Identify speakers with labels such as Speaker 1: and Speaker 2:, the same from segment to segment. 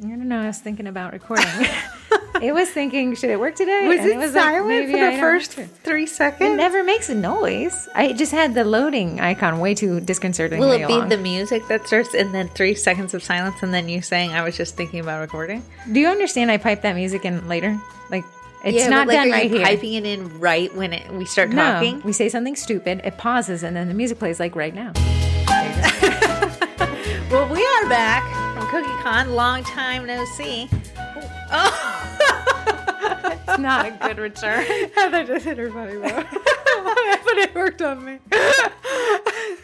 Speaker 1: don't know. I was thinking about recording. it was thinking, should it work today?
Speaker 2: Was
Speaker 1: And
Speaker 2: it,
Speaker 1: was like,
Speaker 2: silent
Speaker 1: maybe
Speaker 2: for
Speaker 1: I
Speaker 2: the
Speaker 1: don't
Speaker 2: first
Speaker 1: have to.
Speaker 2: three
Speaker 1: It
Speaker 2: seconds?
Speaker 1: never makes a noise. I just had the loading icon way too disconcerting.
Speaker 2: Will it be
Speaker 1: long.
Speaker 2: the music that starts and then three seconds of silence and then you saying, I was just thinking about recording?
Speaker 1: Do you understand? I pipe that music in later. Like it's
Speaker 2: Yeah,
Speaker 1: not
Speaker 2: but, like,
Speaker 1: done
Speaker 2: are
Speaker 1: right
Speaker 2: you
Speaker 1: here.
Speaker 2: Piping it in right when it, we start
Speaker 1: no,
Speaker 2: talking.
Speaker 1: we say something stupid. It pauses, and then the music plays like right now.
Speaker 2: Well, we are back from Cookie Con. Long time no see. Oh.
Speaker 1: It's not a good return.
Speaker 2: Heather just hit her funny bone. but it worked on me.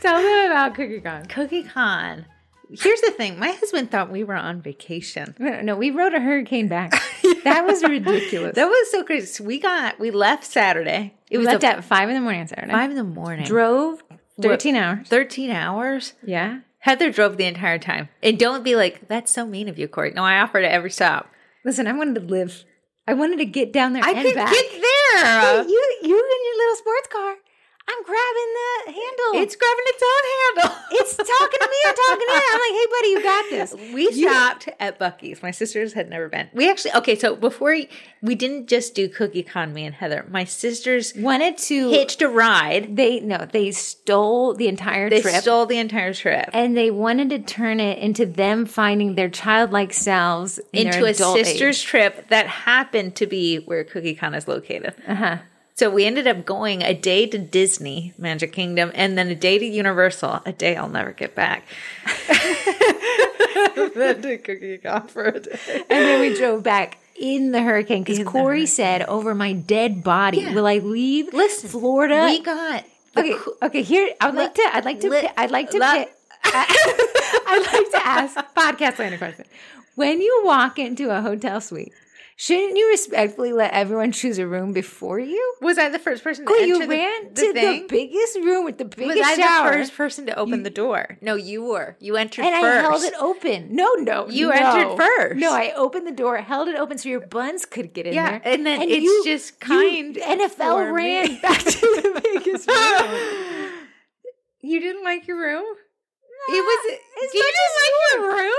Speaker 1: Tell them about CookieCon.
Speaker 2: Cookie Con. Here's the thing. My husband thought we were on vacation.
Speaker 1: No, no, we rode a hurricane back. That was ridiculous.
Speaker 2: That was so crazy. So we got we left Saturday.
Speaker 1: we
Speaker 2: It was
Speaker 1: left
Speaker 2: a-
Speaker 1: at five in the morning on Saturday.
Speaker 2: five in the morning.
Speaker 1: Drove thirteen hours.
Speaker 2: Thirteen hours.
Speaker 1: Yeah.
Speaker 2: Heather drove the entire time. And don't be like, that's so mean of you, Corey. No, I offered at every stop.
Speaker 1: Listen, I wanted to live. I wanted to get down there
Speaker 2: I
Speaker 1: and
Speaker 2: could
Speaker 1: back.
Speaker 2: get there.
Speaker 1: Hey, you, you and your little sports car. I'm grabbing the handle.
Speaker 2: It's grabbing its own handle.
Speaker 1: it's talking to me or talking to it. I'm like, hey, buddy, you got this.
Speaker 2: We
Speaker 1: You-
Speaker 2: stopped at Bucky's. My sisters had never been. We actually okay. So before we, we didn't just do Cookie Con, me and Heather. My sisters
Speaker 1: wanted to.
Speaker 2: hitched a ride.
Speaker 1: They no, they stole the entire
Speaker 2: They
Speaker 1: trip,
Speaker 2: stole the entire trip
Speaker 1: and they wanted to turn it into them finding their childlike selves in their
Speaker 2: into a
Speaker 1: adult age.
Speaker 2: sisters trip that happened to be where Cookie Con is located.
Speaker 1: Uh-huh.
Speaker 2: So we ended up going a day to Disney Magic Kingdom and then a day to Universal. A day I'll never get back. then to Cookie Con for a day.
Speaker 1: And then we drove back in the hurricane because
Speaker 2: the
Speaker 1: Corey said, "Over my dead body,
Speaker 2: Yeah.
Speaker 1: will I leave
Speaker 2: Listen,
Speaker 1: Florida?"
Speaker 2: we got the
Speaker 1: okay,
Speaker 2: coo-
Speaker 1: okay. Here, I'd like to. I'd like to.
Speaker 2: Let-
Speaker 1: pi- I'd like to.
Speaker 2: let-
Speaker 1: pi- I'd like to ask podcast land a question. When you walk into a hotel suite, shouldn't you respectfully let everyone choose a room before you?
Speaker 2: Was I the first person to
Speaker 1: Well,
Speaker 2: enter
Speaker 1: you
Speaker 2: the,
Speaker 1: ran
Speaker 2: the
Speaker 1: to
Speaker 2: thing?
Speaker 1: the biggest room with the
Speaker 2: was
Speaker 1: biggest
Speaker 2: I
Speaker 1: shower,
Speaker 2: the first person to open the door? No, you were. You entered
Speaker 1: and
Speaker 2: first.
Speaker 1: I held it open. No, no,
Speaker 2: You
Speaker 1: no.
Speaker 2: entered first.
Speaker 1: No, I opened the door, held it open so your buns could get in
Speaker 2: Yeah,
Speaker 1: there.
Speaker 2: and then it's just
Speaker 1: you-
Speaker 2: kind
Speaker 1: NFL
Speaker 2: for
Speaker 1: ran
Speaker 2: me.
Speaker 1: back to the biggest room.
Speaker 2: you didn't like your room. It
Speaker 1: was-
Speaker 2: was.
Speaker 1: as
Speaker 2: do you
Speaker 1: much
Speaker 2: like your room?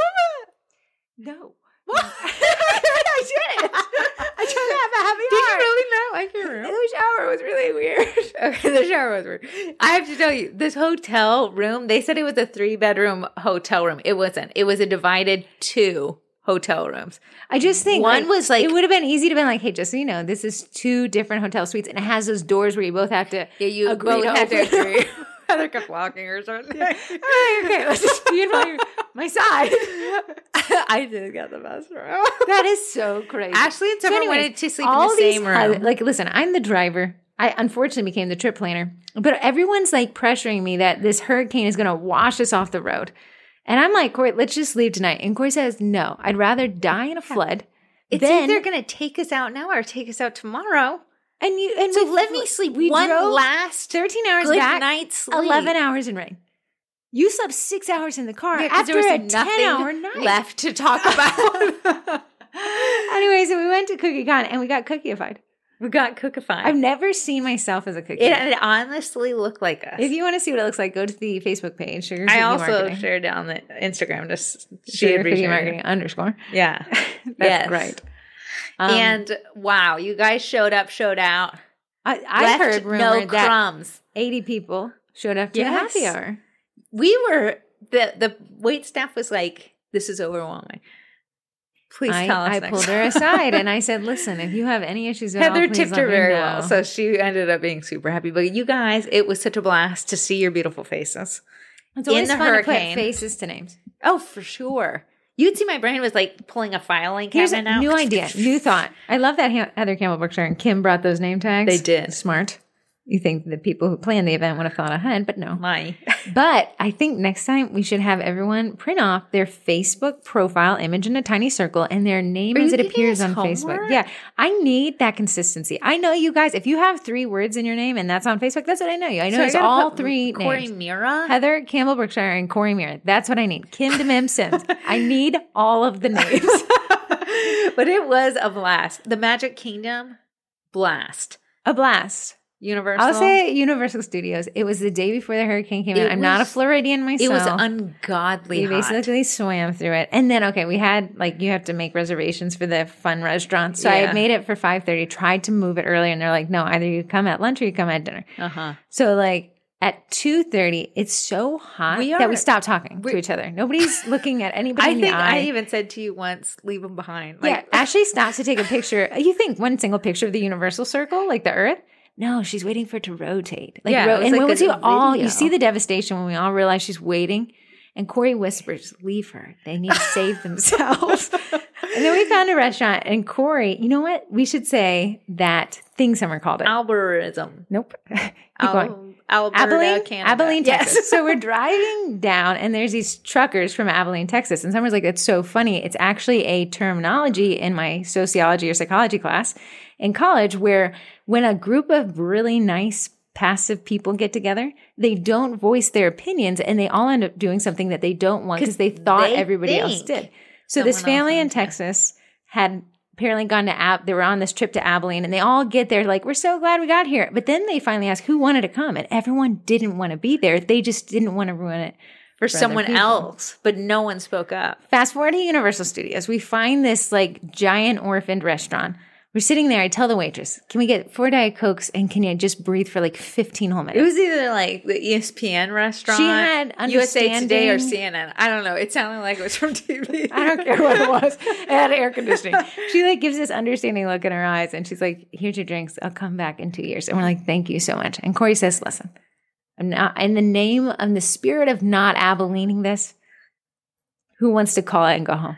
Speaker 1: No.
Speaker 2: I did it.
Speaker 1: I tried to have a happy
Speaker 2: Did you
Speaker 1: hour.
Speaker 2: really not like your room?
Speaker 1: The shower was really weird.
Speaker 2: Okay, the shower was weird. I have to tell you, this hotel room, they said it was a three bedroom hotel room. It wasn't. It was a divided two hotel rooms.
Speaker 1: I just think
Speaker 2: One was, like-
Speaker 1: it would have been easy to been like, hey, just so you know, this is two different hotel suites, and it has those doors where you both have to
Speaker 2: Yeah, you
Speaker 1: agree
Speaker 2: both
Speaker 1: to
Speaker 2: had to
Speaker 1: open.
Speaker 2: agree. Heather kept walking or something.
Speaker 1: okay, okay, let's just be in my, my side.
Speaker 2: I did get the best room.
Speaker 1: That is so crazy.
Speaker 2: Ashley and Summer
Speaker 1: anyways,
Speaker 2: wanted to sleep in
Speaker 1: all
Speaker 2: the
Speaker 1: these
Speaker 2: same
Speaker 1: hus-
Speaker 2: room.
Speaker 1: like, listen, I'm the driver. I unfortunately became the trip planner, but everyone's like pressuring me that this hurricane is going to wash us off the road. And I'm like, Corey, let's just leave tonight. And Corey says, no, I'd rather die in a flood.
Speaker 2: It's
Speaker 1: than-
Speaker 2: either going to take us out now or take us out tomorrow.
Speaker 1: and you and
Speaker 2: So
Speaker 1: we-
Speaker 2: let me sleep
Speaker 1: we
Speaker 2: one
Speaker 1: drove
Speaker 2: last
Speaker 1: 13 hours
Speaker 2: good
Speaker 1: back,
Speaker 2: night's sleep.
Speaker 1: 11 hours in rain. You slept six hours in the car
Speaker 2: Yeah, 'cause
Speaker 1: after
Speaker 2: there was
Speaker 1: a
Speaker 2: nothing
Speaker 1: 10 hour night.
Speaker 2: left to talk about.
Speaker 1: Anyway, so we went to Cookie Con and we got cookiefied.
Speaker 2: we got cookified.
Speaker 1: I've never seen myself as a cookie.
Speaker 2: It, it honestly looked like us.
Speaker 1: If you want to see what it looks like, go to the Facebook page. Sugar
Speaker 2: I
Speaker 1: Cookie
Speaker 2: also
Speaker 1: marketing.
Speaker 2: shared it on the Instagram. Just she
Speaker 1: Sugar
Speaker 2: had
Speaker 1: Cookie
Speaker 2: reshared
Speaker 1: Marketing
Speaker 2: it.
Speaker 1: underscore.
Speaker 2: Yeah,
Speaker 1: That's
Speaker 2: Yes.
Speaker 1: right. Um,
Speaker 2: and wow, you guys showed up, showed out.
Speaker 1: I, I
Speaker 2: left
Speaker 1: heard rumor
Speaker 2: no
Speaker 1: that
Speaker 2: crumbs.
Speaker 1: 80 people showed up to the happy
Speaker 2: Yes.
Speaker 1: hour.
Speaker 2: We were the the wait staff was like, "This is overwhelming." Please
Speaker 1: I,
Speaker 2: tell us.
Speaker 1: I
Speaker 2: next
Speaker 1: pulled her
Speaker 2: time."
Speaker 1: aside and I said, "Listen, if you have any issues, at all,
Speaker 2: Heather
Speaker 1: please
Speaker 2: tipped
Speaker 1: let
Speaker 2: her
Speaker 1: me
Speaker 2: very
Speaker 1: know."
Speaker 2: well, so she ended up being super happy. But you guys, it was such a blast to see your beautiful faces.
Speaker 1: it's
Speaker 2: in
Speaker 1: always
Speaker 2: the
Speaker 1: fun
Speaker 2: hurricane-
Speaker 1: to put faces to names.
Speaker 2: Oh, for sure. You'd see my brain was like pulling a filing
Speaker 1: Here's
Speaker 2: cabinet
Speaker 1: a
Speaker 2: out.
Speaker 1: new idea, new thought. I love that Han- Heather Campbell Berkshire and Kim brought those name tags.
Speaker 2: They did.
Speaker 1: Smart. You think the people who planned the event would have thought ahead, but no.
Speaker 2: My
Speaker 1: But I think next time we should have everyone print off their Facebook profile image in a tiny circle and their name
Speaker 2: Are
Speaker 1: as
Speaker 2: you
Speaker 1: it
Speaker 2: giving
Speaker 1: appears
Speaker 2: us
Speaker 1: on
Speaker 2: homework?
Speaker 1: Facebook. Yeah, I need that consistency. I know you guys. If you have three words in your name and that's on Facebook, that's what I know you. I know
Speaker 2: I
Speaker 1: it's
Speaker 2: gotta
Speaker 1: all
Speaker 2: put
Speaker 1: three
Speaker 2: Corey
Speaker 1: names.
Speaker 2: Mira.
Speaker 1: Heather Campbell Berkshire and Corey Mirren. That's what I need. Kim DeMim Sims. I need all of the names.
Speaker 2: but it was a blast. The Magic Kingdom blast.
Speaker 1: A blast.
Speaker 2: Universal.
Speaker 1: I'll say Universal Studios. It was the day before the hurricane came in.
Speaker 2: It
Speaker 1: I'm not a
Speaker 2: was-
Speaker 1: Floridian myself.
Speaker 2: it was ungodly
Speaker 1: We
Speaker 2: hot.
Speaker 1: basically swam through it, and then okay, we had like you have to make reservations for the fun restaurant. So I
Speaker 2: Yeah.
Speaker 1: made it for five thirty. Tried to move it earlier, and they're like, "No, either you come at lunch or you come at dinner."
Speaker 2: uh-huh.
Speaker 1: So like at two thirty, it's so hot
Speaker 2: We
Speaker 1: that
Speaker 2: are-
Speaker 1: we stop talking to
Speaker 2: we-
Speaker 1: each other. Nobody's looking at anybody
Speaker 2: I
Speaker 1: in
Speaker 2: think
Speaker 1: the eye.
Speaker 2: I even said to you once, leave them behind.
Speaker 1: yeah, Ashley stopped to take a picture. You think one single picture of the universal circle, like the Earth? No, she's waiting for it to rotate. Like,
Speaker 2: Yeah,
Speaker 1: ro-
Speaker 2: it was
Speaker 1: and
Speaker 2: like
Speaker 1: when
Speaker 2: a
Speaker 1: we see all, you
Speaker 2: video.
Speaker 1: see the devastation when we all realize she's waiting. And Corey whispers, "Leave her. They need to save themselves." and then we found a restaurant, and Corey, you know what? We should say that thing someone called it.
Speaker 2: algorithm.
Speaker 1: nope. Keep going.
Speaker 2: Al- Alberta,
Speaker 1: Abilene,
Speaker 2: Canada.
Speaker 1: Abilene,
Speaker 2: Yes.
Speaker 1: Texas. so we're driving down, and there's these truckers from Abilene, Texas. And someone's like, "That's so funny." It's actually a terminology in my sociology or psychology class in college, where when a group of really nice passive people get together, they don't voice their opinions, and they all end up doing something that they don't want because they thought
Speaker 2: they
Speaker 1: everybody else
Speaker 2: think
Speaker 1: did. So this
Speaker 2: someone else
Speaker 1: family in
Speaker 2: wants it.
Speaker 1: Texas had apparently gone to Ab. They were on this trip to Abilene, and they all get there like, "We're so glad we got here." But then they finally ask who wanted to come, and everyone didn't want to be there. They just didn't want to ruin it.
Speaker 2: for
Speaker 1: other
Speaker 2: someone
Speaker 1: people.
Speaker 2: else, but no one spoke up.
Speaker 1: Fast forward to Universal Studios, we find this like giant orphaned restaurant. We're sitting there. I tell the waitress, "Can we get four diet cokes and can you just breathe for like fifteen whole minutes?"
Speaker 2: It was either like the E ESPN restaurant,
Speaker 1: She had
Speaker 2: USA Today or
Speaker 1: understanding-
Speaker 2: CNN. I don't know. It sounded like it was from TV.
Speaker 1: I don't care what it was. It had air conditioning. She like gives this understanding look in her eyes and she's like, Here's your drinks. I'll come back in two years. And we're like, Thank you so much. And Corey says, Listen, I'm not in the name and the spirit of not abelining this, who wants to call it and go home?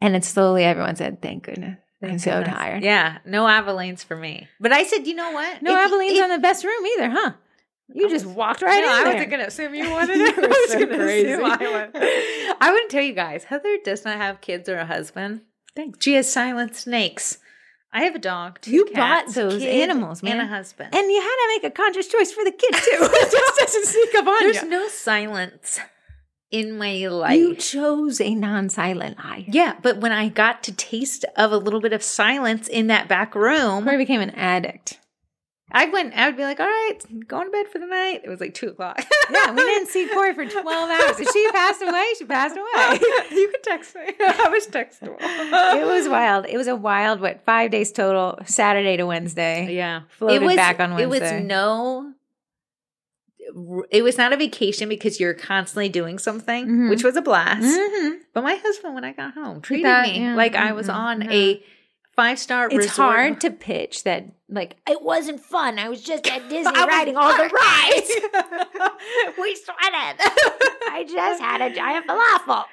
Speaker 1: And then slowly everyone said, Thank goodness. I'm so tired.
Speaker 2: Yeah, no Avalines for me. But I said, you know what?
Speaker 1: No
Speaker 2: If-
Speaker 1: Aveline's
Speaker 2: if-
Speaker 1: on the best room either, huh? You just walked right
Speaker 2: no,
Speaker 1: in.
Speaker 2: I
Speaker 1: there.
Speaker 2: wasn't gonna assume you wanted
Speaker 1: You
Speaker 2: it. I
Speaker 1: were
Speaker 2: was
Speaker 1: so
Speaker 2: gonna
Speaker 1: crazy.
Speaker 2: assume I wanted. I wouldn't tell you guys. Heather does not have kids or a husband. Thanks. She has silent snakes. I have a dog. Two
Speaker 1: You
Speaker 2: cats,
Speaker 1: bought those
Speaker 2: kid,
Speaker 1: animals, man.
Speaker 2: and a husband.
Speaker 1: and you had to make a conscious choice for the kid too. it just doesn't sneak up on
Speaker 2: there's
Speaker 1: you.
Speaker 2: no silence in my life.
Speaker 1: You chose a non-silent life.
Speaker 2: Yeah, but when I got to taste of a little bit of silence in that back room,
Speaker 1: Corey became an addict.
Speaker 2: I went. I would be like, "All right, going to bed for the night." It was like two o'clock.
Speaker 1: Yeah, we didn't see Corey for 12 hours. If she passed away, she passed away.
Speaker 2: you could text me. I was textable.
Speaker 1: It was wild. It was a wild, what, five days total, Saturday to Wednesday.
Speaker 2: yeah.
Speaker 1: Floated back on
Speaker 2: It
Speaker 1: Wednesday.
Speaker 2: was no. It was not a vacation because you're constantly doing something,
Speaker 1: Mhm.
Speaker 2: which was a blast.
Speaker 1: Mhm.
Speaker 2: But my husband, when I got home, treated
Speaker 1: thought,
Speaker 2: me
Speaker 1: yeah,
Speaker 2: like I was
Speaker 1: mm-mm,
Speaker 2: on
Speaker 1: no.
Speaker 2: a five star.
Speaker 1: It's hard to pitch that, like, it wasn't fun. I was just at Disney riding all the rides. We sweated. I just had a giant falafel.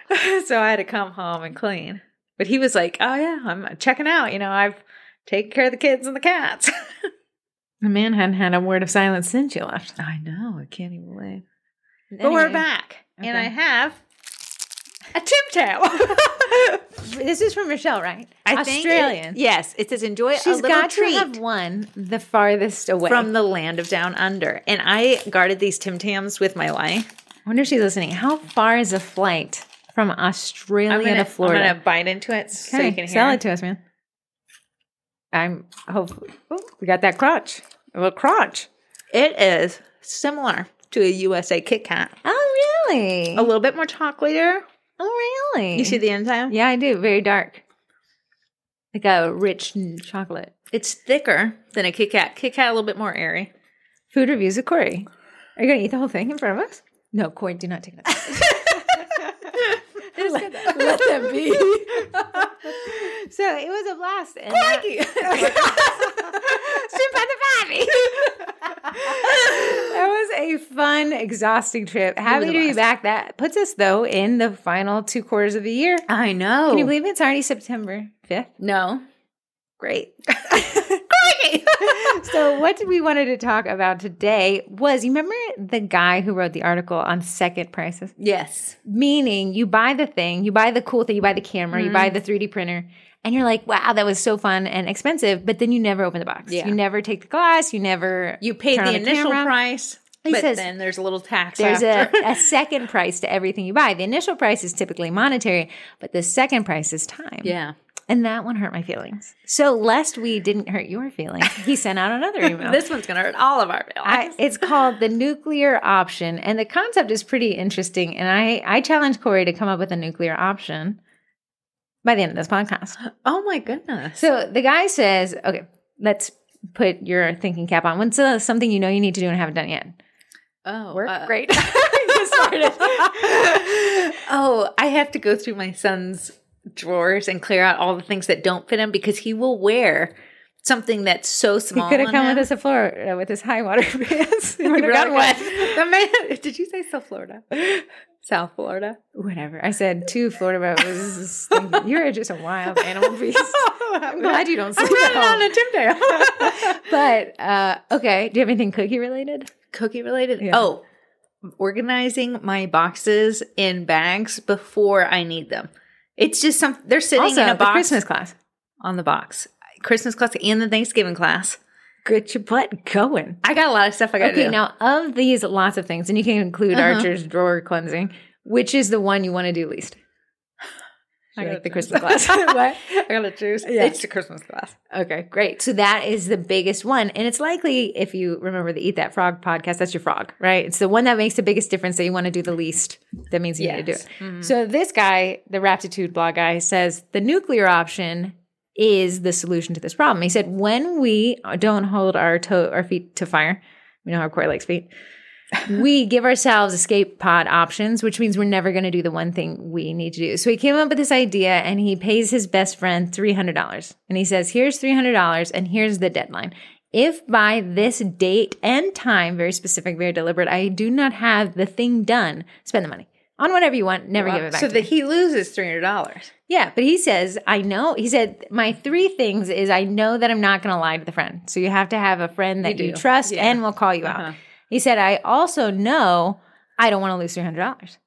Speaker 2: so I had to come home and clean. But he was like, "Oh yeah, I'm checking out. You know, I've taken care of the kids and the cats."
Speaker 1: The man hadn't had a word of silence since you left.
Speaker 2: I know. I can't even believe. But we're back, and I
Speaker 1: Okay.
Speaker 2: have a tip towel.
Speaker 1: This is from Michelle, right?
Speaker 2: I think it-
Speaker 1: Australian.
Speaker 2: yes, it says enjoy a
Speaker 1: She's
Speaker 2: little
Speaker 1: got
Speaker 2: treat
Speaker 1: to have one the farthest away.
Speaker 2: from the land of down under. And I guarded these Tim Tams with my life.
Speaker 1: I wonder if she's listening. How far is a flight from Australia to Florida?
Speaker 2: I'm gonna bite into it so
Speaker 1: Okay,
Speaker 2: you can hear.
Speaker 1: sell it to us, man. I'm hopefully oh, we got that crotch. A little crotch.
Speaker 2: it is similar to a USA Kit Kat.
Speaker 1: Oh really?
Speaker 2: A little bit more chocolater.
Speaker 1: Oh really?
Speaker 2: You see the enzyme?
Speaker 1: yeah, I do. Very dark, like a rich n- chocolate.
Speaker 2: It's thicker than a Kit Kat. Kit Kat a little bit more airy.
Speaker 1: Food reviews of Corey. Are you gonna eat the whole thing in front of us? No, Corey, do not take it. let, let them be. so it was a blast. And that- That was a fun, exhausting trip. Happy
Speaker 2: was
Speaker 1: to
Speaker 2: a
Speaker 1: be
Speaker 2: blast.
Speaker 1: back. That puts us though in the final two quarters of the year. Can
Speaker 2: I know.
Speaker 1: you believe it's already September fifth?
Speaker 2: no.
Speaker 1: Great.
Speaker 2: Crikey.
Speaker 1: so what we wanted to talk about today was you remember the guy who wrote the article on second prices?
Speaker 2: yes.
Speaker 1: Meaning you buy the thing, you buy the cool thing, you buy the camera, you buy the 3D printer, and you're like, wow, that was so fun and expensive, but then you never open the box.
Speaker 2: Yeah.
Speaker 1: You never take the glass, you never
Speaker 2: You paid
Speaker 1: Turn
Speaker 2: the
Speaker 1: on the
Speaker 2: initial
Speaker 1: camera.
Speaker 2: price,
Speaker 1: He
Speaker 2: but
Speaker 1: says-
Speaker 2: then there's a little tax.
Speaker 1: There's a,
Speaker 2: after.
Speaker 1: a second price to everything you buy. The initial price is typically monetary, but the second price is time.
Speaker 2: yeah.
Speaker 1: And that one hurt my feelings. So, lest we didn't hurt your feelings, he sent out another email.
Speaker 2: this one's going to hurt all of our
Speaker 1: I,
Speaker 2: feelings.
Speaker 1: it's called the nuclear option, and the concept is pretty interesting. And I, I challenge Corey to come up with a nuclear option by the end of this podcast.
Speaker 2: oh my goodness.
Speaker 1: So the guy says, "Okay, let's put your thinking cap on. What's uh, something you know you need to do and haven't done yet?"
Speaker 2: oh,
Speaker 1: Work
Speaker 2: uh,
Speaker 1: great. Get started.
Speaker 2: oh, I have to go through my son's drawers and clear out all the things that don't fit him because he will wear something that's so
Speaker 1: He
Speaker 2: small.
Speaker 1: could have
Speaker 2: on
Speaker 1: come
Speaker 2: him.
Speaker 1: with us to Florida with his high water pants. He would've
Speaker 2: Really
Speaker 1: gotten wet.
Speaker 2: good. The man- did you say South Florida? South Florida.
Speaker 1: Whatever. I said to Florida, but it was just thinking, you're just a wild animal beast.
Speaker 2: I'm
Speaker 1: glad you don't
Speaker 2: I'm
Speaker 1: sleep at
Speaker 2: running
Speaker 1: home.
Speaker 2: on a Tim Dale.
Speaker 1: But uh, okay, do you have anything cookie related?
Speaker 2: Cookie related?
Speaker 1: Yeah.
Speaker 2: Oh, organizing my boxes in bags before I need them. It's just some they're sitting
Speaker 1: also,
Speaker 2: in a
Speaker 1: the
Speaker 2: box
Speaker 1: Christmas class.
Speaker 2: on the box. Christmas class and the Thanksgiving class.
Speaker 1: Get your butt going.
Speaker 2: I got a lot of stuff I got to
Speaker 1: Okay,
Speaker 2: do. Uh-huh.
Speaker 1: now of these lots of things, and you can include Archer's drawer cleansing, which is the one you want to do least?
Speaker 2: I
Speaker 1: I
Speaker 2: gotta
Speaker 1: like the
Speaker 2: choose.
Speaker 1: Christmas class. What?
Speaker 2: I got to choose.
Speaker 1: Yeah.
Speaker 2: It's the Christmas class.
Speaker 1: Okay, great. So that is the biggest one. And it's likely, if you remember the Eat That Frog podcast, that's your frog, right? It's the one that makes the biggest difference that you want to do the least. That means you need to do
Speaker 2: Yes.
Speaker 1: it. Mm. So this guy, the Raptitude blog guy, says the nuclear option is the solution to this problem. He said, when we don't hold our toe, our feet to fire, we know how Corey likes feet. we give ourselves escape pod options, which means we're never going to do the one thing we need to do. So he came up with this idea and he pays his best friend $300. And he says, Here's $300 and here's the deadline. If by this date and time, very specific, very deliberate, I do not have the thing done, spend the money on whatever you want, never give it back.
Speaker 2: so
Speaker 1: to
Speaker 2: that
Speaker 1: me.
Speaker 2: he loses three hundred dollars.
Speaker 1: Yeah, but he says, I know. He said, my three things is I know that I'm not going to lie to the friend. So you have to have a friend that
Speaker 2: You
Speaker 1: you,
Speaker 2: do.
Speaker 1: trust
Speaker 2: Yeah.
Speaker 1: and will call you
Speaker 2: Uh-huh.
Speaker 1: out. He said, I also know I don't want to lose $300.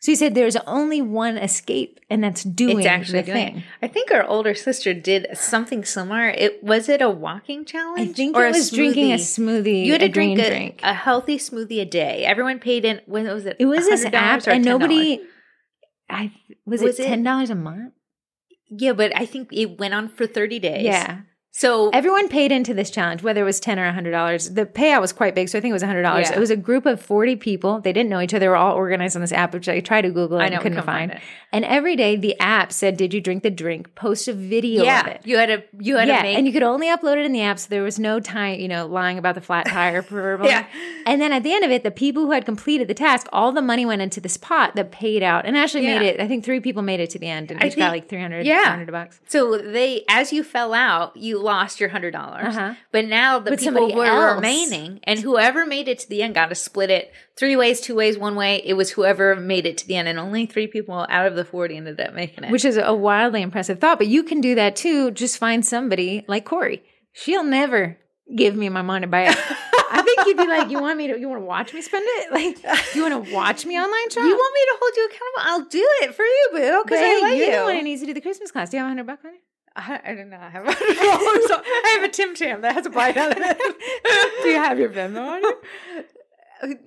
Speaker 1: So he said, there's only one escape, and that's doing
Speaker 2: It's actually
Speaker 1: the
Speaker 2: doing.
Speaker 1: thing.
Speaker 2: I think our older sister did something similar. It was it a walking
Speaker 1: I
Speaker 2: challenge?
Speaker 1: think
Speaker 2: or
Speaker 1: it was drinking a
Speaker 2: smoothie?
Speaker 1: smoothie.
Speaker 2: You had to
Speaker 1: a green
Speaker 2: drink a,
Speaker 1: drink.
Speaker 2: a healthy smoothie a day. Everyone paid in when was it?
Speaker 1: it was this
Speaker 2: $100
Speaker 1: app,
Speaker 2: or
Speaker 1: and
Speaker 2: $10?
Speaker 1: nobody. I was,
Speaker 2: Was
Speaker 1: it
Speaker 2: it-
Speaker 1: ten dollars a month?
Speaker 2: Yeah, but I think it went on for thirty days.
Speaker 1: Yeah,
Speaker 2: So
Speaker 1: Everyone paid into this challenge, whether it was ten or hundred dollars. The payout was quite big, so I think it was hundred dollars.
Speaker 2: Yeah.
Speaker 1: It was a group of forty people. They didn't know each other. They were all organized on this app, which I tried to Google
Speaker 2: I
Speaker 1: and
Speaker 2: know
Speaker 1: couldn't
Speaker 2: couldn't
Speaker 1: find.
Speaker 2: find it.
Speaker 1: And every day, the app said, "Did you drink the drink?" Post a video of
Speaker 2: Yeah,
Speaker 1: it.
Speaker 2: you had a you had
Speaker 1: yeah,
Speaker 2: to make
Speaker 1: and you could only upload it in the app, so there was no time, you know, lying about the flat tire proverbially.
Speaker 2: Yeah.
Speaker 1: And then at the end of it, the people who had completed the task, all the money went into this pot that paid out and actually
Speaker 2: Yeah.
Speaker 1: made it. I think three people made it to the end and
Speaker 2: I
Speaker 1: each got
Speaker 2: think-
Speaker 1: like 300,
Speaker 2: yeah.
Speaker 1: 400 bucks.
Speaker 2: So they, as you fell out, you lost your hundred dollars.
Speaker 1: Uh-huh.
Speaker 2: But now the
Speaker 1: But
Speaker 2: people
Speaker 1: somebody
Speaker 2: were
Speaker 1: else-
Speaker 2: remaining, and whoever made it to the end got to split it three ways, two ways, one way. It was whoever made it to the end, and only three people out of the forty ended up making it.
Speaker 1: which is a wildly impressive thought. But you can do that too. Just find somebody like Corey. She'll never give me my money back. I think you'd be like, you want me to? You want to watch me spend it? Like, you want to watch me online shop?
Speaker 2: you want me to hold you accountable? I'll do it for you, boo,
Speaker 1: Because
Speaker 2: because I love
Speaker 1: you're
Speaker 2: you.
Speaker 1: the one who needs to do the Christmas class. Do you have a hundred bucks on it?
Speaker 2: I, I don't know. I have a hundred dollars. on- Oh, I have a Tim Tam that has a bite on it.
Speaker 1: Do you have your Venmo on it?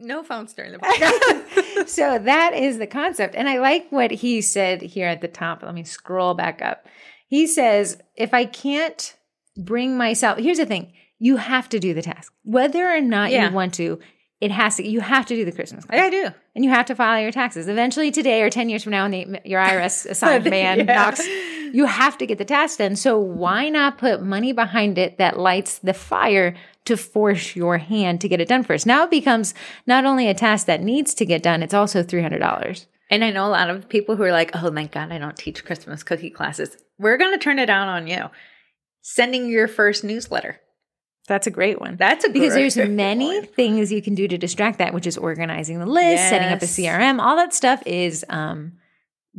Speaker 2: no phones during the podcast.
Speaker 1: so that is the concept. And I like what he said here at the top. Let me scroll back up. He says, if I can't bring myself, here's the thing you have to do the task. Whether or not
Speaker 2: Yeah.
Speaker 1: you want to, it has to, you have to do the Christmas card.
Speaker 2: I do.
Speaker 1: And you have to file your taxes. Eventually, today or 10 years from now, when the, your IRS assigned man
Speaker 2: Yeah.
Speaker 1: knocks, you have to get the task done. So, why not put money behind it that lights the fire to force your hand to get it done first? Now it becomes not only a task that needs to get done, it's also $300.
Speaker 2: And I know a lot of people who are like, oh, thank God I don't teach Christmas cookie classes. We're going to turn it down on you. Sending your first newsletter.
Speaker 1: That's a great one.
Speaker 2: That's a
Speaker 1: because there's
Speaker 2: great
Speaker 1: many
Speaker 2: one.
Speaker 1: things you can do to distract that, which is organizing the list, setting up a
Speaker 2: Yes.
Speaker 1: CRM, all that stuff is um,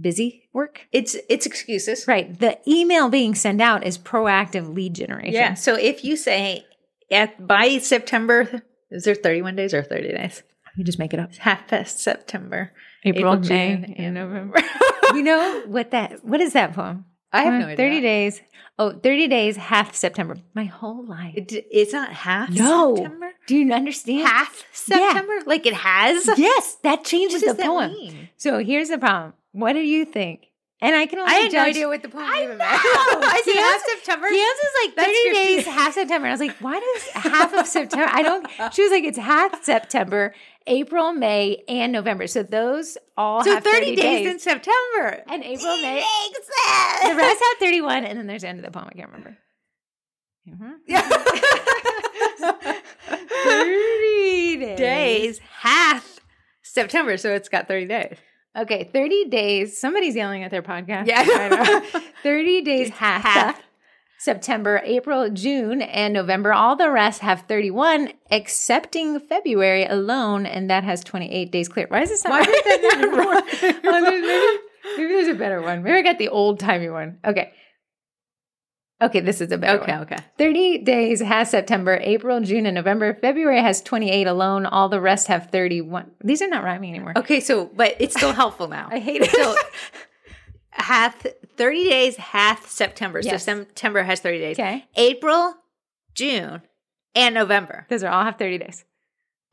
Speaker 1: busy work.
Speaker 2: It's it's excuses.
Speaker 1: Right. The email being sent out is proactive lead generation.
Speaker 2: Yeah. So if you say at by September, is there 31 days or 30 days?
Speaker 1: You just make it up.
Speaker 2: Half past September.
Speaker 1: April,
Speaker 2: April,
Speaker 1: May,
Speaker 2: June,
Speaker 1: and
Speaker 2: and
Speaker 1: November. you know what that what is that poem?
Speaker 2: I have
Speaker 1: Uh,
Speaker 2: no idea.
Speaker 1: 30 days. Oh, 30 days, half September. My whole life.
Speaker 2: It- it's not half
Speaker 1: no.
Speaker 2: September.
Speaker 1: Do you understand?
Speaker 2: Half September? Like it has?
Speaker 1: Yes, that changes
Speaker 2: What does
Speaker 1: the
Speaker 2: that
Speaker 1: poem.
Speaker 2: mean?
Speaker 1: So here's the problem. What do you think And I can only
Speaker 2: I had no
Speaker 1: judge-
Speaker 2: idea what the point
Speaker 1: I
Speaker 2: of it was.
Speaker 1: know.
Speaker 2: I said
Speaker 1: He
Speaker 2: half
Speaker 1: has-
Speaker 2: September.
Speaker 1: Gian's was like
Speaker 2: That's
Speaker 1: 30
Speaker 2: 50.
Speaker 1: days, half September. I was like, why does half of September? I don't. She was like, it's half September, April, May, and November. So those all
Speaker 2: So
Speaker 1: have 30, days.
Speaker 2: in September.
Speaker 1: and April, May.
Speaker 2: Makes
Speaker 1: The
Speaker 2: sense.
Speaker 1: rest have 31, and then there's the end of the poem. I can't remember. Mhm.
Speaker 2: Yeah.
Speaker 1: 30 days.
Speaker 2: days half September, so it's got 30 days.
Speaker 1: Okay, 30 days. Somebody's yelling at their podcast.
Speaker 2: Yeah.
Speaker 1: I know. 30 days half.
Speaker 2: half.
Speaker 1: September, April, June, and November. All the rest have 31, excepting February alone, and that has 28 days clear. Why is this not
Speaker 2: Why
Speaker 1: right?
Speaker 2: is that not
Speaker 1: Oh, there's maybe, maybe there's a better one. Maybe I got the old timey one. Okay. Okay, this is a better one.
Speaker 2: Okay, okay.
Speaker 1: 30 days has September, April, June, and November. February has 28 alone. All the rest have 31. These are not rhyming anymore.
Speaker 2: Okay, so but it's still helpful now.
Speaker 1: I hate it.
Speaker 2: So hath 30 days hath September.
Speaker 1: Yes.
Speaker 2: So September has 30 days.
Speaker 1: Okay.
Speaker 2: April, June, and November.
Speaker 1: Those are all have 30 days.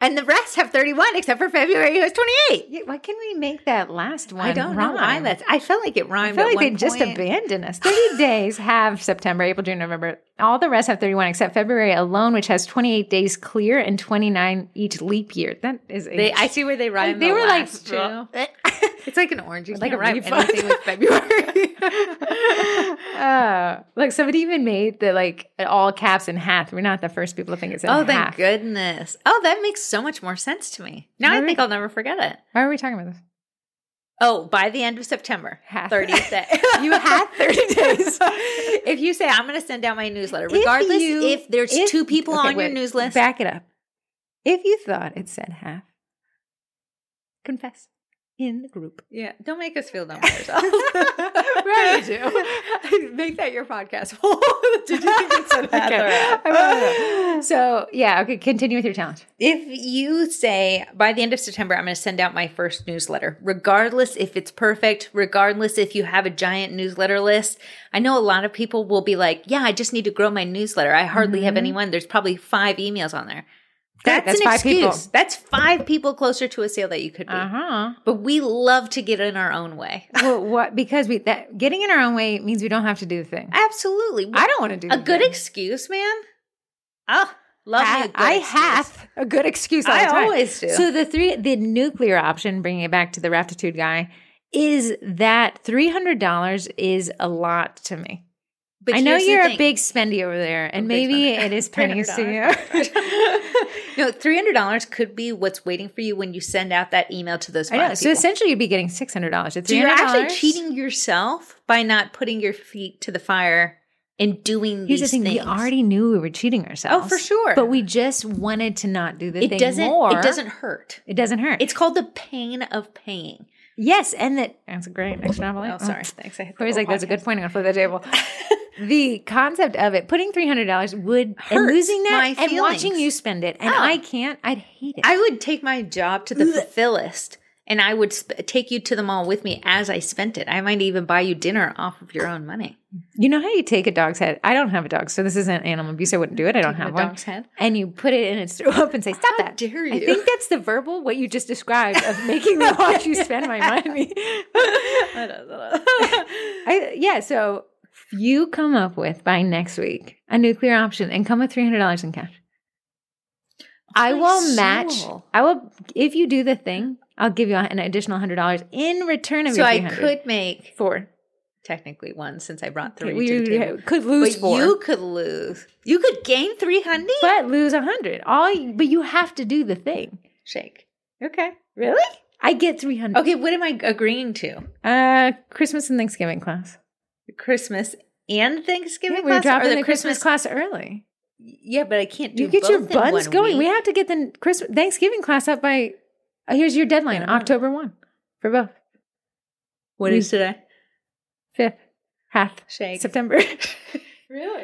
Speaker 2: And the rest have 31 except for February who has 28.
Speaker 1: Yeah, why can we make that last one?
Speaker 2: I don't
Speaker 1: rhyme?
Speaker 2: know why that's I felt like it
Speaker 1: I
Speaker 2: rhymed.
Speaker 1: feel like
Speaker 2: at one
Speaker 1: they just
Speaker 2: point.
Speaker 1: abandoned us. 30 days have September, April, June, November. All the rest have 31 except February alone, which has 28 days clear and 29 each leap year. That is a-
Speaker 2: They, I see where they rhyme.
Speaker 1: they
Speaker 2: the
Speaker 1: were like,
Speaker 2: last It's like an orange. You
Speaker 1: Like
Speaker 2: like
Speaker 1: a
Speaker 2: a rhyme
Speaker 1: refund.
Speaker 2: anything with February.
Speaker 1: Uh, like somebody even made the like all caps in half. We're not the first people to think it's in
Speaker 2: oh,
Speaker 1: half.
Speaker 2: thank goodness. Oh, that makes so much more sense to me. Now I
Speaker 1: Really?
Speaker 2: think I'll never forget it.
Speaker 1: Why are we talking about this?
Speaker 2: Oh, by the end of September,
Speaker 1: Half.
Speaker 2: 30 days.
Speaker 1: You had 30 days.
Speaker 2: if you say, I'm going to send out my newsletter, regardless if,
Speaker 1: you-
Speaker 2: there's
Speaker 1: if-
Speaker 2: two people
Speaker 1: okay,
Speaker 2: on your
Speaker 1: wait,
Speaker 2: news list.
Speaker 1: Back it up. If you thought it said half, confess in the group.
Speaker 2: yeah, don't make us feel dumb by ourselves. right, do. Make that your podcast. Did you think it's
Speaker 1: Okay. I will. So yeah, okay. Continue with your challenge.
Speaker 2: If you say by the end of September, I'm going to send out my first newsletter, regardless if it's perfect, regardless if you have a giant newsletter list. I know a lot of people will be like, yeah, I just need to grow my newsletter. I hardly have anyone. There's probably five emails on there.
Speaker 1: Great, Mm-hmm. that's
Speaker 2: That's, an
Speaker 1: five
Speaker 2: excuse.
Speaker 1: people. Uh.
Speaker 2: That's five people closer to a sale that you could be.
Speaker 1: huh.
Speaker 2: But we love to get in our own way.
Speaker 1: Uh-huh. well, what? Because we that getting in our own way means we don't have to do the thing.
Speaker 2: Absolutely.
Speaker 1: I don't want to do
Speaker 2: a
Speaker 1: the
Speaker 2: good
Speaker 1: thing.
Speaker 2: excuse, man. Oh, love me a
Speaker 1: I,
Speaker 2: good
Speaker 1: I
Speaker 2: excuse.
Speaker 1: have a good excuse. All
Speaker 2: I
Speaker 1: the time.
Speaker 2: always do.
Speaker 1: So the three, the nuclear option, bringing it back to the Raptitude guy, is that three hundred dollars is a lot to me.
Speaker 2: But
Speaker 1: I know
Speaker 2: here's the
Speaker 1: you're a
Speaker 2: thing.
Speaker 1: big spendy over there, and
Speaker 2: big
Speaker 1: maybe
Speaker 2: spender.
Speaker 1: it is pennies to you.
Speaker 2: $300. no, three hundred dollars could be what's waiting for you when you send out that email to those
Speaker 1: I
Speaker 2: five
Speaker 1: know. So
Speaker 2: people. So,
Speaker 1: essentially, you'd be getting six hundred dollars. So
Speaker 2: you're actually cheating yourself by not putting your feet to the fire and doing
Speaker 1: Here's the
Speaker 2: these
Speaker 1: thing:
Speaker 2: things. Oh,
Speaker 1: we already knew we were cheating ourselves.
Speaker 2: sure.
Speaker 1: But we just wanted to not do the
Speaker 2: it
Speaker 1: thing
Speaker 2: doesn't.
Speaker 1: more.
Speaker 2: It doesn't hurt.
Speaker 1: It doesn't hurt.
Speaker 2: It's called the pain of paying.
Speaker 1: yes, and that that's a great next novel.
Speaker 2: Oh, sorry. Thanks. I hit the
Speaker 1: Corey's
Speaker 2: whole
Speaker 1: like, that's a
Speaker 2: podcast.
Speaker 1: good point. I'm gonna flip the table. the concept of it, putting three hundred dollars would and
Speaker 2: Hurts
Speaker 1: losing that
Speaker 2: my
Speaker 1: and watching
Speaker 2: feelings.
Speaker 1: you spend it, and
Speaker 2: Oh.
Speaker 1: I can't. I'd hate it.
Speaker 2: I would take my job to the fulfillist, and I would sp- take you to the mall with me as I spent it. I might even buy you dinner off of your own money.
Speaker 1: you know how you take a dog's head? I don't have a dog, so this isn't animal abuse. I wouldn't do it. I don't
Speaker 2: Taking
Speaker 1: have
Speaker 2: a
Speaker 1: one.
Speaker 2: dog's head?
Speaker 1: And you put it in its throat up and say, "Stop
Speaker 2: How
Speaker 1: that."
Speaker 2: dare
Speaker 1: I
Speaker 2: you.
Speaker 1: think that's the verbal what you just described of making me watch you spend my money. I yeah, so you come up with by next week a nuclear option and come with three hundred dollars in cash. I
Speaker 2: My
Speaker 1: will match.
Speaker 2: soul.
Speaker 1: I will if you do the thing. I'll give you an additional hundred dollars in return of
Speaker 2: so
Speaker 1: your
Speaker 2: I
Speaker 1: 300.
Speaker 2: could make
Speaker 1: four.
Speaker 2: technically one since I brought three. to the table.
Speaker 1: You could lose
Speaker 2: but
Speaker 1: four,
Speaker 2: you could lose. You could gain three hundred.
Speaker 1: but lose a hundred. All you- but you have to do the thing.
Speaker 2: Shake. Okay.
Speaker 1: Really? I get three hundred.
Speaker 2: Okay. What am I agreeing to?
Speaker 1: Uh, Christmas and Thanksgiving class.
Speaker 2: Christmas and Thanksgiving
Speaker 1: Yeah, we're
Speaker 2: class,
Speaker 1: dropping
Speaker 2: or
Speaker 1: the, Christmas, class early.
Speaker 2: Yeah, but I can't do.
Speaker 1: You get your
Speaker 2: both in
Speaker 1: buns
Speaker 2: one
Speaker 1: going. We
Speaker 2: week.
Speaker 1: have to get the Christmas Thanksgiving class up by. uh, here's your deadline,
Speaker 2: Yeah.
Speaker 1: October one, for both
Speaker 2: What
Speaker 1: we-
Speaker 2: is today?
Speaker 1: fifth half
Speaker 2: Shake.
Speaker 1: September.
Speaker 2: Really?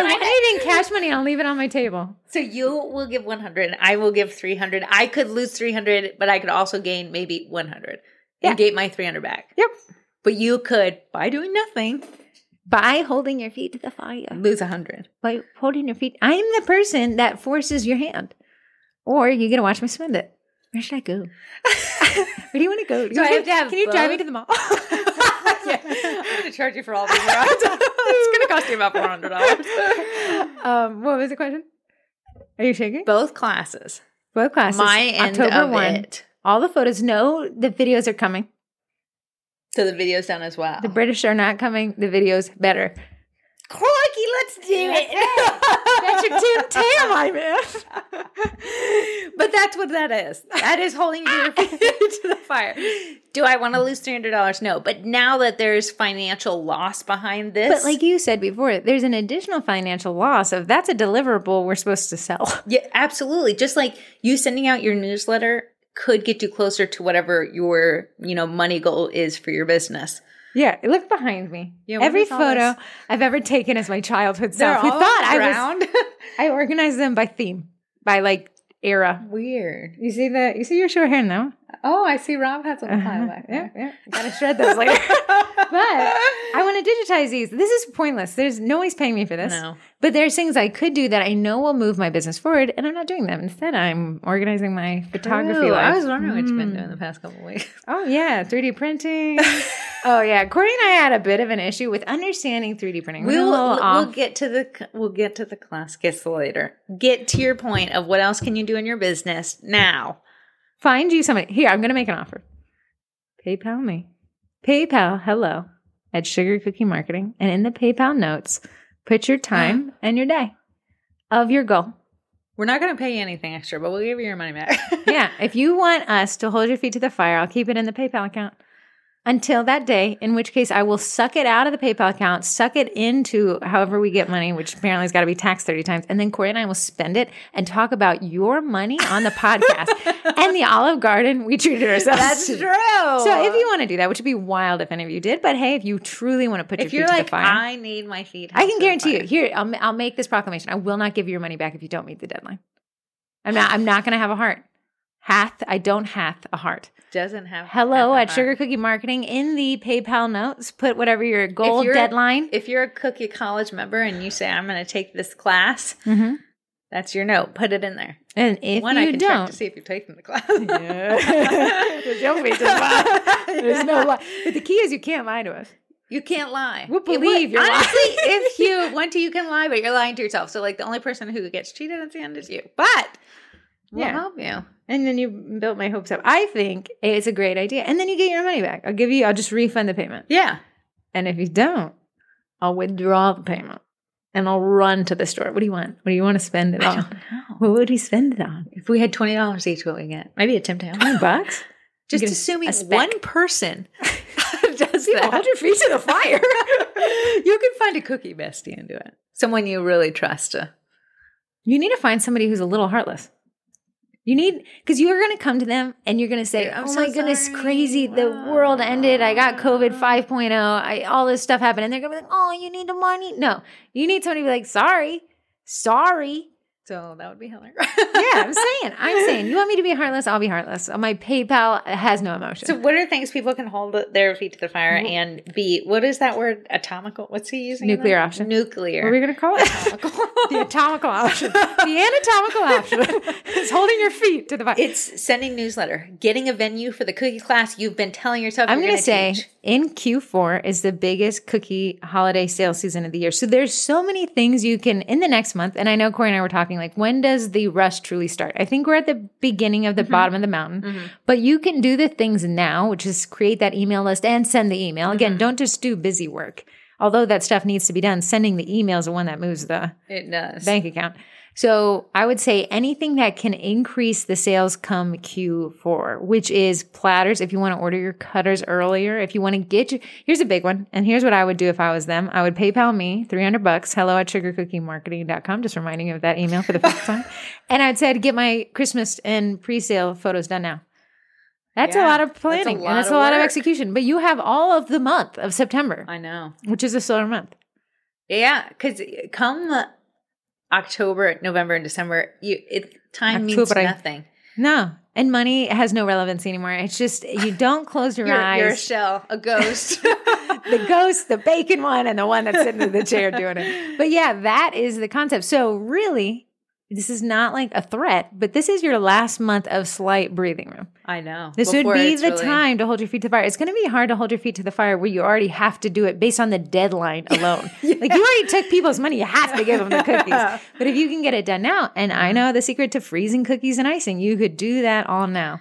Speaker 1: I
Speaker 2: on.
Speaker 1: want it in cash money. and I'll leave it on my table.
Speaker 2: So you will give 100, I will give 300. I could lose 300, but I could also gain maybe 100
Speaker 1: Yeah.
Speaker 2: and get my 300 back.
Speaker 1: Yep.
Speaker 2: But you could, by doing nothing,
Speaker 1: By holding your feet to the fire.
Speaker 2: lose 100.
Speaker 1: By holding your feet, I am the person that forces your hand, or you get to watch me spend it. Where should I go? Where do you want to go? Do
Speaker 2: Do
Speaker 1: you
Speaker 2: I
Speaker 1: wanna-
Speaker 2: have to have
Speaker 1: Can you drive me to
Speaker 2: both?
Speaker 1: the mall?
Speaker 2: yeah. I'm going to charge you for all these rides. it's going to cost you about $400.
Speaker 1: um, what was the question? Are you shaking?
Speaker 2: Both classes.
Speaker 1: Both classes.
Speaker 2: My end
Speaker 1: October
Speaker 2: of
Speaker 1: 1.
Speaker 2: it.
Speaker 1: All the photos. No, the videos are coming.
Speaker 2: So the video's done as well.
Speaker 1: The British are not coming. The videos better.
Speaker 2: Crikey, let's do it.
Speaker 1: That's your Tim Tam, I miss.
Speaker 2: but that's what that is. That is holding your feet to the fire. Do I want to lose three hundred dollars? No. But now that there's financial loss behind this,
Speaker 1: But like you said before, there's an additional financial loss of that's a deliverable we're supposed to sell.
Speaker 2: yeah, absolutely. Just like you sending out your newsletter could get you closer to whatever your you know money goal is for your business.
Speaker 1: Yeah, look behind me.
Speaker 2: Yeah, what
Speaker 1: Every
Speaker 2: is all this?
Speaker 1: photo I've ever taken as my childhood self. Who thought I was? I organized them by theme, by like era.
Speaker 2: Weird.
Speaker 1: You see the? You see your short hair now?
Speaker 2: Oh, I see. Rob has a
Speaker 1: Uh-huh. Yeah, yeah. Gotta shred those later. but I want to digitize these. This is pointless. There's no one's paying me for this.
Speaker 2: No.
Speaker 1: But there's things I could do that I know will move my business forward, and I'm not doing them. Instead, I'm organizing my photography
Speaker 2: Ooh,
Speaker 1: life. Mm. Hmm.
Speaker 2: I was wondering what you've been doing the past couple weeks.
Speaker 1: Oh yeah, 3D printing. oh yeah, Corey and I had a bit of an issue with understanding 3D printing. We
Speaker 2: We'll,
Speaker 1: were a little
Speaker 2: we'll
Speaker 1: off.
Speaker 2: get to the we'll get to the class gets later. Get to your point of what else can you do in your business now?
Speaker 1: Find you somebody. Here, I'm gonna make an offer. PayPal me. PayPal hello at Sugar Cookie Marketing, and in the PayPal notes, put your time and your day of your goal.
Speaker 2: We're not going to pay you anything extra, but we'll give you your money back.
Speaker 1: yeah, if you want us to hold your feet to the fire, I'll keep it in the PayPal account until that day, in which case I will suck it out of the PayPal account, suck it into however we get money, which apparently has got to be taxed 30 times. And then Corey and I will spend it and talk about your money on the podcast and the Olive Garden we treated ourselves to. So if you want to do that, which would be wild if any of you did, but hey, if you truly want to put
Speaker 2: if
Speaker 1: your
Speaker 2: you're
Speaker 1: feet to
Speaker 2: like,
Speaker 1: the fire,
Speaker 2: I need my feet.
Speaker 1: I can
Speaker 2: held to the
Speaker 1: guarantee you.
Speaker 2: fire."
Speaker 1: Here, I'll, I'll make this proclamation. I will not give you your money back if you don't meet the deadline. I'm not. I'm not going to have a heart. Hath I don't hath a heart.
Speaker 2: doesn't have
Speaker 1: Hello
Speaker 2: have
Speaker 1: at
Speaker 2: a
Speaker 1: Sugar
Speaker 2: heart.
Speaker 1: Cookie Marketing in the PayPal notes. Put whatever your goal
Speaker 2: you're-
Speaker 1: deadline.
Speaker 2: If you're a Cookie College member and you say I'm going to take this class,
Speaker 1: Mhm.
Speaker 2: that's your note. Put it in there.
Speaker 1: And if
Speaker 2: One, I
Speaker 1: you
Speaker 2: can check to
Speaker 1: don't,
Speaker 2: see if you've taken the class.
Speaker 1: There's no feet to the fire. there's no lie. But the key is you can't lie to us.
Speaker 2: You can't lie.
Speaker 1: We'll
Speaker 2: It would-
Speaker 1: believe you're lying.
Speaker 2: honestly, if you want to, you can lie, but you're lying to yourself. So like the only person who gets cheated at the end is you. But we'll
Speaker 1: Yeah.
Speaker 2: help you.
Speaker 1: And then you built my hopes up. I think it's a great idea. And then you get your money back. I'll give you. I'll just refund the payment.
Speaker 2: Yeah.
Speaker 1: And if you don't, I'll withdraw the payment and I'll run to the store. What do you want? What do you want to spend it on?
Speaker 2: know.
Speaker 1: What would we spend it on?
Speaker 2: If we had twenty dollars each, what we get? Maybe a Tim Tam.
Speaker 1: 20 bucks?
Speaker 2: Just
Speaker 1: You get a
Speaker 2: assuming
Speaker 1: speck.
Speaker 2: one person does
Speaker 1: People
Speaker 2: that.
Speaker 1: hold your feet to the fire.
Speaker 2: you can find a cookie bestie and do it. Someone you really trust. To.
Speaker 1: you need to find somebody who's a little heartless. You need because you're going to come to them and you're going to say,
Speaker 2: Dude, I'm
Speaker 1: "Oh
Speaker 2: so
Speaker 1: my goodness,
Speaker 2: sorry.
Speaker 1: crazy! The world ended. I got COVID 5.0. I all this stuff happened." And they're going to be like, "Oh, you need the money." No, you need somebody to be like, "Sorry, sorry."
Speaker 2: So that would be Hillary.
Speaker 1: Yeah, I'm saying, I'm saying, you want me to be heartless? I'll be heartless. Uh, My PayPal has no emotion.
Speaker 2: So what are things people can hold their feet to the fire
Speaker 1: Mm-hmm.
Speaker 2: and be? What is that word? Atomical? What's he using? in
Speaker 1: Nuclear
Speaker 2: there?
Speaker 1: option.
Speaker 2: Nuclear.
Speaker 1: What are we going to call it? the atomical option. The anatomical option is holding your feet to the body.
Speaker 2: It's sending newsletter, getting a venue for the cookie class you've been telling yourself.
Speaker 1: I'm
Speaker 2: you're
Speaker 1: going to say
Speaker 2: teach.
Speaker 1: in Q4 is the biggest cookie holiday sale season of the year. So there's so many things you can in the next month. And I know Corey and I were talking like, when does the rush truly start? I think we're at the beginning of the bottom of the mountain, but you can do the things now, which is create that email list and send the email. Again, don't just do busy work. Although that stuff needs to be done, sending the email is the one that moves the
Speaker 2: it does.
Speaker 1: bank account. So I would say anything that can increase the sales come Q4, which is platters. If you want to order your cutters earlier, if you want to get your, here's a big one. And here's what I would do if I was them. I would PayPal me 300 bucks. Hello at sugarcookiemarketing.com. Just reminding you of that email for the fifth time. And I'd say to get my Christmas and pre-sale photos done now. That's a
Speaker 2: Yeah,
Speaker 1: lot of
Speaker 2: that's a
Speaker 1: planning
Speaker 2: lot
Speaker 1: and that's
Speaker 2: of
Speaker 1: a lot of
Speaker 2: work.
Speaker 1: execution, but you have all of the month of September,
Speaker 2: I know.
Speaker 1: which is a slower month.
Speaker 2: Yeah, because come October, November, and December, you it time means
Speaker 1: October.
Speaker 2: nothing.
Speaker 1: No. And money has no relevancy anymore. It's just you don't close your
Speaker 2: You're, you're a
Speaker 1: eyes.
Speaker 2: shell, a ghost.
Speaker 1: the ghost, the bacon one, and the one that's sitting in the chair doing it. But yeah, that is the concept. So really, this is not like a threat, but this is your last month of slight breathing room.
Speaker 2: I know.
Speaker 1: This
Speaker 2: Before
Speaker 1: would be
Speaker 2: it's
Speaker 1: the
Speaker 2: really-
Speaker 1: time to hold your feet to the fire. It's going to be hard to hold your feet to the fire where you already have to do it based on the deadline alone. Like you already took people's money, you have to give them the cookies. But if you can get it done now, and I know the secret to freezing cookies and icing, you could do that all now.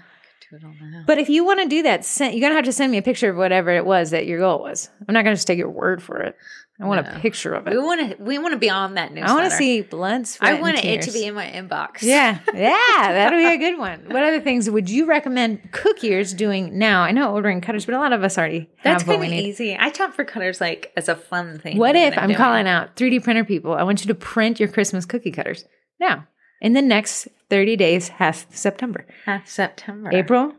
Speaker 2: Do it all now.
Speaker 1: But if you want to do that, send, you're going to have to send me a picture of whatever it was that your goal was. I'm not going to just take your word for it. I want a picture of
Speaker 2: We
Speaker 1: it.
Speaker 2: want to. We want to be on that newsletter.
Speaker 1: I want to see blood, sweat,
Speaker 2: I
Speaker 1: and
Speaker 2: want it to
Speaker 1: tears.
Speaker 2: be in my inbox.
Speaker 1: Yeah, yeah, that'll be a good one. What other things would you recommend cookiers doing now? I know ordering cutters, but a lot of us already
Speaker 2: That's
Speaker 1: have what
Speaker 2: kind
Speaker 1: we
Speaker 2: of
Speaker 1: need.
Speaker 2: easy. I shop for cutters like as a fun thing.
Speaker 1: What
Speaker 2: that
Speaker 1: if I'm
Speaker 2: doing.
Speaker 1: calling out 3D printer people? I want you to print your Christmas cookie cutters now in the next 30 days, half September,
Speaker 2: half September,
Speaker 1: April,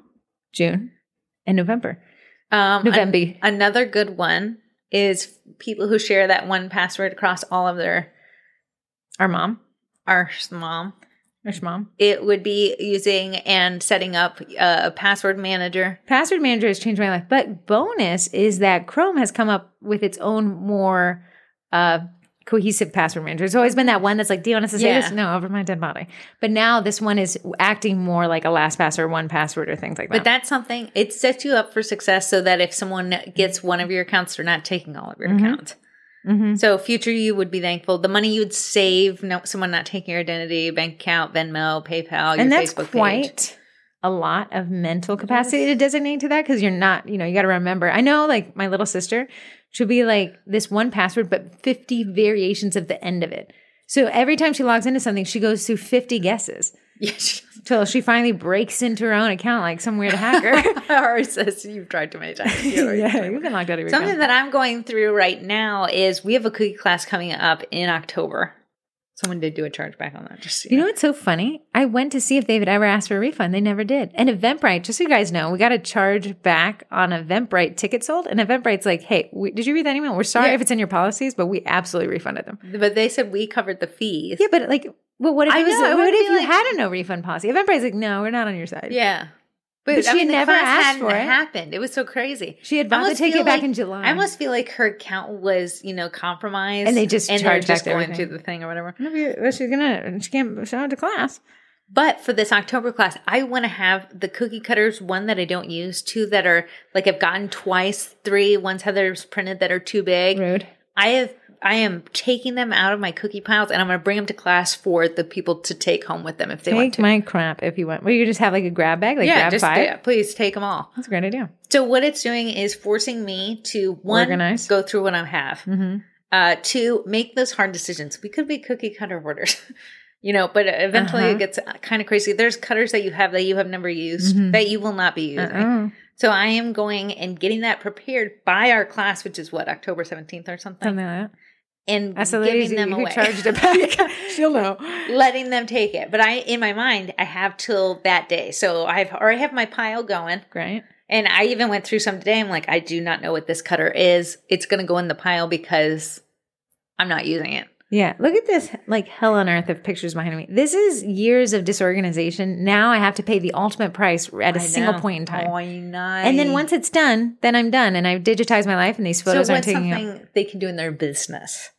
Speaker 1: June, and November.
Speaker 2: um,
Speaker 1: November.
Speaker 2: an- another good one is people who share that one password across all of their
Speaker 1: Our mom,
Speaker 2: our mom.
Speaker 1: our mom.
Speaker 2: It would be using and setting up a password manager.
Speaker 1: Password manager has changed my life. But bonus is that Chrome has come up with its own more uh, cohesive password manager. It's always been that one that's like, do you want us to say
Speaker 2: Yeah.
Speaker 1: this? No, over my dead body. But now this one is acting more like a last pass or one password or things like
Speaker 2: But
Speaker 1: that.
Speaker 2: that's something it sets you up for success so that if someone gets one of your accounts, they're not taking all of your
Speaker 1: Mm-hmm.
Speaker 2: accounts.
Speaker 1: Mhm.
Speaker 2: So future you would be thankful. The money you would save, no, someone not taking your identity, bank account, Venmo, PayPal, your
Speaker 1: and that's
Speaker 2: Facebook
Speaker 1: quite
Speaker 2: page.
Speaker 1: a lot of mental capacity to designate to that because you're not, you know, you got to remember. I know, like my little sister, she'll be like this one password, but 50 variations of the end of it. So every time she logs into something, she goes through 50 guesses
Speaker 2: Yes.
Speaker 1: till she finally breaks into her own account like some weird hacker.
Speaker 2: or says you've tried to make that.
Speaker 1: yeah, you've been locked out of your
Speaker 2: Something
Speaker 1: account.
Speaker 2: that I'm going through right now is we have a cookie class coming up in October. Someone did do a chargeback on that. Just so
Speaker 1: You know what's so funny? I went to see if they would ever ask for a refund. They never did. And Eventbrite, just so you guys know, we got to charge back on Eventbrite tickets sold. And Eventbrite's like, hey, we, did you read that email? We're sorry
Speaker 2: Yeah.
Speaker 1: if it's in your policies, but we absolutely refunded them.
Speaker 2: But they said we covered the fees.
Speaker 1: Yeah, but like, well, what if,
Speaker 2: I
Speaker 1: it was,
Speaker 2: know, I
Speaker 1: what
Speaker 2: wanna
Speaker 1: if
Speaker 2: be
Speaker 1: you
Speaker 2: like-
Speaker 1: had a no refund policy? Eventbrite's like, no, we're not on your side.
Speaker 2: Yeah. But,
Speaker 1: But she
Speaker 2: the
Speaker 1: never
Speaker 2: class
Speaker 1: asked
Speaker 2: hadn't
Speaker 1: for it.
Speaker 2: happened. It was so crazy.
Speaker 1: She had
Speaker 2: I
Speaker 1: bought the
Speaker 2: almost feel
Speaker 1: ticket back
Speaker 2: like-
Speaker 1: in July.
Speaker 2: I almost feel like her account was, you know, compromised.
Speaker 1: And they just
Speaker 2: and they're
Speaker 1: charged back
Speaker 2: just
Speaker 1: to
Speaker 2: going
Speaker 1: everything.
Speaker 2: through the thing or whatever.
Speaker 1: Maybe well, she's gonna she can't show up to class.
Speaker 2: But for this October class, I want to have the cookie cutters, one that I don't use, two that are like I've gotten twice, three, ones Heather's printed that are too big.
Speaker 1: Rude.
Speaker 2: I have I am taking them out of my cookie piles and I'm gonna bring them to class for the people to take home with them if they want
Speaker 1: Take
Speaker 2: to.
Speaker 1: my crap if you want. Well, you just have like a grab bag, like grab
Speaker 2: just
Speaker 1: five.
Speaker 2: yeah, please take them all.
Speaker 1: That's a great idea.
Speaker 2: So what it's doing is forcing me to one
Speaker 1: Organize.
Speaker 2: go through what I have.
Speaker 1: Mm-hmm.
Speaker 2: Uh, two make those hard decisions. We could be cookie cutter orders, you know, but eventually
Speaker 1: Uh-huh.
Speaker 2: it gets kind of crazy. There's cutters that you have that you have never used
Speaker 1: Mm-hmm.
Speaker 2: that you will not be using.
Speaker 1: Oh,
Speaker 2: So I am going and getting that prepared by our class, which is what October 17th or something,
Speaker 1: something like that.
Speaker 2: and
Speaker 1: That's the
Speaker 2: giving
Speaker 1: lady
Speaker 2: them
Speaker 1: who
Speaker 2: away.
Speaker 1: charged it back. She'll know.
Speaker 2: letting them take it. But I, in my mind, I have till that day. So I've already have my pile going.
Speaker 1: Great.
Speaker 2: And I even went through some today. I'm like, I do not know what this cutter is. It's going to go in the pile because I'm not using it.
Speaker 1: Yeah. Look at this like hell on earth of pictures behind me. This is years of disorganization. Now I have to pay the ultimate price at a
Speaker 2: I
Speaker 1: single
Speaker 2: know.
Speaker 1: point in time.
Speaker 2: Oh, I know.
Speaker 1: and then once it's done, then I'm done and I've digitized my life and these
Speaker 2: so
Speaker 1: photos
Speaker 2: what's
Speaker 1: aren't taking up.
Speaker 2: something they can do in their business?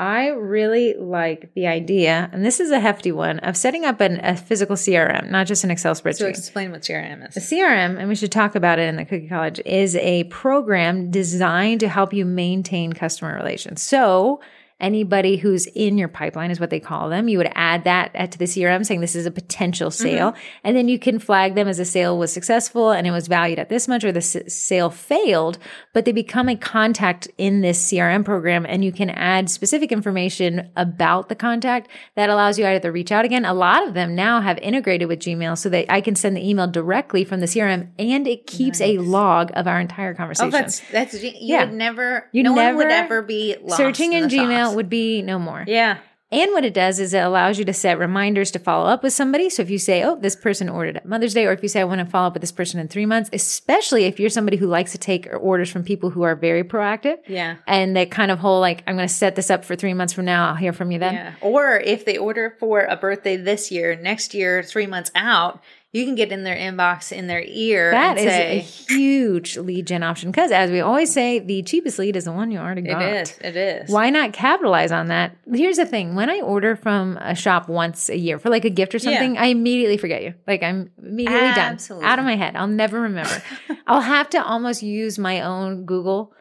Speaker 1: I really like the idea, and this is a hefty one, of setting up an, a physical CRM, not just an Excel spreadsheet.
Speaker 2: So explain what CRM
Speaker 1: A
Speaker 2: is.
Speaker 1: CRM, and we should talk about it in the Cookie College, is a program designed to help you maintain customer relations. So, anybody who's in your pipeline is what they call them. You would add that at- to the CRM saying this is a potential sale. And then you can flag them as a sale was successful and it was valued at this much or the s- sale failed, but they become a contact in this CRM program and you can add specific information about the contact that allows you either to reach out again. A lot of them now have integrated with Gmail so that I can send the email directly from the CRM and it keeps a log of our entire conversation.
Speaker 2: Oh, that's that's you
Speaker 1: Yeah.
Speaker 2: would never.
Speaker 1: You
Speaker 2: no one would
Speaker 1: never-
Speaker 2: ever be lost
Speaker 1: Searching in,
Speaker 2: in the
Speaker 1: Gmail
Speaker 2: sauce.
Speaker 1: would be no more.
Speaker 2: yeah.
Speaker 1: And what it does is it allows you to set reminders to follow up with somebody. So if you say, oh, this person ordered at Mother's Day, or if you say, I want to follow up with this person in three months, especially if you're somebody who likes to take orders from people who are very proactive.
Speaker 2: Yeah.
Speaker 1: And that kind of whole, like, I'm going to set this up for three months from now. I'll hear from you then.
Speaker 2: Yeah. Or if they order for a birthday this year, next year, three months out, you can get in their inbox, in their ear.
Speaker 1: That
Speaker 2: and
Speaker 1: is
Speaker 2: say,
Speaker 1: a huge lead gen option because, as we always say, the cheapest lead is the one you already got.
Speaker 2: It is. It is.
Speaker 1: Why not capitalize on that? Here's the thing: when I order from a shop once a year for like a gift or
Speaker 2: Yeah.
Speaker 1: something, I immediately forget you. Like I'm immediately
Speaker 2: Absolutely.
Speaker 1: done, out of my head. I'll never remember. I'll have to almost use my own Google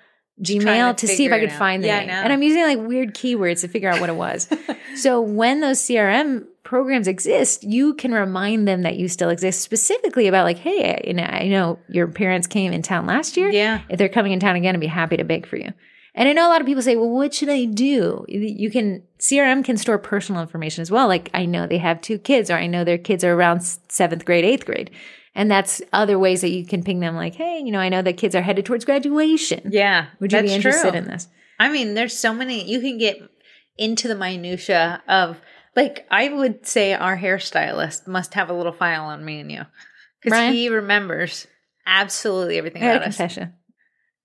Speaker 2: trying
Speaker 1: Gmail to,
Speaker 2: to
Speaker 1: see if I
Speaker 2: figure it
Speaker 1: could
Speaker 2: out.
Speaker 1: find the
Speaker 2: Yeah, I
Speaker 1: name,
Speaker 2: know.
Speaker 1: and I'm using like weird keywords to figure out what it was. so when those CRM programs exist, you can remind them that you still exist. Specifically about like, hey, you know, I know your parents came in town last year
Speaker 2: Yeah.
Speaker 1: if they're coming in town again, I'd be happy to bake for you. And I know a lot of people say, well, what should I do? You can, CRM can store personal information as well. Like, I know they have two kids, or I know their kids are around s- seventh grade, eighth grade. And that's other ways that you can ping them, like, hey, you know, I know the kids are headed towards graduation.
Speaker 2: Yeah.
Speaker 1: Would you
Speaker 2: that's
Speaker 1: be interested
Speaker 2: true.
Speaker 1: in this?
Speaker 2: I mean, there's so many you can get into the minutia of like I would say our hairstylist must have a little file on me and you because
Speaker 1: Brian?
Speaker 2: he remembers absolutely everything
Speaker 1: I had a
Speaker 2: about us.
Speaker 1: confession.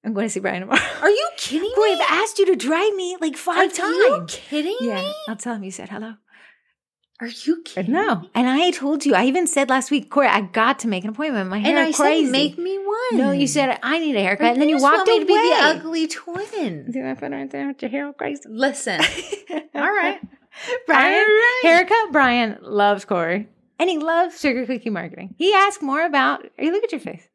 Speaker 1: I'm going to see Brian tomorrow.
Speaker 2: Are you kidding me?
Speaker 1: We've asked you to drive me like
Speaker 2: Are
Speaker 1: five
Speaker 2: you
Speaker 1: times.
Speaker 2: kidding
Speaker 1: Yeah,
Speaker 2: me?
Speaker 1: I'll tell him you said hello.
Speaker 2: Are you kidding?
Speaker 1: No,
Speaker 2: me?
Speaker 1: and I told you. I even said last week, Corey, I got to make an appointment. My hair
Speaker 2: And I
Speaker 1: crazy.
Speaker 2: said, make me one.
Speaker 1: No, you said I need a haircut,
Speaker 2: Or
Speaker 1: and then you
Speaker 2: Hmm. just
Speaker 1: walked away.
Speaker 2: want me to be the ugly twin.
Speaker 1: See my phone right there with your hair all crazy.
Speaker 2: Listen, all right,
Speaker 1: Brian,
Speaker 2: All right.
Speaker 1: haircut. Brian loves Corey, and he loves sugar cookie marketing. He asked more about. Hey, look at your face.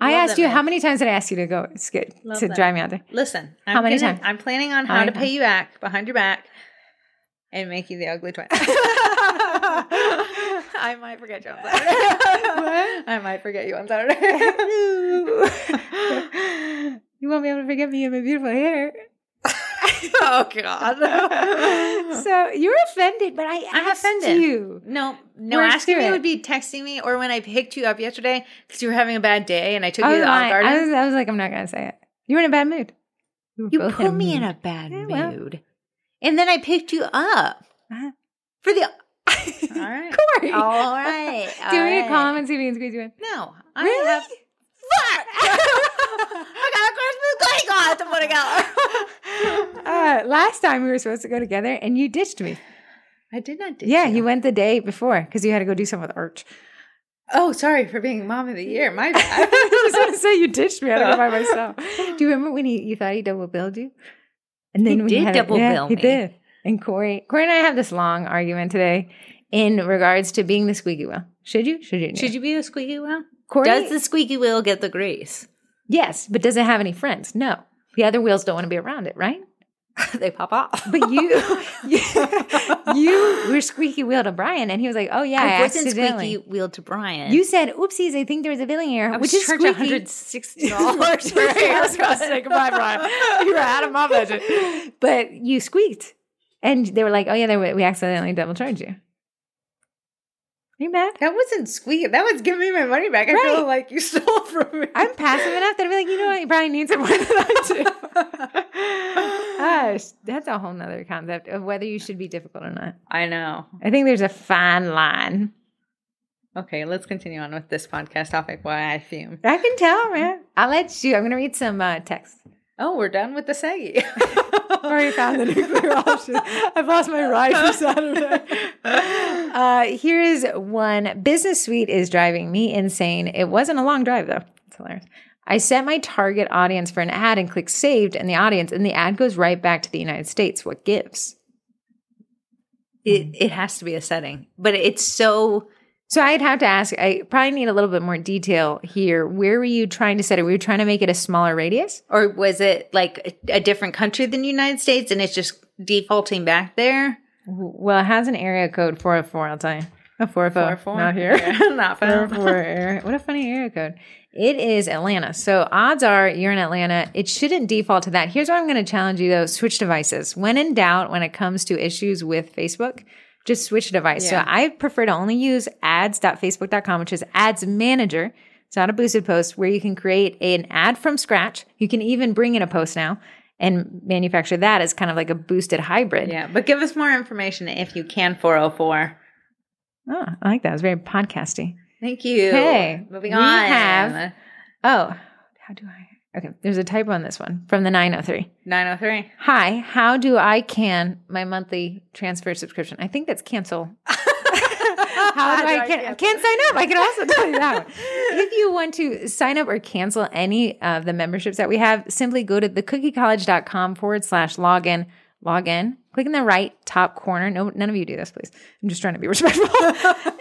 Speaker 1: I
Speaker 2: Love
Speaker 1: asked
Speaker 2: that
Speaker 1: you
Speaker 2: man.
Speaker 1: how many times did I ask you to go skid,
Speaker 2: Love
Speaker 1: to
Speaker 2: that.
Speaker 1: drive me out there?
Speaker 2: Listen, I'm
Speaker 1: How many
Speaker 2: gonna-
Speaker 1: times?
Speaker 2: I'm planning on
Speaker 1: How
Speaker 2: how
Speaker 1: many
Speaker 2: to pay you back behind your back and make you the ugly twin. I might forget you on Saturday.
Speaker 1: What?
Speaker 2: I might forget you on Saturday.
Speaker 1: you won't be able to forget me and my beautiful hair.
Speaker 2: oh God.
Speaker 1: so you're offended, but I
Speaker 2: I'm
Speaker 1: asked
Speaker 2: offended.
Speaker 1: you.
Speaker 2: No, no.
Speaker 1: We're
Speaker 2: asking
Speaker 1: through
Speaker 2: me
Speaker 1: it.
Speaker 2: would be texting me, or when I picked you up yesterday because you were having a bad day, and I took
Speaker 1: I
Speaker 2: you
Speaker 1: was,
Speaker 2: to the Olive
Speaker 1: lying. I
Speaker 2: Garden.
Speaker 1: was- I was like, I'm not gonna say it. You were in a bad mood. We were
Speaker 2: You
Speaker 1: both
Speaker 2: put me in a bad
Speaker 1: Yeah, well.
Speaker 2: mood, and then I picked you up
Speaker 1: Uh-huh.
Speaker 2: for the.
Speaker 1: mood.
Speaker 2: All right.
Speaker 1: Corey.
Speaker 2: All right.
Speaker 1: Do you want
Speaker 2: all
Speaker 1: me to
Speaker 2: right.
Speaker 1: call him and see if he can squeeze you in?
Speaker 2: No. Oh, I
Speaker 1: Really?
Speaker 2: have. Fuck! I got a Christmas cookie on to put out.
Speaker 1: Uh, last time we were supposed to go together and you ditched me.
Speaker 2: I did not. ditch
Speaker 1: Yeah, you went the day before because you had to go do something with Arch.
Speaker 2: Oh, sorry for being mom of the year. My
Speaker 1: I
Speaker 2: bad.
Speaker 1: was going to say you ditched me. I had to go by myself. Do you remember when he, you thought he double billed you? And
Speaker 2: He
Speaker 1: we
Speaker 2: did
Speaker 1: had a-
Speaker 2: double
Speaker 1: yeah,
Speaker 2: bill
Speaker 1: He
Speaker 2: me.
Speaker 1: did. And Corey, Corey and I have this long argument today in regards to being the squeaky wheel. Should you? Should you?
Speaker 2: Should you be the squeaky wheel?
Speaker 1: Corey,
Speaker 2: Does the squeaky wheel get the grease?
Speaker 1: Yes, but doesn't have any friends. No. The other wheels don't want to be around it, right?
Speaker 2: they pop off.
Speaker 1: But you, you, you were squeaky wheel to Brian, and he was like, "Oh yeah, I,
Speaker 2: I wasn't
Speaker 1: accidentally."
Speaker 2: squeaky wheel to Brian.
Speaker 1: You said, "Oopsies, I think there was a bill in here,"
Speaker 2: I was
Speaker 1: which is
Speaker 2: charged
Speaker 1: squeaky.
Speaker 2: $160 for a
Speaker 1: I was gonna
Speaker 2: haircut.
Speaker 1: say, "Come on, Brian, you were out of my budget," but you squeaked, and they were like, "Oh yeah, they were, we accidentally double charged you." Are you mad?
Speaker 2: That wasn't squeaky. That was giving me my money back. I
Speaker 1: Right.
Speaker 2: feel like you stole from me.
Speaker 1: I'm passive enough that I'm like, you know what, Brian needs it more than I do. Gosh, that's a whole nother concept of whether you should be difficult or not.
Speaker 2: I know.
Speaker 1: I think there's a fine line.
Speaker 2: Okay, let's continue on with this podcast topic. Why I fume.
Speaker 1: I can tell, man. I'll let you. I'm going to read some uh, text.
Speaker 2: Oh, we're done with the saggy.
Speaker 1: Already found the nuclear option. I've lost my ride for Saturday. Uh, here is one. Business Suite is driving me insane. It wasn't a long drive though. It's hilarious. I set my target audience for an ad and click saved in the audience, and the ad goes right back to the United States. What gives?
Speaker 2: It it has to be a setting, but it's so
Speaker 1: So I'd have to ask. I probably need a little bit more detail here. Where were you trying to set it? Were you trying to make it a smaller radius?
Speaker 2: or was it like a, a different country than the United States, and it's just defaulting back there?
Speaker 1: Well, it has an area code 404, I'll tell you. A 404.
Speaker 2: Four, four.
Speaker 1: Not here.
Speaker 2: Yeah, not found.
Speaker 1: 404 area. What a funny area code. It is Atlanta. So odds are you're in Atlanta. It shouldn't default to that. Here's what I'm going to challenge you though switch devices. When in doubt, when it comes to issues with Facebook, just switch device.
Speaker 2: Yeah.
Speaker 1: So I prefer to only use ads.facebook.com, which is ads manager. It's not a boosted post where you can create an ad from scratch. You can even bring in a post now and manufacture that as kind of like a boosted hybrid.
Speaker 2: Yeah, but give us more information if you can. Four hundred four.
Speaker 1: Oh, I like that. It was very podcasty.
Speaker 2: Thank you.
Speaker 1: Okay,
Speaker 2: moving
Speaker 1: we
Speaker 2: on.
Speaker 1: have- Oh, how do I? Okay, there's a typo on this one from the 903.
Speaker 2: nine oh three.
Speaker 1: Hi, how do I can my monthly transfer subscription? I think that's cancel. How do I get? I can't sign up. I can also tell you that. One. If you want to sign up or cancel any of the memberships that we have, simply go to thecookiecollege.com forward slash login. Log in, click in the right top corner. No, none of you do this, please. I'm just trying to be respectful.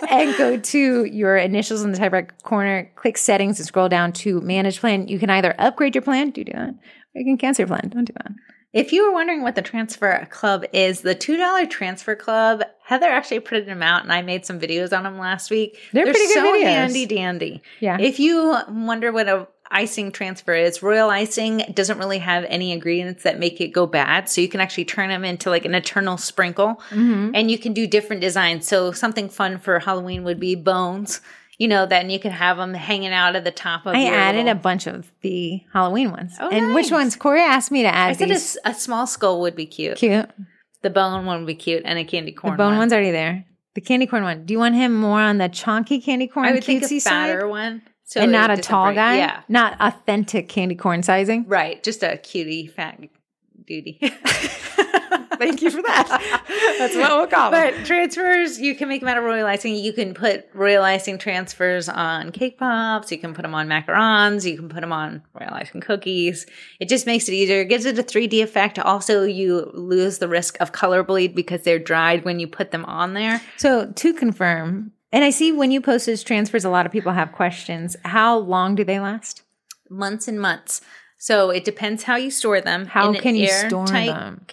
Speaker 1: and go to your initials in the top right corner, click settings, and scroll down to manage plan. You can either upgrade your plan, do do that, or you can cancel your plan. Don't do that.
Speaker 2: If you were wondering what the transfer club is, the $2 transfer club, Heather actually printed them out and I made some videos on them last week.
Speaker 1: They're pretty good
Speaker 2: so
Speaker 1: videos.
Speaker 2: handy dandy.
Speaker 1: Yeah.
Speaker 2: If you wonder what a icing transfer is, royal icing doesn't really have any ingredients that make it go bad. So you can actually turn them into like an eternal sprinkle
Speaker 1: Mm-hmm.
Speaker 2: and you can do different designs. So something fun for Halloween would be bones, you know, then you can have them hanging out at the top of
Speaker 1: I
Speaker 2: your
Speaker 1: added
Speaker 2: little-
Speaker 1: a bunch of the Halloween ones.
Speaker 2: Oh,
Speaker 1: and which
Speaker 2: nice.
Speaker 1: ones? Corey asked me to add
Speaker 2: I said a,
Speaker 1: these.
Speaker 2: s- a small skull would be cute.
Speaker 1: cute.
Speaker 2: The bone one would be cute, and a candy corn.
Speaker 1: The bone
Speaker 2: one.
Speaker 1: one's already there. The candy corn one. Do you want him more on the chonky candy corn
Speaker 2: I would think a
Speaker 1: cutesy
Speaker 2: fatter
Speaker 1: side?
Speaker 2: one, so
Speaker 1: and
Speaker 2: it
Speaker 1: not a
Speaker 2: would
Speaker 1: tall guy?
Speaker 2: disintegrate. Yeah,
Speaker 1: Not authentic candy corn sizing.
Speaker 2: right. Just a cutie fat duty.
Speaker 1: Thank you for that. That's what we'll call it.
Speaker 2: But transfers, you can make them out of royal icing. You can put royal icing transfers on cake pops. You can put them on macarons. You can put them on royal icing cookies. It just makes it easier. It gives it a 3D effect. Also, you lose the risk of color bleed because they're dried when you put them on there.
Speaker 1: So to confirm, and I see when you post those transfers, a lot of people have questions. How long do they last?
Speaker 2: Months and months. So it depends how you store them.
Speaker 1: How
Speaker 2: In an
Speaker 1: can you store
Speaker 2: airtight-
Speaker 1: them?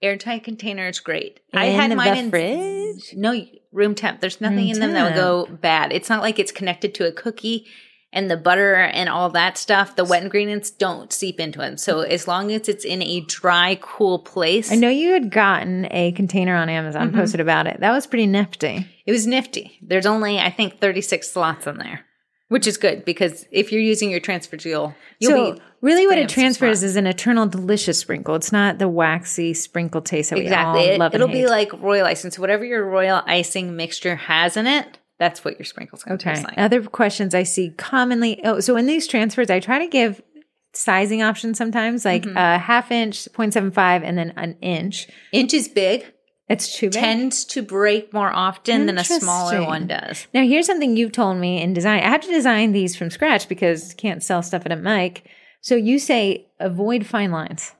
Speaker 2: Airtight container is great.
Speaker 1: In
Speaker 2: I had
Speaker 1: the
Speaker 2: mine in
Speaker 1: fridge?
Speaker 2: No, room temp. There's nothing
Speaker 1: Room
Speaker 2: in them that would go bad. It's not like it's connected to a cookie and the butter and all that stuff. The wet ingredients don't seep into them. So as long as it's in a dry, cool place,
Speaker 1: I know you had gotten a container on
Speaker 2: Mm-hmm.
Speaker 1: Amazon, posted about it. That was pretty nifty.
Speaker 2: it was nifty. There's only I think 36 slots in there, which is good because if you're using your transfer jewel, you'll
Speaker 1: so
Speaker 2: be
Speaker 1: really what
Speaker 2: staying
Speaker 1: it
Speaker 2: up some
Speaker 1: transfers
Speaker 2: spots.
Speaker 1: is an eternal delicious sprinkle. It's not the waxy sprinkle taste that we
Speaker 2: exactly.
Speaker 1: all love
Speaker 2: It,
Speaker 1: and
Speaker 2: will be
Speaker 1: hate.
Speaker 2: like royal icing. So whatever your royal icing mixture has in it, that's what your sprinkles going to
Speaker 1: Okay.
Speaker 2: taste like.
Speaker 1: Other questions I see commonly. Oh, so in these transfers, I try to give sizing options sometimes, like
Speaker 2: Mm-hmm.
Speaker 1: a half inch, 0.75, and then an inch.
Speaker 2: Inch is big.
Speaker 1: It's too big.
Speaker 2: tends to break more often than a smaller
Speaker 1: Interesting.
Speaker 2: one does.
Speaker 1: Now, here's something you've told me in design. I had to design these from scratch because can't sell stuff at a mic. So you say avoid fine lines,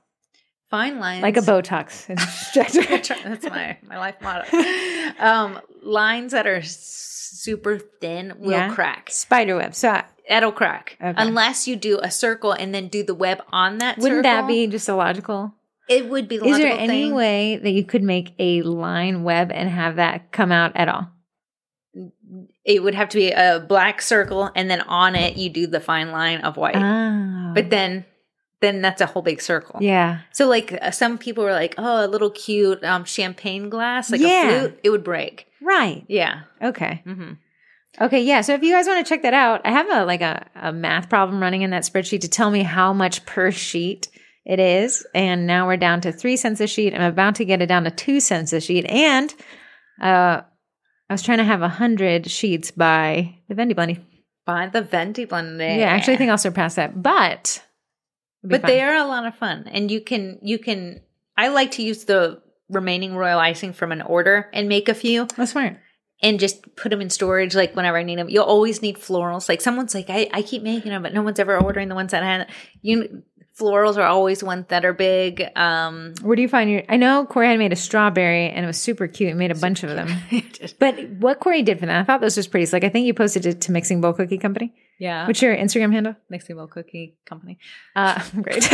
Speaker 2: Fine lines,
Speaker 1: like a Botox injector.
Speaker 2: That's my my life motto. Um, lines that are s- super thin will
Speaker 1: Yeah.
Speaker 2: crack.
Speaker 1: Spider web. So I-
Speaker 2: That'll crack
Speaker 1: Okay.
Speaker 2: unless you do a circle and then do the web on that.
Speaker 1: wouldn't that
Speaker 2: circle.
Speaker 1: be just illogical?
Speaker 2: It would be. the
Speaker 1: Is there
Speaker 2: logical
Speaker 1: any
Speaker 2: thing.
Speaker 1: way that you could make a line web and have that come out at all?
Speaker 2: It would have to be a black circle, and then on it you do the fine line of white.
Speaker 1: Oh.
Speaker 2: But then, then that's a whole big circle.
Speaker 1: yeah.
Speaker 2: So like uh, some people were like, "Oh, a little cute um, champagne glass, like
Speaker 1: Yeah.
Speaker 2: a flute, it would break."
Speaker 1: Right.
Speaker 2: Yeah.
Speaker 1: Okay.
Speaker 2: Mm-hmm.
Speaker 1: Okay. Yeah. So if you guys want to check that out, I have a like a, a math problem running in that spreadsheet to tell me how much per sheet it is. And now we're down to three cents a sheet. I'm about to get it down to two cents a sheet. And uh I was trying to have a hundred sheets by the Vendy Bunny.
Speaker 2: By the Venti Blender.
Speaker 1: Yeah, actually I think I'll surpass that. But it'll be
Speaker 2: but they
Speaker 1: fun.
Speaker 2: are a lot of fun, and you can you can. I like to use the remaining royal icing from an order and make a few
Speaker 1: that's smart.
Speaker 2: and just put them in storage like whenever I need them. You'll always need florals. Like someone's like, I, I keep making them, but no one's ever ordering the ones that I had. You florals are always ones that are big. Um,
Speaker 1: Where do you find your? I know Corey had made a strawberry and it was super cute. and made a bunch of them. But what Corey did for that, I thought this was pretty slick. I think you posted it to Mixing Bowl Cookie Company.
Speaker 2: yeah,
Speaker 1: What's your Instagram handle?
Speaker 2: mixing bowl cookie company.
Speaker 1: Uh, great.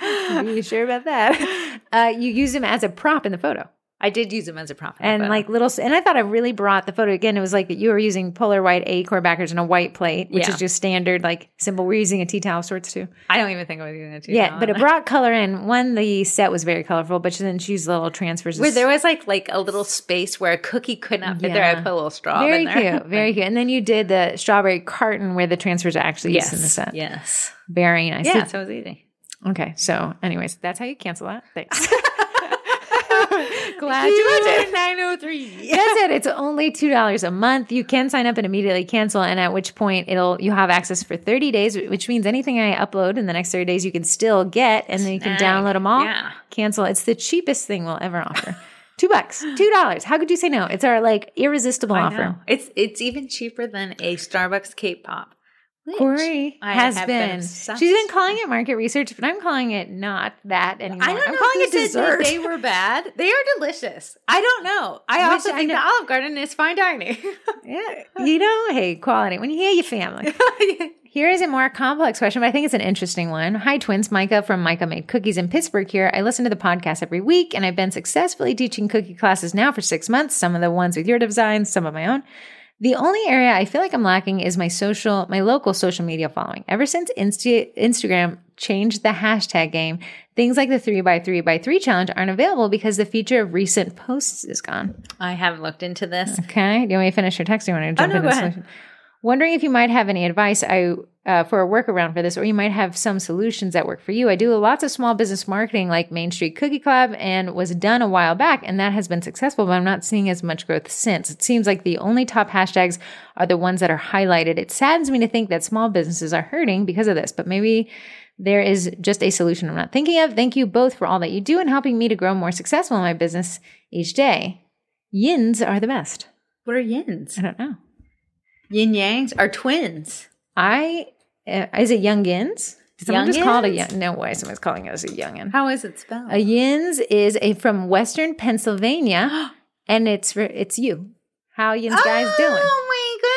Speaker 1: you sure about that? Uh, you used him as a prop in the photo,
Speaker 2: I did use them as a prop, in the
Speaker 1: and
Speaker 2: photo.
Speaker 1: like little. And I thought I really brought the photo again. It was like you were using polar white acorn backers and a white plate, which
Speaker 2: Yeah.
Speaker 1: is just standard like symbol. We're using a tea towel of sorts too.
Speaker 2: I don't even think I was using it.
Speaker 1: yeah, but it brought color in. One, the set was very colorful, but then she used little transfers.
Speaker 2: Where there was like like a little space where a cookie could not fit there, I
Speaker 1: Yeah.
Speaker 2: put a little straw
Speaker 1: Very
Speaker 2: in there.
Speaker 1: cute, very cute. And then you did the strawberry carton where the transfers are actually used in the set.
Speaker 2: Yes.
Speaker 1: Very nice.
Speaker 2: Yeah, so it was easy.
Speaker 1: Okay. So, anyways, that's how you cancel that. Thanks. Glad
Speaker 2: Glad
Speaker 1: you oh
Speaker 2: you
Speaker 1: did.
Speaker 2: did. 903.
Speaker 1: That's it. It's only two dollars a month. You can sign up and immediately cancel, and at which point it'll you have access for thirty days, which means anything I upload in the next thirty days you can still get, and then you can
Speaker 2: Snag.
Speaker 1: download them all.
Speaker 2: Yeah.
Speaker 1: Cancel. It's the cheapest thing we'll ever offer. Two bucks, two dollars. How could you say no? It's our like irresistible
Speaker 2: I
Speaker 1: offer.
Speaker 2: know. It's it's even cheaper than a Starbucks Cape Pop. which
Speaker 1: Corey
Speaker 2: I
Speaker 1: has
Speaker 2: have
Speaker 1: been.
Speaker 2: obsessed
Speaker 1: She's been
Speaker 2: with.
Speaker 1: calling it market research, but I'm calling it not that anymore.
Speaker 2: I don't
Speaker 1: am
Speaker 2: know.
Speaker 1: calling
Speaker 2: who
Speaker 1: it
Speaker 2: said that
Speaker 1: dessert.
Speaker 2: They were bad. They are delicious. I don't know. I
Speaker 1: Which
Speaker 2: also
Speaker 1: I
Speaker 2: think
Speaker 1: know-
Speaker 2: the Olive Garden is fine dining.
Speaker 1: Yeah, you know, hey, quality. When you hear your family. Here is a more complex question, but I think it's an interesting one. Hi, twins. Micah from Micah Made Cookies in Pittsburgh here. I listen to the podcast every week, and I've been successfully teaching cookie classes now for six months, some of the ones with your designs, some of my own. The only area I feel like I'm lacking is my social, my local social media following. Ever since Insta- Instagram changed the hashtag game, things like the 3x3x3 challenge aren't available because the feature of recent posts is gone.
Speaker 2: I haven't looked into this.
Speaker 1: Okay. Do you want me to finish your text? Or do you want to jump
Speaker 2: Oh, no,
Speaker 1: into
Speaker 2: go
Speaker 1: the
Speaker 2: ahead.
Speaker 1: solution? Wondering if you might have any advice I uh, for a workaround for this, or you might have some solutions that work for you. I do lots of small business marketing, like Main Street Cookie Club, and was done a while back, and that has been successful. But I'm not seeing as much growth since. It seems like the only top hashtags are the ones that are highlighted. It saddens me to think that small businesses are hurting because of this, but maybe there is just a solution I'm not thinking of. Thank you both for all that you do and helping me to grow more successful in my business each day. Yins are the best.
Speaker 2: What are yins?
Speaker 1: I don't know.
Speaker 2: Yin yangs are twins.
Speaker 1: I uh, is it youngins? Did someone just call it a
Speaker 2: Youngins?
Speaker 1: young? No way. Someone's calling us a youngin.
Speaker 2: How is it spelled?
Speaker 1: A yins is a from Western Pennsylvania, and it's for, it's you. How yins guys doing?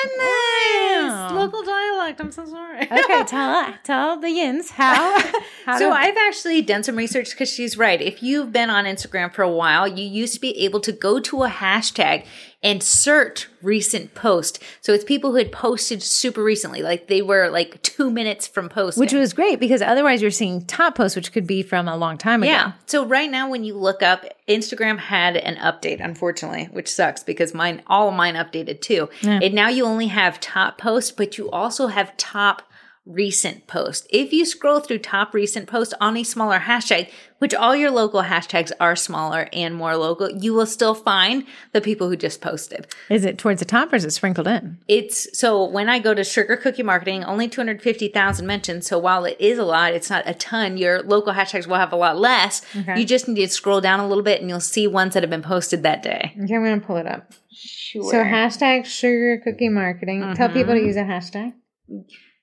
Speaker 2: Oh my goodness!
Speaker 1: Wow.
Speaker 2: Local dialect. I'm so sorry.
Speaker 1: Okay, tell uh, tell the yins how. how
Speaker 2: so
Speaker 1: to-
Speaker 2: I've actually done some research because she's right. If you've been on Instagram for a while, you used to be able to go to a hashtag and search recent post. So it's people who had posted super recently, like they were like two minutes from posting.
Speaker 1: which was great because otherwise you're seeing top posts, which could be from a long time ago.
Speaker 2: yeah. So right now, when you look up, Instagram had an update, unfortunately, which sucks because mine, all of mine updated too. And now you only have top posts, but you also have top recent posts. If you scroll through top recent posts on a smaller hashtag, which all your local hashtags are smaller and more local, you will still find the people who just posted.
Speaker 1: Is it towards the top or is it sprinkled in?
Speaker 2: It's so when I go to Sugar Cookie Marketing, only 250,000 mentions. So while it is a lot, it's not a ton. Your local hashtags will have a lot less. You just need to scroll down a little bit and you'll see ones that have been posted that day.
Speaker 1: Okay, I'm gonna pull it up. Sure. So hashtag sugar cookie marketing. Tell people to use a hashtag.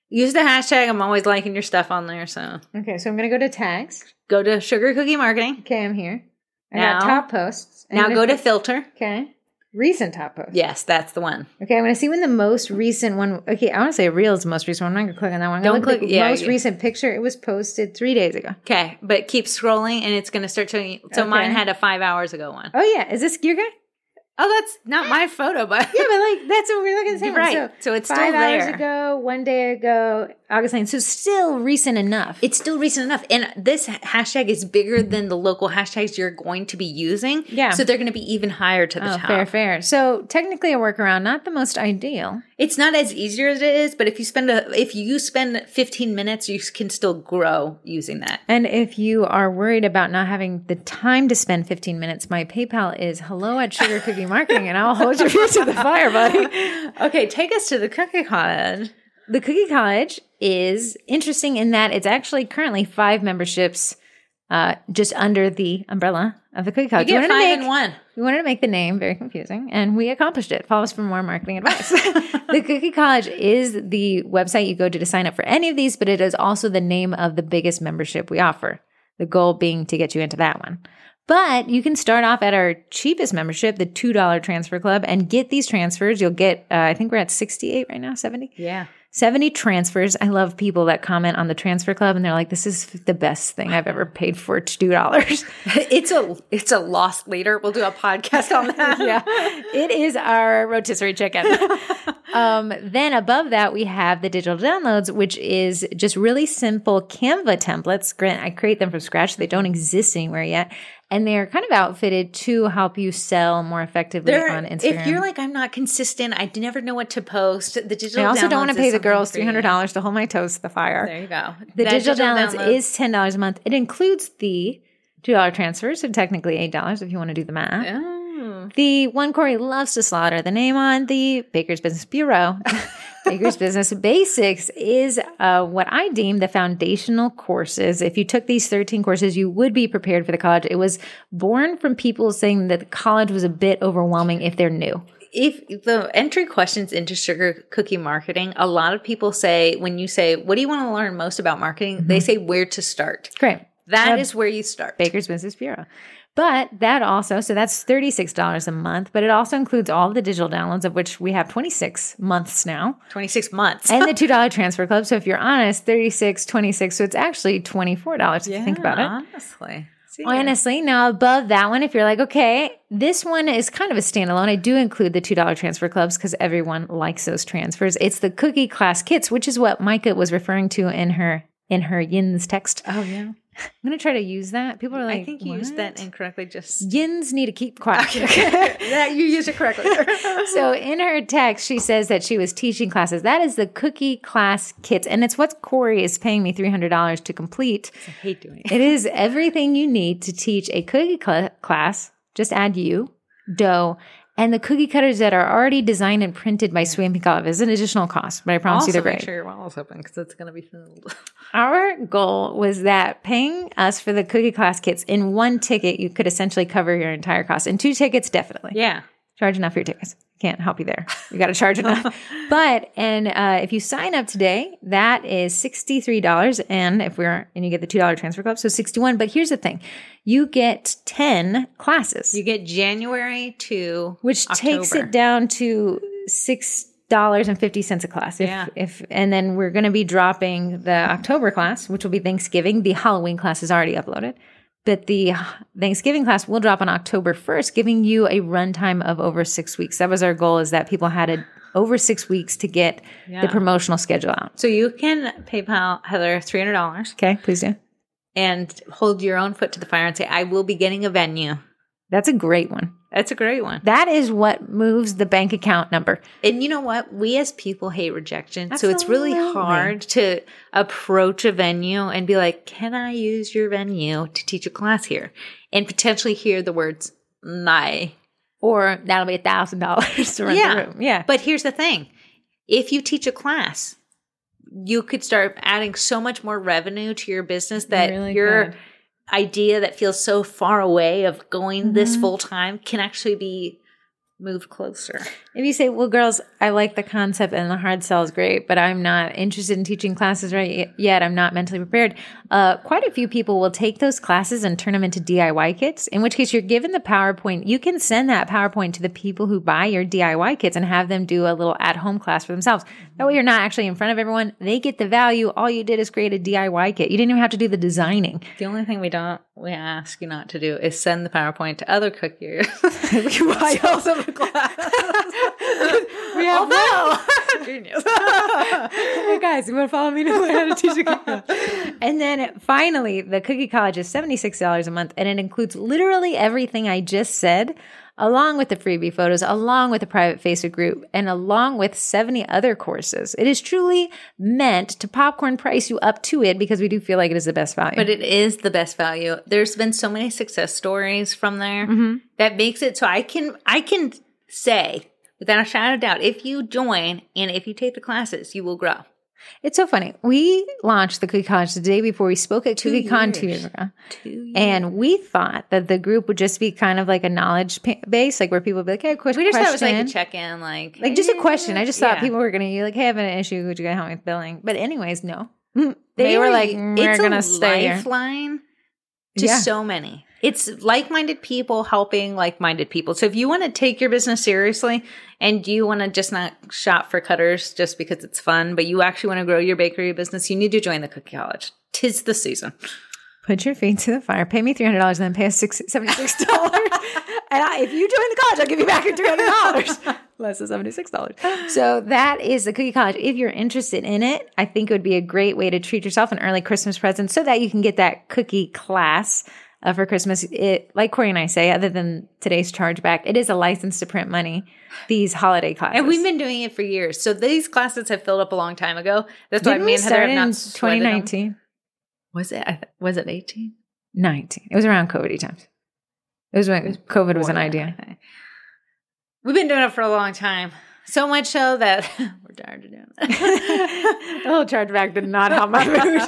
Speaker 2: Use the hashtag. I'm always liking your stuff on there. So
Speaker 1: Okay, so I'm gonna go to tags.
Speaker 2: go to Sugar Cookie Marketing.
Speaker 1: Okay, I'm here. I got
Speaker 2: Now-
Speaker 1: top posts. I'm
Speaker 2: Now
Speaker 1: gonna
Speaker 2: go to
Speaker 1: click-
Speaker 2: filter.
Speaker 1: okay recent top posts.
Speaker 2: Yes, that's the one.
Speaker 1: Okay, I'm gonna see when the most recent one. Okay, I want to say real is the most recent one. I'm not gonna click on that one. I'm gonna
Speaker 2: Don't
Speaker 1: look at
Speaker 2: click-
Speaker 1: the
Speaker 2: yeah,
Speaker 1: most
Speaker 2: yeah.
Speaker 1: recent picture. It was posted three days ago.
Speaker 2: Okay, but keep scrolling and it's going to start showing you. So
Speaker 1: Okay.
Speaker 2: mine had a five hours ago one.
Speaker 1: Oh yeah, is this your guy?
Speaker 2: Oh, that's not my photo, but
Speaker 1: Yeah, but like that's what we're looking at. the same one.
Speaker 2: right. So, it's still
Speaker 1: five hours
Speaker 2: there.
Speaker 1: ago, one day ago, August 9th. So still recent enough.
Speaker 2: it's still recent enough. And this hashtag is bigger than the local hashtags you're going to be using.
Speaker 1: Yeah.
Speaker 2: So they're going to be even higher to the
Speaker 1: Oh,
Speaker 2: top.
Speaker 1: fair, fair. So technically a workaround, not the most ideal.
Speaker 2: It's not as easier as it is, but if you spend a, if you spend 15 minutes, you can still grow using that.
Speaker 1: And if you are worried about not having the time to spend 15 minutes, my PayPal is hello at sugar cookie marketing, and I'll hold your feet to the fire, buddy.
Speaker 2: Okay, take us to the cookie college.
Speaker 1: The Cookie College is interesting in that it's actually currently five memberships uh, just under the umbrella of the Cookie College. We
Speaker 2: Get five
Speaker 1: wanted to make-
Speaker 2: in one.
Speaker 1: we wanted to make the name very confusing, and we accomplished it. Follow us for more marketing advice. the Cookie College is the website you go to to sign up for any of these, but it is also the name of the biggest membership we offer, the goal being to get you into that one. But you can start off at our cheapest membership, the $2 Transfer Club, and get these transfers. You'll get, uh, I think we're at 68 right now, 70?
Speaker 2: Yeah.
Speaker 1: 70 transfers. I love people that comment on the transfer club and they're like, this is the best thing I've ever paid for $2.
Speaker 2: It's a it's a lost leader. We'll do a podcast on that.
Speaker 1: yeah, it is our rotisserie chicken. um, then above that, we have the digital downloads, which is just really simple Canva templates. Grant, I create them from scratch. They don't exist anywhere yet. And they're kind of outfitted to help you sell more effectively
Speaker 2: There-
Speaker 1: on Instagram.
Speaker 2: if you're like, I'm not consistent, I never know what to post. The digital.
Speaker 1: I also don't
Speaker 2: downloads
Speaker 1: want to
Speaker 2: is
Speaker 1: pay the
Speaker 2: something
Speaker 1: girls
Speaker 2: for you.
Speaker 1: $300 to hold my toes to the fire.
Speaker 2: There you go.
Speaker 1: The
Speaker 2: That
Speaker 1: digital, downloads
Speaker 2: download-
Speaker 1: is ten dollars a month. It includes the two dollar transfer, so technically eight dollars if you want to do the math.
Speaker 2: Oh.
Speaker 1: The one Corey loves to slaughter the name on the Baker's Business Bureau. Baker's Business Basics is uh, what I deem the foundational courses. If you took these 13 courses, you would be prepared for the college. It was born from people saying that the college was a bit overwhelming if they're new.
Speaker 2: if the entry questions into sugar cookie marketing, a lot of people say when you say, "What do you want to learn most about marketing?" They
Speaker 1: Mm-hmm.
Speaker 2: say where to start.
Speaker 1: Great.
Speaker 2: That
Speaker 1: Uh,
Speaker 2: is where you start.
Speaker 1: Baker's Business Bureau. But that also, so that's $36 a month, but it also includes all the digital downloads, of which we have 26 months now,
Speaker 2: 26 months.
Speaker 1: and the $2 transfer club. So if you're honest, 36, 26. So it's actually $24 if you think about it. Oh,
Speaker 2: Honestly. See,
Speaker 1: Honestly, now above that one, if you're like, okay, this one is kind of a standalone. I do include the $2 transfer clubs because everyone likes those transfers. It's the cookie class kits, which is what Micah was referring to in her in her yins text.
Speaker 2: Oh yeah.
Speaker 1: I'm gonna try to use that. People are like,
Speaker 2: I think you used that
Speaker 1: "What?"
Speaker 2: incorrectly. Just
Speaker 1: Yins need to keep quiet.
Speaker 2: yeah, you used it correctly.
Speaker 1: so in her text, she says that she was teaching classes. That is the cookie class kits, and it's what Corey is paying me three hundred dollars to complete.
Speaker 2: I hate doing it.
Speaker 1: It is everything you need to teach a cookie cl- class. Just add you, dough, and the cookie cutters that are already designed and printed by Swami Golf is an additional cost, but I promise you
Speaker 2: Also,
Speaker 1: they're
Speaker 2: make
Speaker 1: great.
Speaker 2: sure your wallet's open because it's going to be filled.
Speaker 1: Our goal was that paying us for the cookie class kits in one ticket, you could essentially cover your entire cost. In two tickets, definitely.
Speaker 2: Yeah.
Speaker 1: charge enough for your tickets. Can't help you there. You got to charge enough. but and uh, if you sign up today, that is sixty three dollars, and if we're and you get the two dollar transfer club, so sixty one. But here's the thing, you get ten classes,
Speaker 2: You get January to
Speaker 1: which takes
Speaker 2: October.
Speaker 1: it down to six dollars and fifty cents a class. If,
Speaker 2: Yeah.
Speaker 1: If and then we're going to be dropping the October class, which will be Thanksgiving. The Halloween class is already uploaded. But the Thanksgiving class will drop on October 1st, giving you a runtime of over six weeks. That was our goal is that people had a, over six weeks to get
Speaker 2: Yeah.
Speaker 1: the promotional schedule out.
Speaker 2: So you can PayPal Heather three hundred dollars
Speaker 1: Okay, please do.
Speaker 2: and hold your own foot to the fire and say, "I will be getting a venue."
Speaker 1: That's a great one.
Speaker 2: That's a great one.
Speaker 1: That is what moves the bank account number.
Speaker 2: And you know what? We as people hate rejection. So it's really
Speaker 1: Absolutely.
Speaker 2: hard to approach a venue and be like, can I use your venue to teach a class here? And potentially hear the words, my.
Speaker 1: Or that'll be a thousand dollars to rent
Speaker 2: Yeah.
Speaker 1: the room. Yeah.
Speaker 2: But here's the thing if you teach a class, you could start adding so much more revenue to your business that
Speaker 1: really
Speaker 2: your
Speaker 1: could.
Speaker 2: idea that feels so far away of going this full time can actually be moved closer.
Speaker 1: If you say, "Well, girls, I like the concept and the hard sell is great, but I'm not interested in teaching classes right y- yet. I'm not mentally prepared." Uh, quite a few people will take those classes and turn them into DIY kits. In which case, you're given the PowerPoint. You can send that PowerPoint to the people who buy your DIY kits and have them do a little at-home class for themselves. That way, you're not actually in front of everyone. They get the value. All you did is create a DIY kit. You didn't even have to do the designing.
Speaker 2: The only thing we don't we ask you not to do is send the PowerPoint to other cookies.
Speaker 1: Why
Speaker 2: else of a class?
Speaker 1: We have
Speaker 2: Genius.
Speaker 1: hey guys, you want to follow me to learn how to teach a cookie? and then finally, the Cookie College is $76 a month, and it includes literally everything I just said, along with the freebie photos, along with the private Facebook group, and along with 70 other courses. It is truly meant to popcorn price you up to it because we do feel like it is the best value.
Speaker 2: But it is the best value. There's been so many success stories from there
Speaker 1: Mm-hmm.
Speaker 2: that makes it so I can I can say without a shadow of doubt, if you join and if you take the classes, you will grow.
Speaker 1: it's so funny. We launched the Cookie College the day before we spoke at
Speaker 2: Two
Speaker 1: CookieCon two
Speaker 2: years.
Speaker 1: years ago.
Speaker 2: Two
Speaker 1: And we thought that the group would just be kind of like a knowledge pa- base, like where people would be like, hey, question.
Speaker 2: we just thought it was like
Speaker 1: question.
Speaker 2: a check in, like
Speaker 1: like just a question. I just thought
Speaker 2: Yeah.
Speaker 1: people were gonna be like, "Hey, I have an issue. Would you guys help me with billing?" But anyways, no. They,
Speaker 2: Mm. they
Speaker 1: were
Speaker 2: are-
Speaker 1: like, "We're
Speaker 2: it's
Speaker 1: gonna
Speaker 2: a
Speaker 1: stay here."
Speaker 2: lifeline to
Speaker 1: Yeah.
Speaker 2: so many. It's like-minded people helping like-minded people. So if you want to take your business seriously and you want to just not shop for cutters just because it's fun, but you actually want to grow your bakery business, you need to join the Cookie College. Tis the season.
Speaker 1: Put your feet to the fire. Pay me three hundred dollars, and then pay us six, seventy six dollars. and I, if you join the college, I'll give you back your three hundred dollars, less than seventy six dollars. So that is the Cookie College. If you're interested in it, I think it would be a great way to treat yourself an early Christmas present, so that you can get that cookie class. Uh, for Christmas, it, like Corey and I say, other than today's chargeback, it is a license to print money. These holiday classes,
Speaker 2: And we've been doing it for years. So these classes have filled up a long time ago. That's why
Speaker 1: Didn't
Speaker 2: me
Speaker 1: we
Speaker 2: and Heather
Speaker 1: start
Speaker 2: have
Speaker 1: in
Speaker 2: not sweated them.
Speaker 1: 2019?
Speaker 2: Was it I th- was it 18?
Speaker 1: 19. It was around COVID times. It was when COVID was an
Speaker 2: Before that,
Speaker 1: idea.
Speaker 2: I think. We've been doing it for a long time. So much so that we're tired of doing
Speaker 1: a little chargeback did not help my mood.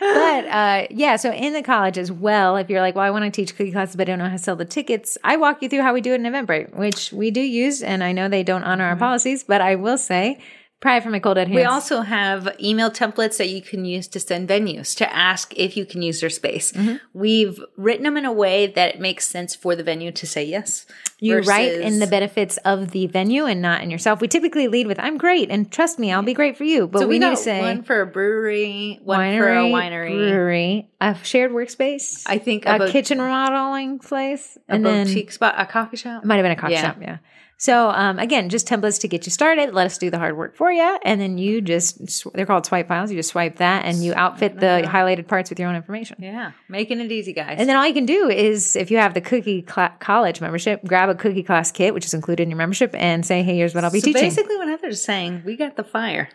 Speaker 1: but uh, yeah, so in the college as well, if you're like, well, I want to teach cookie classes, but I don't know how to sell the tickets, I walk you through how we do it in Eventbrite, which we do use. And I know they don't honor our policies, but I will say, prior from my cold dead hands.
Speaker 2: Mm-hmm. We also have email templates that you can use to send venues to ask if you can use their space.
Speaker 1: Mm-hmm.
Speaker 2: We've written them in a way that it makes sense for the venue to say yes.
Speaker 1: you write in the
Speaker 2: versus-
Speaker 1: benefits of the venue and not in yourself. We typically lead with, I'm great. And trust me, I'll be great for you. But
Speaker 2: So
Speaker 1: we,
Speaker 2: we,
Speaker 1: need
Speaker 2: got
Speaker 1: to say,
Speaker 2: one for a brewery, one for a winery.
Speaker 1: brewery, a shared workspace.
Speaker 2: I think
Speaker 1: a
Speaker 2: a, bo-
Speaker 1: kitchen remodeling place,
Speaker 2: a
Speaker 1: and then Mm-hmm.
Speaker 2: boutique spot, a coffee shop.
Speaker 1: it might have been a coffee
Speaker 2: Yeah.
Speaker 1: shop. Yeah. So um, again, just templates to get you started. Let us do the hard work for you, and then you just—they're called swipe files. You just swipe that, and you outfit the highlighted parts with your own information.
Speaker 2: Yeah, making it easy, guys.
Speaker 1: And then all you can do is, if you have the cookie cla college membership, grab a cookie class kit, which is included in your membership, and say, "Hey, here's what I'll be
Speaker 2: so
Speaker 1: teaching."
Speaker 2: basically, what Heather's saying, we got the fire.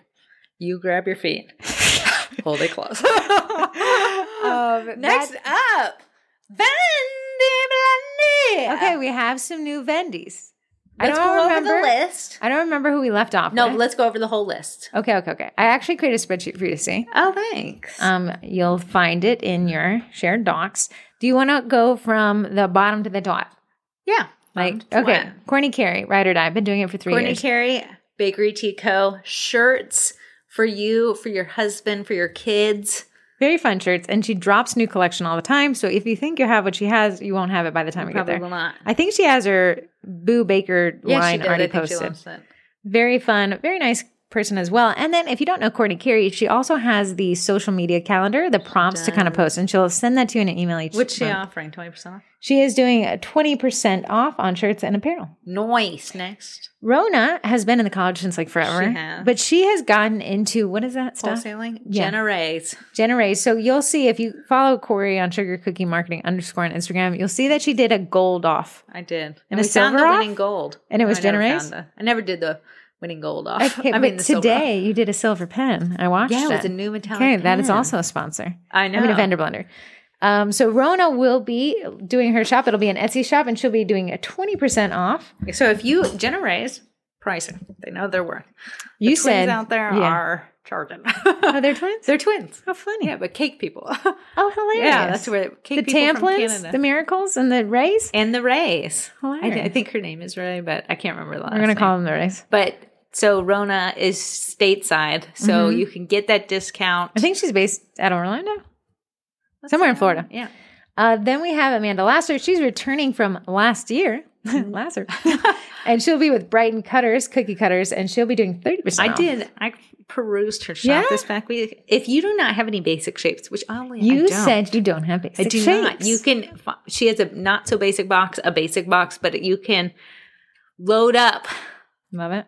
Speaker 2: You grab your feet, hold it close.
Speaker 1: Um,
Speaker 2: Next
Speaker 1: that-
Speaker 2: up, Vendi Blondie.
Speaker 1: okay, we have some new vendies. I
Speaker 2: let's
Speaker 1: don't
Speaker 2: go
Speaker 1: remember.
Speaker 2: over the list.
Speaker 1: I don't remember who we left off.
Speaker 2: No,
Speaker 1: with.
Speaker 2: let's go over the whole list.
Speaker 1: Okay, okay, okay. I actually created a spreadsheet for you to see.
Speaker 2: Oh, thanks.
Speaker 1: Um, you'll find it in your shared docs. Do you want to go from the bottom to the top?
Speaker 2: yeah,
Speaker 1: Like,
Speaker 2: Um,
Speaker 1: okay,
Speaker 2: one.
Speaker 1: Corny Carey, ride or die. I've been doing it for three
Speaker 2: Courtney
Speaker 1: years.
Speaker 2: Carey, Bakery Tico shirts for you, for your husband, for your kids.
Speaker 1: Very fun shirts, and she drops new collection all the time. So if you think you have what she has, you won't have it by the time we get
Speaker 2: Probably
Speaker 1: there.
Speaker 2: will not.
Speaker 1: I think she has her Boo Baker
Speaker 2: Yeah, she
Speaker 1: line
Speaker 2: did. I
Speaker 1: already
Speaker 2: think she
Speaker 1: posted.
Speaker 2: loves it.
Speaker 1: Very fun, very nice person as well. And then if you don't know Courtney Carey, she also has the social media calendar, the prompts to kind of post, and she'll send that to you in an email each
Speaker 2: What's she
Speaker 1: month.
Speaker 2: offering? Twenty percent off.
Speaker 1: She is doing a 20% off on shirts and apparel.
Speaker 2: Noise next.
Speaker 1: Rona has been in the college since like forever.
Speaker 2: She has.
Speaker 1: But she has gotten into what is that stuff?
Speaker 2: Wholesaling.
Speaker 1: Yeah.
Speaker 2: Jenna Ray's.
Speaker 1: Generate. So you'll see if you follow Corey on Sugar Cookie Marketing underscore on Instagram, you'll see that she did a gold off.
Speaker 2: I did.
Speaker 1: And
Speaker 2: we
Speaker 1: was
Speaker 2: found the
Speaker 1: silver off?
Speaker 2: winning gold.
Speaker 1: And it was
Speaker 2: I never
Speaker 1: Jenna Ray's?
Speaker 2: found the- I never did the winning gold off.
Speaker 1: Okay,
Speaker 2: I mean,
Speaker 1: but
Speaker 2: the silver off.
Speaker 1: today you did a silver pen. I watched
Speaker 2: Yeah, it was
Speaker 1: it.
Speaker 2: a new metallic.
Speaker 1: okay, that is
Speaker 2: pen.
Speaker 1: also a sponsor.
Speaker 2: I know.
Speaker 1: I mean, a vendor blender. Um, so Rona will be doing her shop. It'll be an Etsy shop, and she'll be doing a twenty percent off.
Speaker 2: So if you Jenna Ray's pricer, they know their worth.
Speaker 1: You
Speaker 2: Twins
Speaker 1: said
Speaker 2: out there
Speaker 1: yeah.
Speaker 2: are charging.
Speaker 1: Oh, they're twins.
Speaker 2: They're twins.
Speaker 1: How funny!
Speaker 2: Yeah, but cake people.
Speaker 1: Oh, hilarious!
Speaker 2: yeah, that's
Speaker 1: the
Speaker 2: where cake people from
Speaker 1: Tamplins,
Speaker 2: Canada.
Speaker 1: the Miracles, and the Rays.
Speaker 2: and the Rays. I,
Speaker 1: Hilarious.
Speaker 2: I think her name is Ray, but I can't remember the last.
Speaker 1: We're gonna
Speaker 2: name.
Speaker 1: call them the Rays.
Speaker 2: But so Rona is stateside, so you can get that discount.
Speaker 1: Mm-hmm. I think she's based out of Orlando, somewhere in Florida.
Speaker 2: Yeah.
Speaker 1: Uh, then we have Amanda Lasser. She's returning from last year, Lasser, and she'll be with Brighton Cutters, Cookie Cutters, and she'll be doing thirty percent.
Speaker 2: I did. I perused her shop
Speaker 1: Yeah?
Speaker 2: this back week. If you do not have any basic shapes, which oddly I
Speaker 1: You
Speaker 2: don't,
Speaker 1: said you don't have
Speaker 2: I
Speaker 1: basic
Speaker 2: do not.
Speaker 1: shapes.
Speaker 2: You can. fi- She has a not so basic box, a basic box, but you can load up.
Speaker 1: Love it.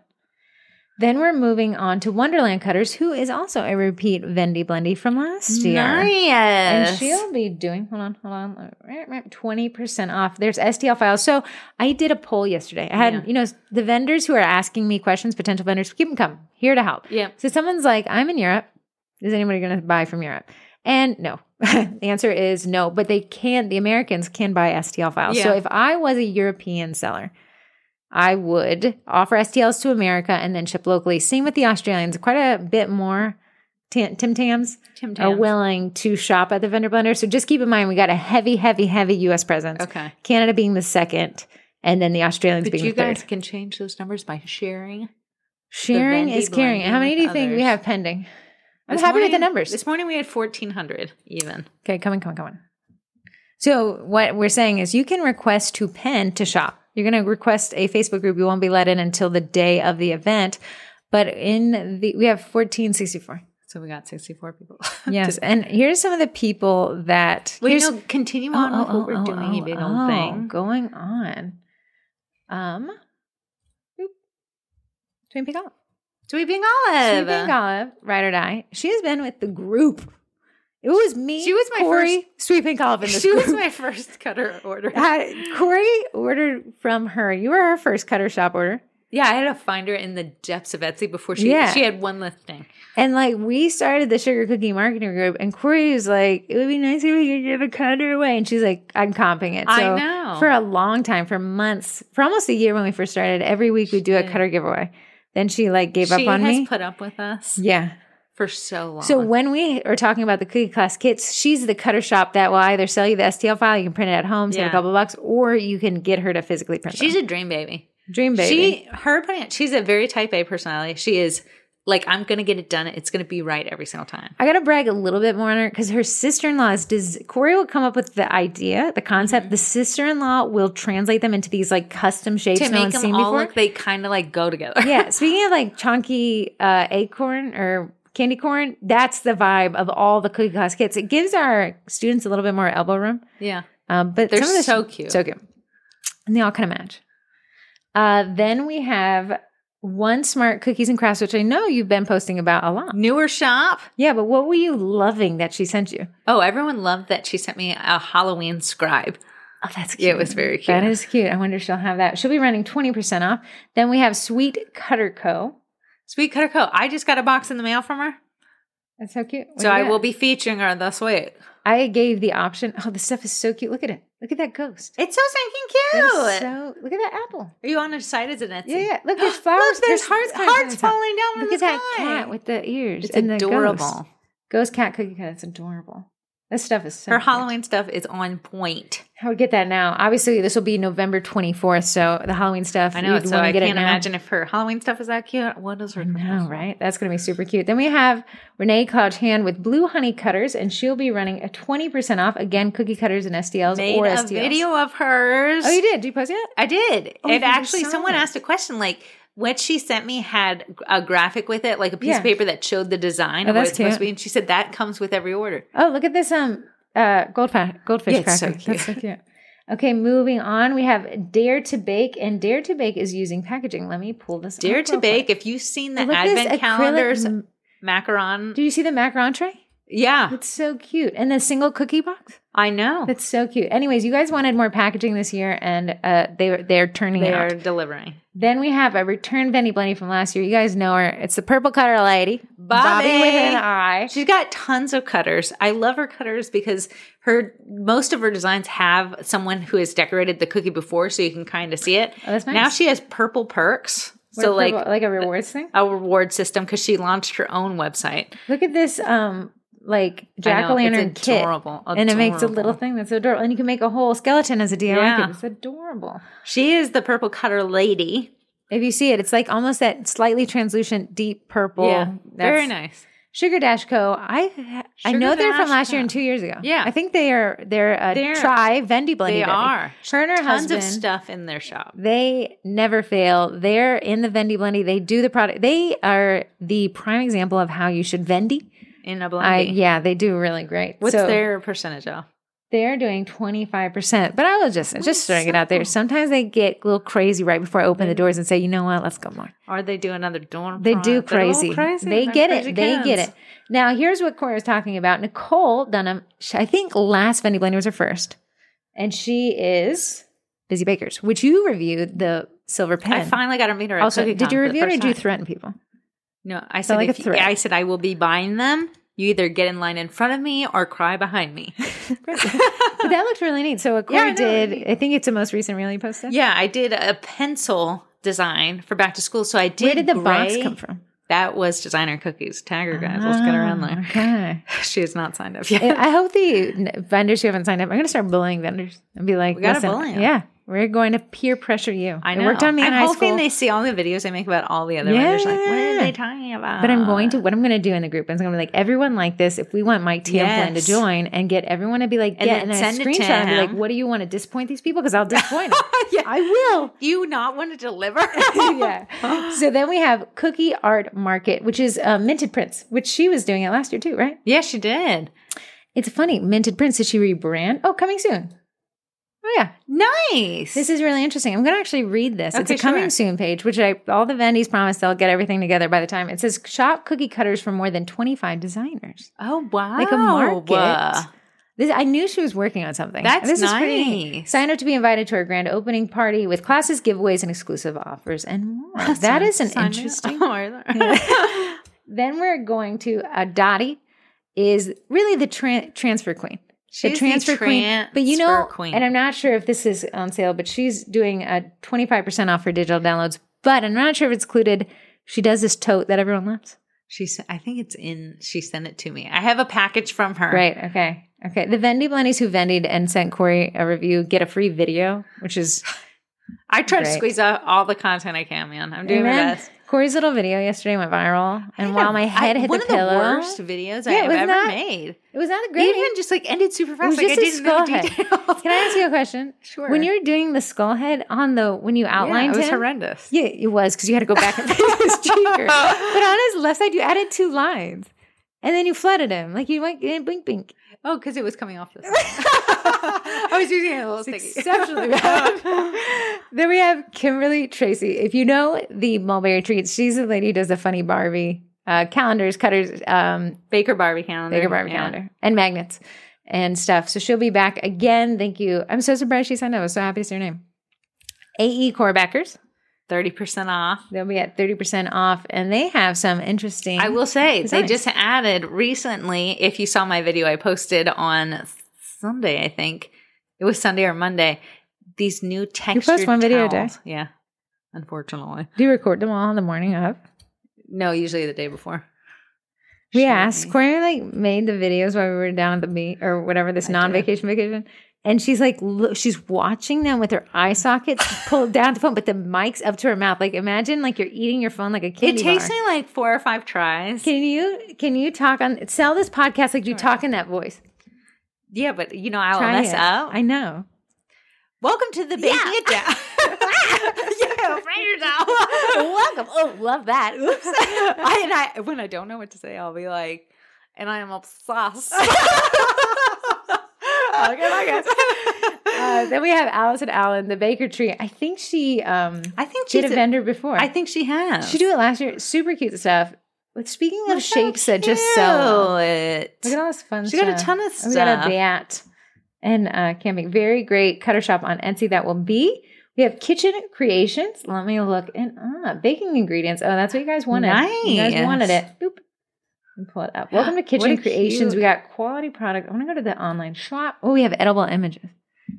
Speaker 1: Then we're moving on to Wonderland Cutters, who is also a repeat Vendy Blendy from last year. And
Speaker 2: Nice.
Speaker 1: she'll be doing, hold on, hold on, uh, 20% off. There's STL files. So I did a poll yesterday. I had,
Speaker 2: Yeah.
Speaker 1: you know, the vendors who are asking me questions, potential vendors, keep them coming, here to help.
Speaker 2: Yeah.
Speaker 1: So someone's like, I'm in Europe. Is anybody going to buy from Europe? And no, the answer is no, but they can, the Americans can buy STL files. So
Speaker 2: Yeah.
Speaker 1: if I was a European seller, I would offer STLs to America and then ship locally. Same with the Australians, quite a bit more Tim Tim Tams
Speaker 2: Tim
Speaker 1: are
Speaker 2: Tam.
Speaker 1: willing to shop at the vendor blender. So just keep in mind, we got a heavy, heavy, heavy U.S. presence.
Speaker 2: Okay.
Speaker 1: Canada being the second, and then the Australians
Speaker 2: But
Speaker 1: being
Speaker 2: you
Speaker 1: the third.
Speaker 2: guys can change those numbers by sharing.
Speaker 1: Sharing
Speaker 2: Vendy
Speaker 1: is caring. How many do you think we
Speaker 2: blending
Speaker 1: have pending? I'm
Speaker 2: This
Speaker 1: happy with the
Speaker 2: morning-
Speaker 1: numbers.
Speaker 2: This morning we had fourteen hundred even.
Speaker 1: Okay, come on, come on, come on. So what we're saying is you can request to pen to shop. You're going to request a Facebook group. You won't be let in until the day of the event. But in the we have 1464.
Speaker 2: So we got sixty four people.
Speaker 1: Yes, and here's some of the people that
Speaker 2: Well,
Speaker 1: here's
Speaker 2: you know, continue on with what we're doing, you big old
Speaker 1: oh,
Speaker 2: thing.
Speaker 1: going on. Um, boop. Twin Pink Olive.
Speaker 2: Sweet Pink
Speaker 1: Twin
Speaker 2: Olive.
Speaker 1: Pink Olive, ride or die. She has been with the group. It was me.
Speaker 2: She was my
Speaker 1: Corey, Sweet Pink Olive in this
Speaker 2: She
Speaker 1: group.
Speaker 2: was my first cutter order.
Speaker 1: Had- Corey ordered from her. You were her first cutter shop order.
Speaker 2: Yeah, I had to find her in the depths of Etsy before she
Speaker 1: Yeah.
Speaker 2: she had one listing.
Speaker 1: And like we started the sugar cookie marketing group, and Corey was like, "It would be nice if we could give a cutter away." And she's like, "I'm comping it." So
Speaker 2: I know.
Speaker 1: for a long time, for months, for almost a year when we first started, every week we do a
Speaker 2: Shit.
Speaker 1: cutter giveaway, Then she like gave
Speaker 2: she
Speaker 1: up on
Speaker 2: has
Speaker 1: me.
Speaker 2: put up with us
Speaker 1: yeah.
Speaker 2: for so long.
Speaker 1: So when we are talking about the cookie class kits, she's the cutter shop that will either sell you the STL file, you can print it at home, save
Speaker 2: Yeah.
Speaker 1: a couple bucks, or you can get her to physically print
Speaker 2: she's
Speaker 1: them.
Speaker 2: a dream baby.
Speaker 1: dream baby.
Speaker 2: She her putting it- she's a very type A personality. She is like I'm gonna get it done. It's gonna be right every single time.
Speaker 1: I gotta brag a little bit more on her because her sister in law is des- Corey will come up with the idea, the concept.
Speaker 2: Mm-hmm.
Speaker 1: The sister in law will translate them into these like custom shapes
Speaker 2: To
Speaker 1: no
Speaker 2: make
Speaker 1: one's
Speaker 2: them
Speaker 1: seen
Speaker 2: all
Speaker 1: before.
Speaker 2: look, they kind of like go together.
Speaker 1: yeah. Speaking of like chunky uh, acorn or candy corn, that's the vibe of all the cookie class kits. It gives our students a little bit more elbow room.
Speaker 2: yeah.
Speaker 1: Um, but
Speaker 2: They're
Speaker 1: some of the
Speaker 2: so cute.
Speaker 1: So cute. And they all kind of match. Uh, then we have one smart cookies and crafts, which I know you've been posting about a lot.
Speaker 2: Newer shop.
Speaker 1: Yeah, but what were you loving that she sent you?
Speaker 2: Oh, everyone loved that she sent me a Halloween scribe.
Speaker 1: Oh, that's
Speaker 2: Yeah, it was very cute.
Speaker 1: That is cute. I wonder if she'll have that. She'll be running 20% off. Then we have Sweet Cutter Co.
Speaker 2: Sweet Cutter Co. I just got a box in the mail from her.
Speaker 1: That's so cute. What
Speaker 2: so
Speaker 1: do you
Speaker 2: I
Speaker 1: got?
Speaker 2: will be featuring her this week.
Speaker 1: I gave the option. Oh, this stuff is so cute. Look at it. Look at that ghost.
Speaker 2: It's so
Speaker 1: That
Speaker 2: stinking
Speaker 1: is
Speaker 2: cute.
Speaker 1: so look at that apple.
Speaker 2: Are you on her side as an Etsy?
Speaker 1: Yeah, yeah. Look, there's flowers.
Speaker 2: Look, there's, hearts,
Speaker 1: coming from
Speaker 2: hearts
Speaker 1: the top.
Speaker 2: falling down from
Speaker 1: Look
Speaker 2: the
Speaker 1: at that
Speaker 2: sky.
Speaker 1: cat with the ears.
Speaker 2: It's
Speaker 1: and The ghost.
Speaker 2: adorable.
Speaker 1: Ghost cat cookie cut. It's adorable. This stuff is so.
Speaker 2: Her
Speaker 1: cute.
Speaker 2: Halloween stuff is on point.
Speaker 1: How we get that now? Obviously, this will be November twenty fourth. So the Halloween stuff.
Speaker 2: I know
Speaker 1: you'd
Speaker 2: it, so
Speaker 1: wanna
Speaker 2: I
Speaker 1: get it
Speaker 2: can't
Speaker 1: now.
Speaker 2: imagine if her Halloween stuff is that cute. What is her?
Speaker 1: No, Oh, right? That's going to be super cute. Then we have Renee Clouch Hand with blue honey cutters, and she'll be running a twenty percent off again. Cookie cutters and SDLs
Speaker 2: Made
Speaker 1: or
Speaker 2: a
Speaker 1: SDLs.
Speaker 2: video of hers.
Speaker 1: Oh, you did? Did you post it?
Speaker 2: I did.
Speaker 1: Oh,
Speaker 2: and
Speaker 1: you
Speaker 2: actually,
Speaker 1: saw
Speaker 2: someone
Speaker 1: it.
Speaker 2: asked a question like, what she sent me had a graphic with it, like a piece
Speaker 1: Yeah.
Speaker 2: of paper that showed the design
Speaker 1: Oh,
Speaker 2: of what
Speaker 1: that's
Speaker 2: it's supposed to
Speaker 1: cute.
Speaker 2: be. And she said that comes with every order.
Speaker 1: Oh, look at this um uh goldfish goldfish
Speaker 2: Yeah, it's so
Speaker 1: cracker. That's so cute. Okay, moving on. We have Dare to Bake, and Dare to Bake is using packaging. Let me pull this.
Speaker 2: Dare
Speaker 1: up
Speaker 2: to
Speaker 1: real quick.
Speaker 2: bake. If you've seen the
Speaker 1: Look at this
Speaker 2: advent
Speaker 1: acrylic
Speaker 2: calendars,
Speaker 1: m-
Speaker 2: macaron.
Speaker 1: Do you see the macaron tray?
Speaker 2: Yeah,
Speaker 1: It's so cute. And the single cookie box?
Speaker 2: I know.
Speaker 1: That's so cute. Anyways, you guys wanted more packaging this year and uh they were they're turning
Speaker 2: They
Speaker 1: it out.
Speaker 2: are delivering.
Speaker 1: Then we have a return Benny Blenny from last year. You guys know her. It's the purple cutter lady.
Speaker 2: Bobby.
Speaker 1: with an eye.
Speaker 2: She's got tons of cutters. I love her cutters because her most of her designs have someone who has decorated the cookie before, so you can kind of see it.
Speaker 1: Oh, that's nice.
Speaker 2: Now she has purple perks,
Speaker 1: What a
Speaker 2: so like
Speaker 1: purple- like a rewards thing.
Speaker 2: a reward system because she launched her own website.
Speaker 1: Look at this um like
Speaker 2: I
Speaker 1: jack o'
Speaker 2: know,
Speaker 1: lantern
Speaker 2: it's
Speaker 1: kit.
Speaker 2: adorable,
Speaker 1: And it makes a little
Speaker 2: adorable.
Speaker 1: thing that's adorable. And you can make a whole skeleton as a DIY
Speaker 2: Yeah.
Speaker 1: kit. It's adorable.
Speaker 2: She is the purple cutter lady.
Speaker 1: If you see it, it's like almost that slightly translucent deep purple.
Speaker 2: very
Speaker 1: That's-
Speaker 2: nice.
Speaker 1: Sugar Dash Co. I I
Speaker 2: Sugar
Speaker 1: know they're
Speaker 2: Dash
Speaker 1: from last year
Speaker 2: Co.
Speaker 1: and two years ago.
Speaker 2: Yeah.
Speaker 1: I think they are they're a
Speaker 2: They're-
Speaker 1: try Vendy Blendy. Betty.
Speaker 2: They are
Speaker 1: her and her
Speaker 2: tons
Speaker 1: husband.
Speaker 2: of stuff in their shop.
Speaker 1: They never fail. They're in the Vendy Blendy. They do the product. They are the prime example of how you should Vendy.
Speaker 2: In a
Speaker 1: I,
Speaker 2: blending.
Speaker 1: yeah, they do really great.
Speaker 2: What's
Speaker 1: So
Speaker 2: their percentage off?
Speaker 1: They're doing twenty five percent. But I will just just throwing it out there. Sometimes they get a little crazy right before I open the doors and say, you know what, let's go more.
Speaker 2: Or they do another dorm.
Speaker 1: They
Speaker 2: product.
Speaker 1: do
Speaker 2: They're all
Speaker 1: crazy.
Speaker 2: crazy.
Speaker 1: They
Speaker 2: They're
Speaker 1: get
Speaker 2: crazy
Speaker 1: it. They get
Speaker 2: kids.
Speaker 1: it. Now, here's what Corey was talking about. Nicole Dunham, sh I think last Fendi Blaney was her first, and she is Busy Bakers, which you reviewed the silver pen.
Speaker 2: I finally got to meet her. At
Speaker 1: also,
Speaker 2: CookieCon
Speaker 1: did you
Speaker 2: for the
Speaker 1: review it or
Speaker 2: first
Speaker 1: did you
Speaker 2: time.
Speaker 1: threaten people?
Speaker 2: no, I said.
Speaker 1: like a
Speaker 2: if you-
Speaker 1: threat?
Speaker 2: I said I will be buying them. You either get in line in front of me or cry behind me.
Speaker 1: But that looked really neat. So what Corey
Speaker 2: I know.
Speaker 1: did, I think it's the most recent reel you posted.
Speaker 2: yeah, I did a pencil design for back to school. So I did.
Speaker 1: Where did the box
Speaker 2: gray.
Speaker 1: come from?
Speaker 2: That was designer cookies. Tagger guys, let's get
Speaker 1: Ah.
Speaker 2: around there.
Speaker 1: Okay.
Speaker 2: she has not signed up yet.
Speaker 1: I I hope the n- vendors who haven't signed up, I'm going to start bullying vendors and be like,
Speaker 2: We gotta
Speaker 1: "Listen,
Speaker 2: bully 'em."
Speaker 1: Yeah, we're going to peer pressure you.
Speaker 2: I know.
Speaker 1: It worked on me
Speaker 2: I'm
Speaker 1: in high
Speaker 2: hoping
Speaker 1: school.
Speaker 2: they see all the videos I make about all the other vendors. Like, what are
Speaker 1: Yeah.
Speaker 2: they talking about?
Speaker 1: But I'm going
Speaker 2: Uh.
Speaker 1: to what I'm going to do in the group is I'm going to be like everyone like this. If we want Mike Tamplin
Speaker 2: Yes.
Speaker 1: to join and get everyone to be like,
Speaker 2: And
Speaker 1: get
Speaker 2: then
Speaker 1: and,
Speaker 2: send
Speaker 1: a
Speaker 2: it to
Speaker 1: screenshot and be like,
Speaker 2: him.
Speaker 1: what do you want to disappoint these people? Because I'll disappoint them.
Speaker 2: yeah.
Speaker 1: I will.
Speaker 2: you not want to deliver?
Speaker 1: yeah. So then we have Cookie Art Market, which is uh, minted prints, which she was doing it last year too, right?
Speaker 2: Yeah, she did.
Speaker 1: It's funny, minted prints. Did she rebrand? Oh, coming soon. Oh yeah,
Speaker 2: Nice.
Speaker 1: this is really interesting. I'm going to actually read this. it's a
Speaker 2: Okay,
Speaker 1: coming
Speaker 2: sure.
Speaker 1: soon page, which I all the vendies promise they'll get everything together by the time. It says shop cookie cutters for more than 25 designers.
Speaker 2: oh wow,
Speaker 1: like a market.
Speaker 2: Uh,
Speaker 1: This, I knew she was working on something.
Speaker 2: That's
Speaker 1: this is pretty.
Speaker 2: nice.
Speaker 1: Sign up to be invited to her grand opening party with classes, giveaways, and exclusive offers, and more. that
Speaker 2: Sign-
Speaker 1: is an
Speaker 2: sign me up.
Speaker 1: interesting.
Speaker 2: Oh,
Speaker 1: Then we're going to uh, Dottie is really the tran transfer queen.
Speaker 2: She's the
Speaker 1: but you know,
Speaker 2: transfer queen.
Speaker 1: and I'm not sure if this is on sale, but she's doing a 25 percent off her digital downloads. But I'm not sure if it's included. She does this tote that everyone loves.
Speaker 2: She's. I think it's in. She sent it to me. I have a package from her.
Speaker 1: Right. Okay. Okay. The Vendy Blennies who vendied and sent Corey a review get a free video, which is
Speaker 2: I try to
Speaker 1: Right.
Speaker 2: squeeze out all the content I can, man. I'm doing my
Speaker 1: Amen.
Speaker 2: best.
Speaker 1: Corey's little video yesterday went viral, and
Speaker 2: I
Speaker 1: while
Speaker 2: had
Speaker 1: my
Speaker 2: a-
Speaker 1: head
Speaker 2: I-
Speaker 1: hit
Speaker 2: one
Speaker 1: the
Speaker 2: of the
Speaker 1: pillow,
Speaker 2: worst videos
Speaker 1: Yeah,
Speaker 2: I have
Speaker 1: it was
Speaker 2: ever
Speaker 1: not-
Speaker 2: made.
Speaker 1: it was not a
Speaker 2: They
Speaker 1: great.
Speaker 2: even just like ended super
Speaker 1: was
Speaker 2: fast. Like I
Speaker 1: just a
Speaker 2: didn't know
Speaker 1: skull
Speaker 2: the
Speaker 1: head.
Speaker 2: details.
Speaker 1: Can I ask you a question?
Speaker 2: Sure.
Speaker 1: When you're doing the skull head on the when you outlined
Speaker 2: yeah, it was
Speaker 1: him,
Speaker 2: horrendous.
Speaker 1: yeah, it was because you had to go back and fix his cheeker. But on his left side, you added two lines, and then you flooded him like you went eh, blink blink.
Speaker 2: Oh, because it was coming off this. I was using it a little
Speaker 1: It's
Speaker 2: sticky.
Speaker 1: exceptionally bad. then we have Kimberly Tracy. If you know the mulberry treats, she's the lady who does the funny Barbie uh, calendars, cutters, um,
Speaker 2: Baker Barbie calendar.
Speaker 1: bigger Barbie
Speaker 2: Yeah.
Speaker 1: calendar, and magnets and stuff. So she'll be back again. Thank you. I'm so surprised she signed up. I was so happy to see her name. AE Core backers.
Speaker 2: 30% off.
Speaker 1: They'll be at 30% off, and they have some interesting.
Speaker 2: I will say, they
Speaker 1: Designs.
Speaker 2: just added recently, if you saw my video I posted on Sunday, I think. It was Sunday or Monday. These new textured
Speaker 1: one video a day?
Speaker 2: towels. Yeah. Unfortunately.
Speaker 1: Do you record them all on the morning of?
Speaker 2: No, usually the day before.
Speaker 1: We
Speaker 2: Shoot
Speaker 1: asked
Speaker 2: me.
Speaker 1: Corey like made the videos while we were down at the meet or whatever this
Speaker 2: I did.
Speaker 1: non-vacation vacation, and she's like lo- she's watching them with her eye sockets pulled down the phone, but the mic's up to her mouth. Like imagine like you're eating your phone like a
Speaker 2: It
Speaker 1: candy
Speaker 2: takes
Speaker 1: bar.
Speaker 2: me like four or five tries.
Speaker 1: Can you can you talk on sell this podcast like you talk in that voice?
Speaker 2: yeah, but you know, I'll
Speaker 1: Try
Speaker 2: mess
Speaker 1: it.
Speaker 2: up.
Speaker 1: I know.
Speaker 2: Welcome to the baking
Speaker 1: Yeah.
Speaker 2: it down. yeah, write it down.
Speaker 1: Welcome. Oh, love that. Oops.
Speaker 2: I and I when I don't know what to say, I'll be like, and I am obsessed. okay,
Speaker 1: Uh, then we have Allison Allen, the Baker Tree. I think she um
Speaker 2: I think she's.
Speaker 1: did a
Speaker 2: A,
Speaker 1: vendor before.
Speaker 2: I think she has.
Speaker 1: She did it last year. Super cute stuff. With speaking of
Speaker 2: Look how
Speaker 1: shapes that just sell,
Speaker 2: cute.
Speaker 1: look at all this fun.
Speaker 2: She
Speaker 1: stuff.
Speaker 2: got a ton of
Speaker 1: We got
Speaker 2: stuff.
Speaker 1: a bat and uh, camping. Very great cutter shop on Etsy. That will be. We have kitchen creations. Let me look and ah, baking ingredients. Oh, that's what you guys wanted. You guys
Speaker 2: Nice.
Speaker 1: wanted it. Boop. Let me pull it up. Welcome to Kitchen
Speaker 2: What a
Speaker 1: Creations. We
Speaker 2: cute-
Speaker 1: got quality product. I want to go to the online shop. Oh, we have edible images.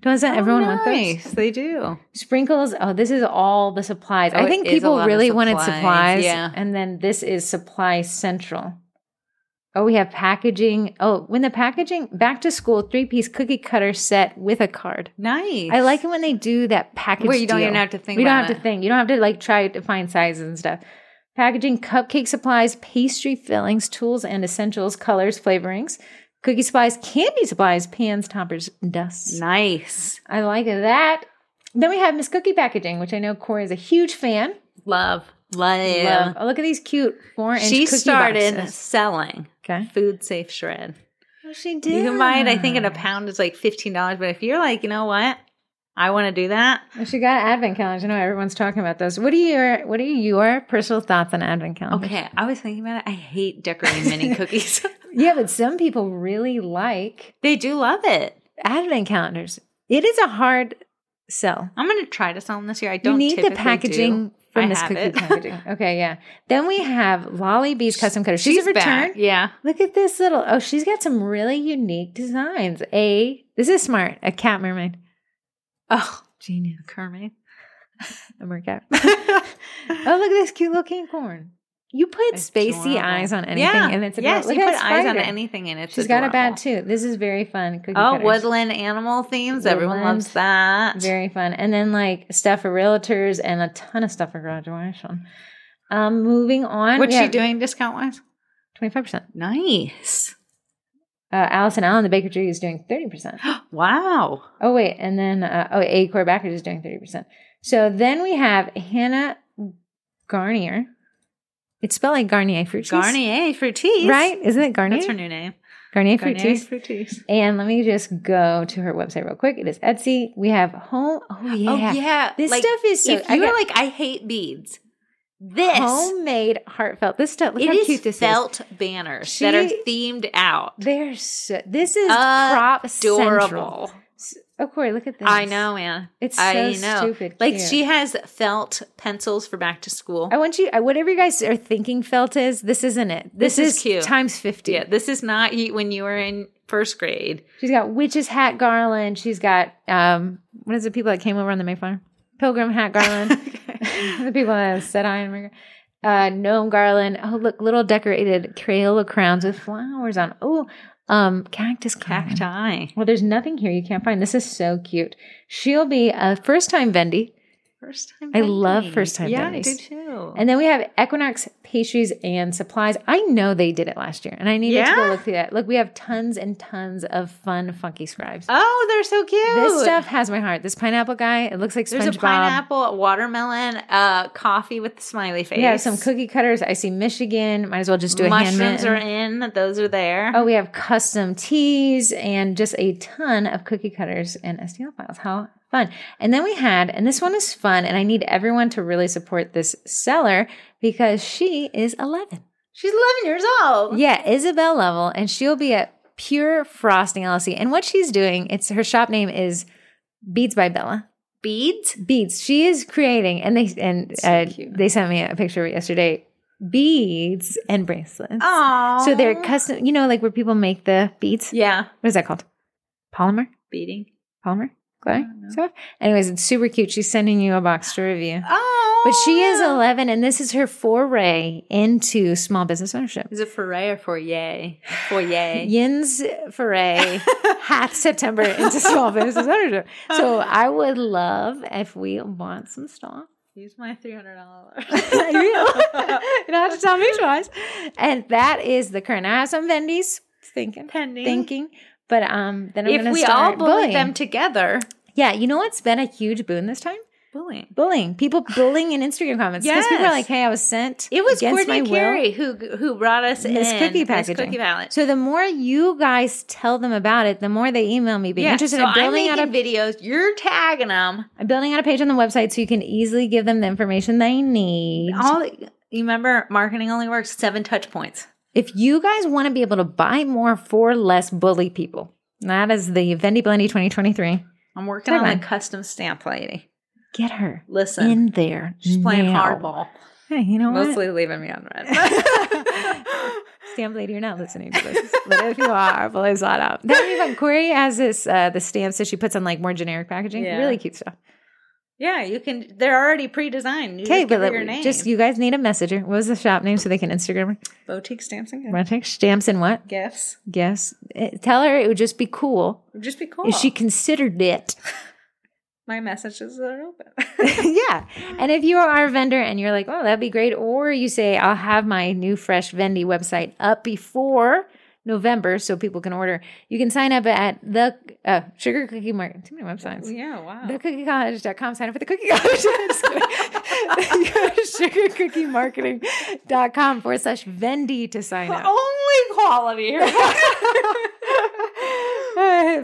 Speaker 1: Doesn't everyone want those?
Speaker 2: Oh, nice. They do.
Speaker 1: Sprinkles. Oh, this is all the supplies.
Speaker 2: Oh,
Speaker 1: I
Speaker 2: it
Speaker 1: think
Speaker 2: is a
Speaker 1: people
Speaker 2: lot of
Speaker 1: really wanted
Speaker 2: supplies,
Speaker 1: supplies.
Speaker 2: yeah.
Speaker 1: And then this is supply central. Oh, we have packaging. Oh, when the packaging back to school three piece cookie cutter set with a card.
Speaker 2: Nice.
Speaker 1: I like it when they do that package.
Speaker 2: where you don't
Speaker 1: deal.
Speaker 2: even have to think.
Speaker 1: We don't
Speaker 2: about
Speaker 1: have
Speaker 2: it.
Speaker 1: to think. You don't have to like try to find sizes and stuff. Packaging, cupcake supplies, pastry fillings, tools and essentials, colors, flavorings, cookie supplies, candy supplies, pans, toppers, dusts.
Speaker 2: Nice.
Speaker 1: I like that. Then we have Miss Cookie Packaging, which I know Corey is a huge fan.
Speaker 2: Love. Love.
Speaker 1: Love. Oh, look at these cute four inch.
Speaker 2: She
Speaker 1: cookie
Speaker 2: started
Speaker 1: boxes.
Speaker 2: selling
Speaker 1: Okay.
Speaker 2: food safe shred.
Speaker 1: Oh, she did.
Speaker 2: You can buy it, I think, in a pound is like fifteen dollars. But if you're like, you know what, I want to do that.
Speaker 1: Well, she got advent calendars. I know everyone's talking about those. What are your What are your personal thoughts on advent calendars?
Speaker 2: Okay, I was thinking about it. I hate decorating mini cookies.
Speaker 1: Yeah, but some people really like
Speaker 2: they do love it.
Speaker 1: advent calendars. It is a hard sell.
Speaker 2: I'm gonna try to sell them this year. I
Speaker 1: You
Speaker 2: don't
Speaker 1: need the
Speaker 2: typically
Speaker 1: packaging
Speaker 2: do. I
Speaker 1: from Miss
Speaker 2: have
Speaker 1: Cookie
Speaker 2: it.
Speaker 1: Packaging. Okay, yeah. Then we have Lolly Bee's Custom Cutter. She's, a return.
Speaker 2: back. Yeah,
Speaker 1: Look at this little. Oh, she's got some really unique designs. A this is smart. A cat mermaid.
Speaker 2: oh,
Speaker 1: Genius.
Speaker 2: Kermit.
Speaker 1: A mercat. oh, look at this cute little cane corn. You put spacey
Speaker 2: Adorable.
Speaker 1: eyes on anything,
Speaker 2: yeah.
Speaker 1: and it's a
Speaker 2: yes.
Speaker 1: look
Speaker 2: you
Speaker 1: at
Speaker 2: put
Speaker 1: that
Speaker 2: eyes on
Speaker 1: spider.
Speaker 2: anything, and it's
Speaker 1: She's got a
Speaker 2: adorable.
Speaker 1: bad too. This is very fun. Cookie
Speaker 2: Oh,
Speaker 1: cutters.
Speaker 2: woodland animal themes. Everyone
Speaker 1: Woodland.
Speaker 2: loves that.
Speaker 1: Very fun. And then like stuff for realtors and a ton of stuff for graduation. Um, moving on.
Speaker 2: What's she doing discount wise?
Speaker 1: Twenty five percent.
Speaker 2: Nice.
Speaker 1: Uh, Allison Allen, the Baker Tree, is doing thirty percent.
Speaker 2: Wow.
Speaker 1: Oh wait, and then uh, oh, A Core Backers is doing thirty percent. So then we have Hannah Garnier. It's spelled like Garnier fruit cheese,
Speaker 2: Garnier Fruities.
Speaker 1: right? Isn't it Garnier?
Speaker 2: That's her new name.
Speaker 1: Garnier fruit
Speaker 2: Garnier
Speaker 1: cheese.
Speaker 2: Fruities.
Speaker 1: And let me just go to her website real quick. It is Etsy. We have home. Oh yeah,
Speaker 2: Oh yeah,
Speaker 1: this
Speaker 2: Like,
Speaker 1: stuff is so.
Speaker 2: if
Speaker 1: I
Speaker 2: you're
Speaker 1: got
Speaker 2: like, I hate beads. This
Speaker 1: homemade, heartfelt. This stuff. Look
Speaker 2: it
Speaker 1: how
Speaker 2: is
Speaker 1: cute this
Speaker 2: felt banners that are
Speaker 1: She-
Speaker 2: themed out.
Speaker 1: is. They're so. This is prop central.
Speaker 2: Adorable.
Speaker 1: S- Oh Corey, look at this.
Speaker 2: I know, man.
Speaker 1: It's so
Speaker 2: I know.
Speaker 1: stupid.
Speaker 2: Like
Speaker 1: cute. Oh.
Speaker 2: she has felt pencils for back to school.
Speaker 1: I want you, I, whatever you guys are thinking felt is, this isn't it. This,
Speaker 2: This is
Speaker 1: is
Speaker 2: cute.
Speaker 1: times 50.
Speaker 2: yeah, this is not you- when you were in first grade.
Speaker 1: She's got witch's hat garland. She's got, um, what is the people that came over on the Mayflower? Pilgrim hat garland. the people that set iron. uh, gnome garland. Oh, look, little decorated Crayola crowns with flowers on. Oh, um, cactus garland.
Speaker 2: Cacti.
Speaker 1: Well, there's nothing here you can't find. This is so cute. She'll be a first time Vendy.
Speaker 2: First time.
Speaker 1: I love
Speaker 2: vending.
Speaker 1: first time
Speaker 2: Yeah, I
Speaker 1: vendings.
Speaker 2: do too.
Speaker 1: And then we have Equinox pastries and supplies. I know they did it last year, and I needed to go
Speaker 2: Yeah?
Speaker 1: look through that. Look, we have tons and tons of fun, funky scribes.
Speaker 2: oh, they're so cute.
Speaker 1: This stuff has my heart. This pineapple guy, it looks like SpongeBob.
Speaker 2: There's a pineapple, a watermelon, uh, coffee with the smiley face.
Speaker 1: We have some cookie cutters. I see Michigan. Might as well just do a hand
Speaker 2: Mushrooms
Speaker 1: mitten.
Speaker 2: are in. Those are there.
Speaker 1: Oh, we have custom teas and just a ton of cookie cutters and STL files. How fun. And then we had, and this one is fun, and I need everyone to really support this seller because she is 11.
Speaker 2: She's 11 years old.
Speaker 1: Yeah, Isabel Level, and she'll be at Pure Frosting LLC. And what she's doing, it's her shop name is Beads by Bella.
Speaker 2: Beads.
Speaker 1: Beads. She is creating, and they and
Speaker 2: So
Speaker 1: uh,
Speaker 2: cute.
Speaker 1: they sent me a picture yesterday. Beads and bracelets.
Speaker 2: Oh.
Speaker 1: So they're custom, you know, like where people make the beads.
Speaker 2: Yeah.
Speaker 1: What is that called? Polymer?
Speaker 2: Beading.
Speaker 1: Polymer? Glide?
Speaker 2: don't know.
Speaker 1: Stuff? Anyways, it's super cute. She's sending you a box to review.
Speaker 2: Oh.
Speaker 1: But she is 11, and this is her foray into small business ownership.
Speaker 2: Is it foray or foyer? Foyer.
Speaker 1: Yin's foray half September into small business ownership. So I would love if we want some stock.
Speaker 2: Use my three hundred dollars.
Speaker 1: I will. you don't have to tell me twice. And that is the current. I have some Vendies thinking,
Speaker 2: Pending.
Speaker 1: thinking, but um, then I'm
Speaker 2: if
Speaker 1: going to
Speaker 2: we
Speaker 1: start
Speaker 2: all bullied
Speaker 1: bullying.
Speaker 2: them together,
Speaker 1: Yeah, you know what's been a huge boon this time?
Speaker 2: bullying.
Speaker 1: Bullying. People bullying in Instagram comments. Because people are
Speaker 2: Yes.
Speaker 1: like, hey, I was sent.
Speaker 2: It was
Speaker 1: against my
Speaker 2: Courtney
Speaker 1: will.
Speaker 2: Carey who who brought us
Speaker 1: Miss
Speaker 2: in
Speaker 1: Cookie
Speaker 2: Miss
Speaker 1: packaging.
Speaker 2: Cookie Palette.
Speaker 1: So the more you guys tell them about it, the more they email me being
Speaker 2: Yeah,
Speaker 1: interested
Speaker 2: so
Speaker 1: in building
Speaker 2: I'm
Speaker 1: out a
Speaker 2: making videos. You're tagging them.
Speaker 1: I'm building out a page on the website so you can easily give them the information they need.
Speaker 2: All you remember, marketing only works seven touch points.
Speaker 1: If you guys want to be able to buy more for less bully people, that is the Vendy Blendy 2023.
Speaker 2: I'm working
Speaker 1: Tagline.
Speaker 2: on the custom stamp lady.
Speaker 1: Get her
Speaker 2: Listen,
Speaker 1: in there.
Speaker 2: she's playing
Speaker 1: now.
Speaker 2: hardball.
Speaker 1: Hey, you know what?
Speaker 2: Mostly leaving me on red.
Speaker 1: Stamp lady, you're not listening to this. but if you are, blow that up. That would be fun. Corey has this uh, the stamps that she puts on like more generic packaging.
Speaker 2: Yeah.
Speaker 1: Really cute stuff.
Speaker 2: yeah, you can. They're already pre-designed. You
Speaker 1: Okay,
Speaker 2: just give
Speaker 1: but
Speaker 2: her
Speaker 1: let-
Speaker 2: your name.
Speaker 1: just you guys need a messenger. What was the shop name so they can Instagram her?
Speaker 2: boutique stamps and
Speaker 1: Want to take stamps and what?
Speaker 2: gifts.
Speaker 1: Guess. Eh, Tell her it would just be cool
Speaker 2: It'd just be cool.
Speaker 1: if she considered it.
Speaker 2: My messages are open.
Speaker 1: yeah. And if you are a vendor and you're like, oh, that'd be great, or you say, I'll have my new fresh Vendy website up before November so people can order, you can sign up at the uh, Sugar Cookie Market. Too many websites.
Speaker 2: yeah, wow.
Speaker 1: TheCookieCollege.com. Sign up for the Cookie College. Just kidding. You go to SugarCookieMarketing.com forward slash Vendy to sign up.
Speaker 2: Only quality here.
Speaker 1: Uh,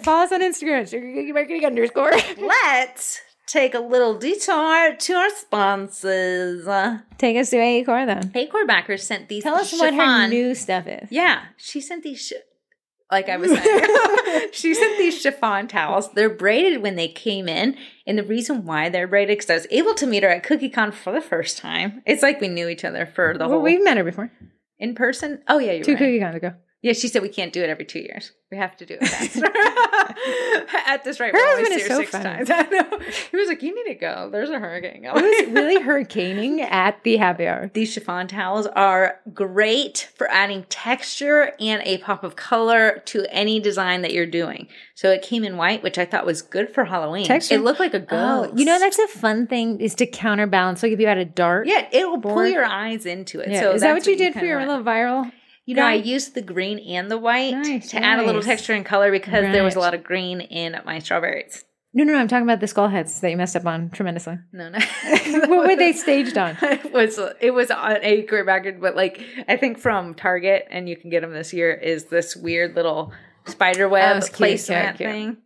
Speaker 1: follow us on Instagram at SugarCookieMarketing underscore.
Speaker 2: Let's take a little detour to our sponsors. Uh,
Speaker 1: Take us to AECore then.
Speaker 2: Acorn Backers sent these.
Speaker 1: Tell us
Speaker 2: chiffon.
Speaker 1: what her new stuff is.
Speaker 2: Yeah, she sent these. Sh- like I was saying, she sent these chiffon towels. They're braided when they came in, and the reason why they're braided because I was able to meet her at CookieCon for the first time. It's like we knew each other for the
Speaker 1: Well,
Speaker 2: whole
Speaker 1: we've met her before.
Speaker 2: in person. Oh yeah, you're
Speaker 1: Two
Speaker 2: right.
Speaker 1: cookie cons ago.
Speaker 2: Yeah, she said we can't do it every two years. We have to do it faster. At this rate,
Speaker 1: Her
Speaker 2: we're always
Speaker 1: husband is
Speaker 2: here
Speaker 1: so
Speaker 2: six
Speaker 1: funny.
Speaker 2: times. I know. He was like, "You need to go. There's a hurricane
Speaker 1: It
Speaker 2: going."
Speaker 1: was really hurricaning at the happy hour.
Speaker 2: These chiffon towels are great for adding texture and a pop of color to any design that you're doing. So it came in white, which I thought was good for Halloween.
Speaker 1: Texture? Oh,
Speaker 2: It looked like a ghost.
Speaker 1: you know that's a fun thing is to counterbalance. Like if you had a dart,
Speaker 2: Yeah, it will pull
Speaker 1: Board.
Speaker 2: your eyes into it.
Speaker 1: Yeah.
Speaker 2: So
Speaker 1: is that
Speaker 2: that's
Speaker 1: what you did for
Speaker 2: kinda
Speaker 1: your
Speaker 2: want.
Speaker 1: little viral?
Speaker 2: You know, I
Speaker 1: guy?
Speaker 2: used the green and the white
Speaker 1: Nice,
Speaker 2: to add a little
Speaker 1: nice.
Speaker 2: texture and color because there was a
Speaker 1: Right.
Speaker 2: lot of green in my strawberries.
Speaker 1: No, no, no. I'm talking about the skull heads that you messed up on tremendously.
Speaker 2: No, no.
Speaker 1: what were they staged on?
Speaker 2: It was it was on a career record, but like I think from Target, and you can get them this year. Is this weird little spider
Speaker 1: Oh,
Speaker 2: web
Speaker 1: it's cute, cute,
Speaker 2: placement
Speaker 1: cute.
Speaker 2: thing?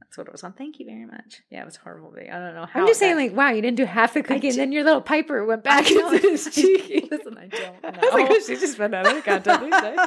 Speaker 2: That's what it was on. Thank you very much. Yeah, it was a horrible. Video. I don't know. How
Speaker 1: I'm just saying,
Speaker 2: that-
Speaker 1: like, wow, you didn't do half the cookie,
Speaker 2: did-
Speaker 1: and then your little piper went back
Speaker 2: know.
Speaker 1: into his cheek.
Speaker 2: Listen, I don't know.
Speaker 1: I was like, oh, she just found out other content these days.